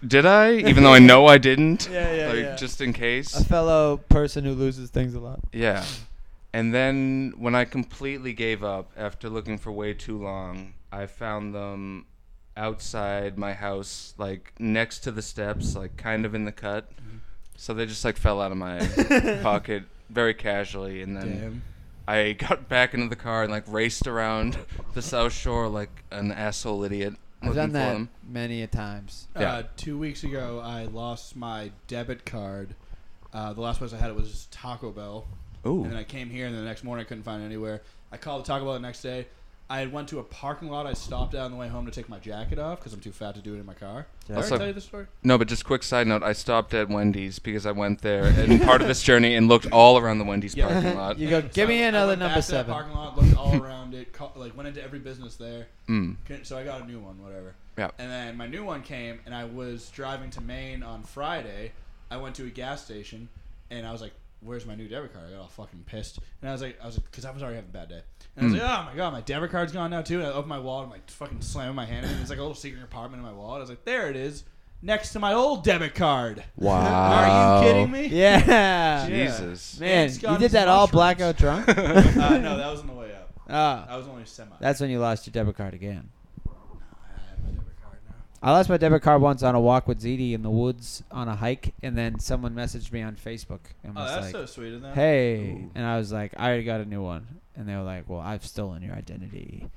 Speaker 3: "Did I?" Even though I know I didn't.
Speaker 4: Yeah, yeah,
Speaker 3: like,
Speaker 4: yeah.
Speaker 3: Just in
Speaker 4: a
Speaker 2: Uh,
Speaker 3: case.
Speaker 4: fellow person who loses things a lot.
Speaker 3: Yeah. And then when I completely gave up after looking for way too long, I found them outside my house, like next to the steps, like kind of in the cut.
Speaker 2: Mm-hmm.
Speaker 3: So they just like fell out of my pocket very casually, and then. I got back into the car and like raced around the South Shore like an asshole idiot
Speaker 4: I've
Speaker 3: looking
Speaker 4: done
Speaker 3: for
Speaker 4: that
Speaker 3: them.
Speaker 4: many a times.
Speaker 3: Yeah.
Speaker 2: Uh, two weeks ago, I lost my debit card. Uh, the last place I had it was Taco Bell.
Speaker 3: Ooh.
Speaker 2: And then I came here, and then the next morning I couldn't find it anywhere. I called Taco Bell the next day. I had went to a parking lot. I stopped out on the way home to take my jacket off because I'm too fat to do it in my car. Did I
Speaker 3: Also-
Speaker 2: already tell you this story?
Speaker 3: No, but just quick side note: I stopped at Wendy's because I went there and part of this journey and looked all around the Wendy's
Speaker 2: Yeah.
Speaker 3: parking lot.
Speaker 4: You go, give me
Speaker 2: I
Speaker 4: another
Speaker 2: went back
Speaker 4: number
Speaker 2: to that
Speaker 4: seven.
Speaker 2: Parking lot, looked all around it, ca- like went into every business there.
Speaker 3: Mm.
Speaker 2: Couldn't- So I got a new one, whatever.
Speaker 3: Yeah.
Speaker 2: And then my new one came, and I was driving to Maine on Friday. I went to a gas station, and I was like, "Where's my new debit card?" I got all fucking pissed, and I was like, "I was because I was already having a bad day." And I was
Speaker 3: Mm.
Speaker 2: like, "Oh my god, my debit card's gone now too." And I opened my wallet, I'm like fucking slamming my hand, in, and it's like a little secret compartment in my wallet. I was like, "There it is, next to my old debit card." Are you kidding me?
Speaker 4: Yeah.
Speaker 3: Jesus.
Speaker 4: Man,
Speaker 2: It's
Speaker 4: you
Speaker 2: got
Speaker 4: did that all
Speaker 2: mushrooms.
Speaker 4: blackout drunk.
Speaker 2: Uh, no, that was on the way up.
Speaker 4: Ah,
Speaker 2: I was only semi.
Speaker 4: that's when you lost your debit card again.
Speaker 2: I have my debit card now.
Speaker 4: I lost my debit card once on a walk with ZD in the woods on a hike, and then someone messaged me on Facebook and
Speaker 2: Oh,
Speaker 4: was
Speaker 2: that's
Speaker 4: like,
Speaker 2: so sweet of them.
Speaker 4: "Hey," and I was like, "I already got a new one," and they were like, "Well, I've stolen your identity,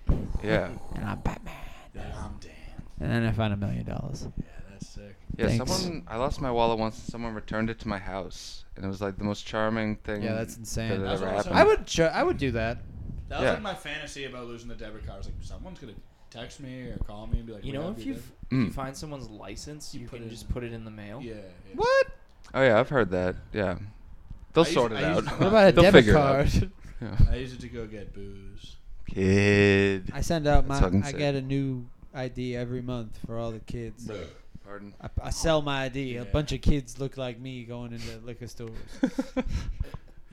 Speaker 3: Yeah.
Speaker 4: and I'm Batman."
Speaker 2: I'm Dan.
Speaker 4: And then I found a million dollars.
Speaker 2: Yeah, that's sick.
Speaker 3: Yeah.
Speaker 4: Thanks.
Speaker 3: Someone. I lost my wallet once, and someone returned it to my house, and it was like the most charming thing.
Speaker 4: Yeah, that's insane.
Speaker 3: That
Speaker 2: That's
Speaker 3: ever
Speaker 2: what I was
Speaker 3: happened.
Speaker 2: talking
Speaker 4: I would, ch- I would do that.
Speaker 2: That was
Speaker 3: Yeah.
Speaker 2: like my fantasy about losing the debit card. I was like, someone's gonna text me or call me and be like,
Speaker 1: You
Speaker 2: "We
Speaker 1: know,
Speaker 2: gotta
Speaker 1: if
Speaker 2: do
Speaker 1: you
Speaker 2: this."
Speaker 1: if you
Speaker 3: Mm.
Speaker 1: find someone's license, you,
Speaker 2: You put
Speaker 1: can
Speaker 2: it
Speaker 1: just
Speaker 2: in.
Speaker 1: put it in the mail.
Speaker 2: yeah, yeah.
Speaker 4: What?
Speaker 3: Oh yeah, I've heard that. Yeah. They'll
Speaker 2: I
Speaker 3: sort
Speaker 2: used-
Speaker 3: it
Speaker 2: I
Speaker 3: out.
Speaker 2: used-
Speaker 4: What about a
Speaker 3: They'll
Speaker 4: debit
Speaker 3: figure it out.
Speaker 4: card?
Speaker 3: Yeah.
Speaker 2: I use it to go get booze.
Speaker 3: Kid.
Speaker 4: I send out
Speaker 3: That's
Speaker 4: my.
Speaker 3: fucking
Speaker 4: I
Speaker 3: sick.
Speaker 4: get a new ID every month for all the kids.
Speaker 3: Pardon.
Speaker 4: I, I sell my ID.
Speaker 2: Yeah.
Speaker 4: A bunch of kids look like me going into liquor stores.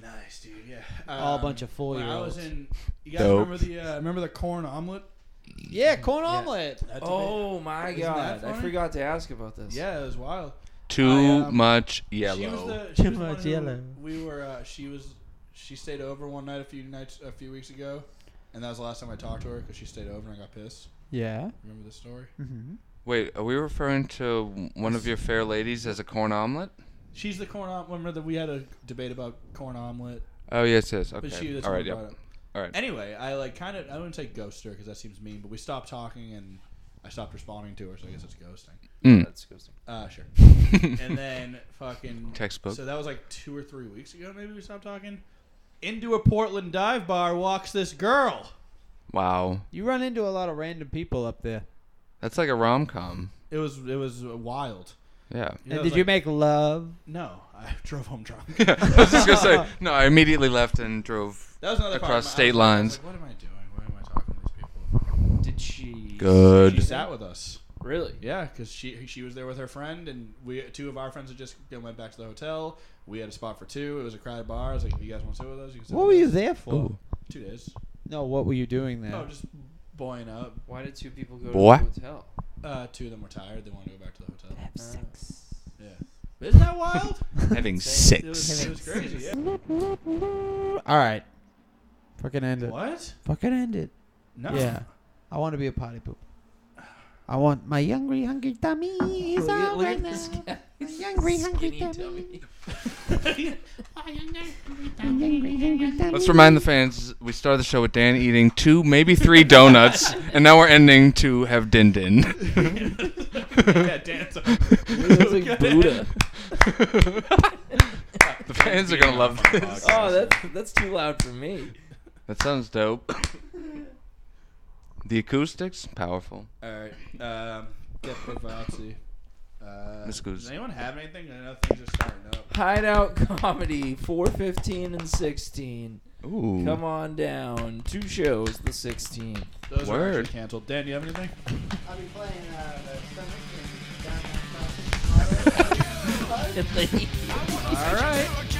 Speaker 2: Nice, dude. Yeah. Um,
Speaker 4: All bunch of
Speaker 2: when I was
Speaker 4: four-year-olds.
Speaker 2: in. You guys
Speaker 3: Dope.
Speaker 2: remember the uh, remember the corn omelet?
Speaker 4: yeah, corn
Speaker 1: Yeah.
Speaker 4: omelet.
Speaker 2: That debate?
Speaker 1: Oh my
Speaker 2: Isn't that
Speaker 1: god! I
Speaker 2: funny?
Speaker 1: forgot to ask about this.
Speaker 2: Yeah, it was wild.
Speaker 3: Too
Speaker 2: I, um,
Speaker 3: much
Speaker 2: She was
Speaker 3: yellow.
Speaker 2: the, she
Speaker 4: Too
Speaker 2: was the one
Speaker 4: much
Speaker 2: who-
Speaker 4: yellow.
Speaker 2: We were. Uh, she was. She stayed over one night a few nights a few weeks ago, and that was the last time I talked to her because she stayed over and I got pissed.
Speaker 4: Yeah.
Speaker 2: Remember this story?
Speaker 4: Mm-hmm.
Speaker 3: Wait, are we referring to one of your fair ladies as a corn omelet?
Speaker 2: She's the corn omelet. Remember that we had a debate about corn omelet.
Speaker 3: Oh yes, yes. Okay.
Speaker 2: But she that's
Speaker 3: All
Speaker 2: what
Speaker 3: right.
Speaker 2: we
Speaker 3: Yeah.
Speaker 2: brought up.
Speaker 3: All right.
Speaker 2: Anyway, I like kind of I wouldn't say ghost her because that seems mean, but we stopped talking and I stopped responding to her, so I guess it's ghosting.
Speaker 3: Mm.
Speaker 1: That's disgusting.
Speaker 2: Uh, sure. and then fucking
Speaker 3: Textbook.
Speaker 2: So that was like two or three weeks ago. Maybe we stopped talking. Into a Portland dive bar walks this girl.
Speaker 3: Wow.
Speaker 4: You run into a lot of random people up there.
Speaker 3: That's like a rom com.
Speaker 2: It was it was uh, wild.
Speaker 3: Yeah.
Speaker 2: You know,
Speaker 4: and
Speaker 2: it
Speaker 4: did
Speaker 2: was
Speaker 4: you
Speaker 2: like-
Speaker 4: make love?
Speaker 2: No, I drove home drunk.
Speaker 3: I was just gonna say no. I immediately left and drove.
Speaker 2: That was another part
Speaker 3: Across
Speaker 2: of my- I was
Speaker 3: state
Speaker 2: like- I was
Speaker 3: lines.
Speaker 2: like, what am I doing? Why am I talking to these people?
Speaker 1: Did she?
Speaker 3: Good.
Speaker 2: She sat with us.
Speaker 1: Really?
Speaker 2: Yeah, because she she was there with her friend, and we two of our friends had just been went back to the hotel. We had a spot for two. It was a crowded bar. I was like, "You guys want to sit with us?" You can sit
Speaker 4: What were
Speaker 2: with
Speaker 4: you
Speaker 2: us."
Speaker 4: there for?
Speaker 3: Ooh.
Speaker 2: Two days.
Speaker 4: No, what were you doing there?
Speaker 2: Oh, just boying up.
Speaker 1: Why did two people go
Speaker 3: Boy.
Speaker 1: to the hotel?
Speaker 2: Uh, two of them were tired. They wanted to go back to the hotel.
Speaker 4: Have sex.
Speaker 2: Yeah. Isn't that wild?
Speaker 3: Having
Speaker 2: It was, it was crazy. Yeah.
Speaker 4: All right. Fucking end it.
Speaker 2: What?
Speaker 4: Fucking end it.
Speaker 2: No.
Speaker 4: Yeah. I want to be a potty poop. I want my hungry, hungry tummy is
Speaker 1: Look at-
Speaker 4: all
Speaker 1: look
Speaker 4: right
Speaker 1: at
Speaker 4: now.
Speaker 1: this guy.
Speaker 4: My hungry, hungry
Speaker 1: Skinny
Speaker 4: tummy.
Speaker 1: tummy.
Speaker 4: My hungry, hungry tummy.
Speaker 3: Let's remind the fans we started the show with Dan eating two, maybe three donuts, and now we're ending to have din din.
Speaker 2: yeah, dance.
Speaker 1: Looks like Buddha.
Speaker 3: The fans are gonna love this.
Speaker 1: Oh, that's that's too loud for me.
Speaker 3: That sounds dope. The acoustics, powerful.
Speaker 2: All right. Um, get the Voxy. Uh,
Speaker 3: Miss Goose.
Speaker 2: Does anyone have anything? I know things are starting up.
Speaker 1: Hideout comedy, four fifteen and sixteen.
Speaker 3: Ooh.
Speaker 1: Come on down. Two shows, the sixteenth.
Speaker 2: Those are
Speaker 3: Word.
Speaker 2: actually canceled. Dan, do you have anything?
Speaker 5: I'll be playing uh,
Speaker 1: All right.
Speaker 2: All right.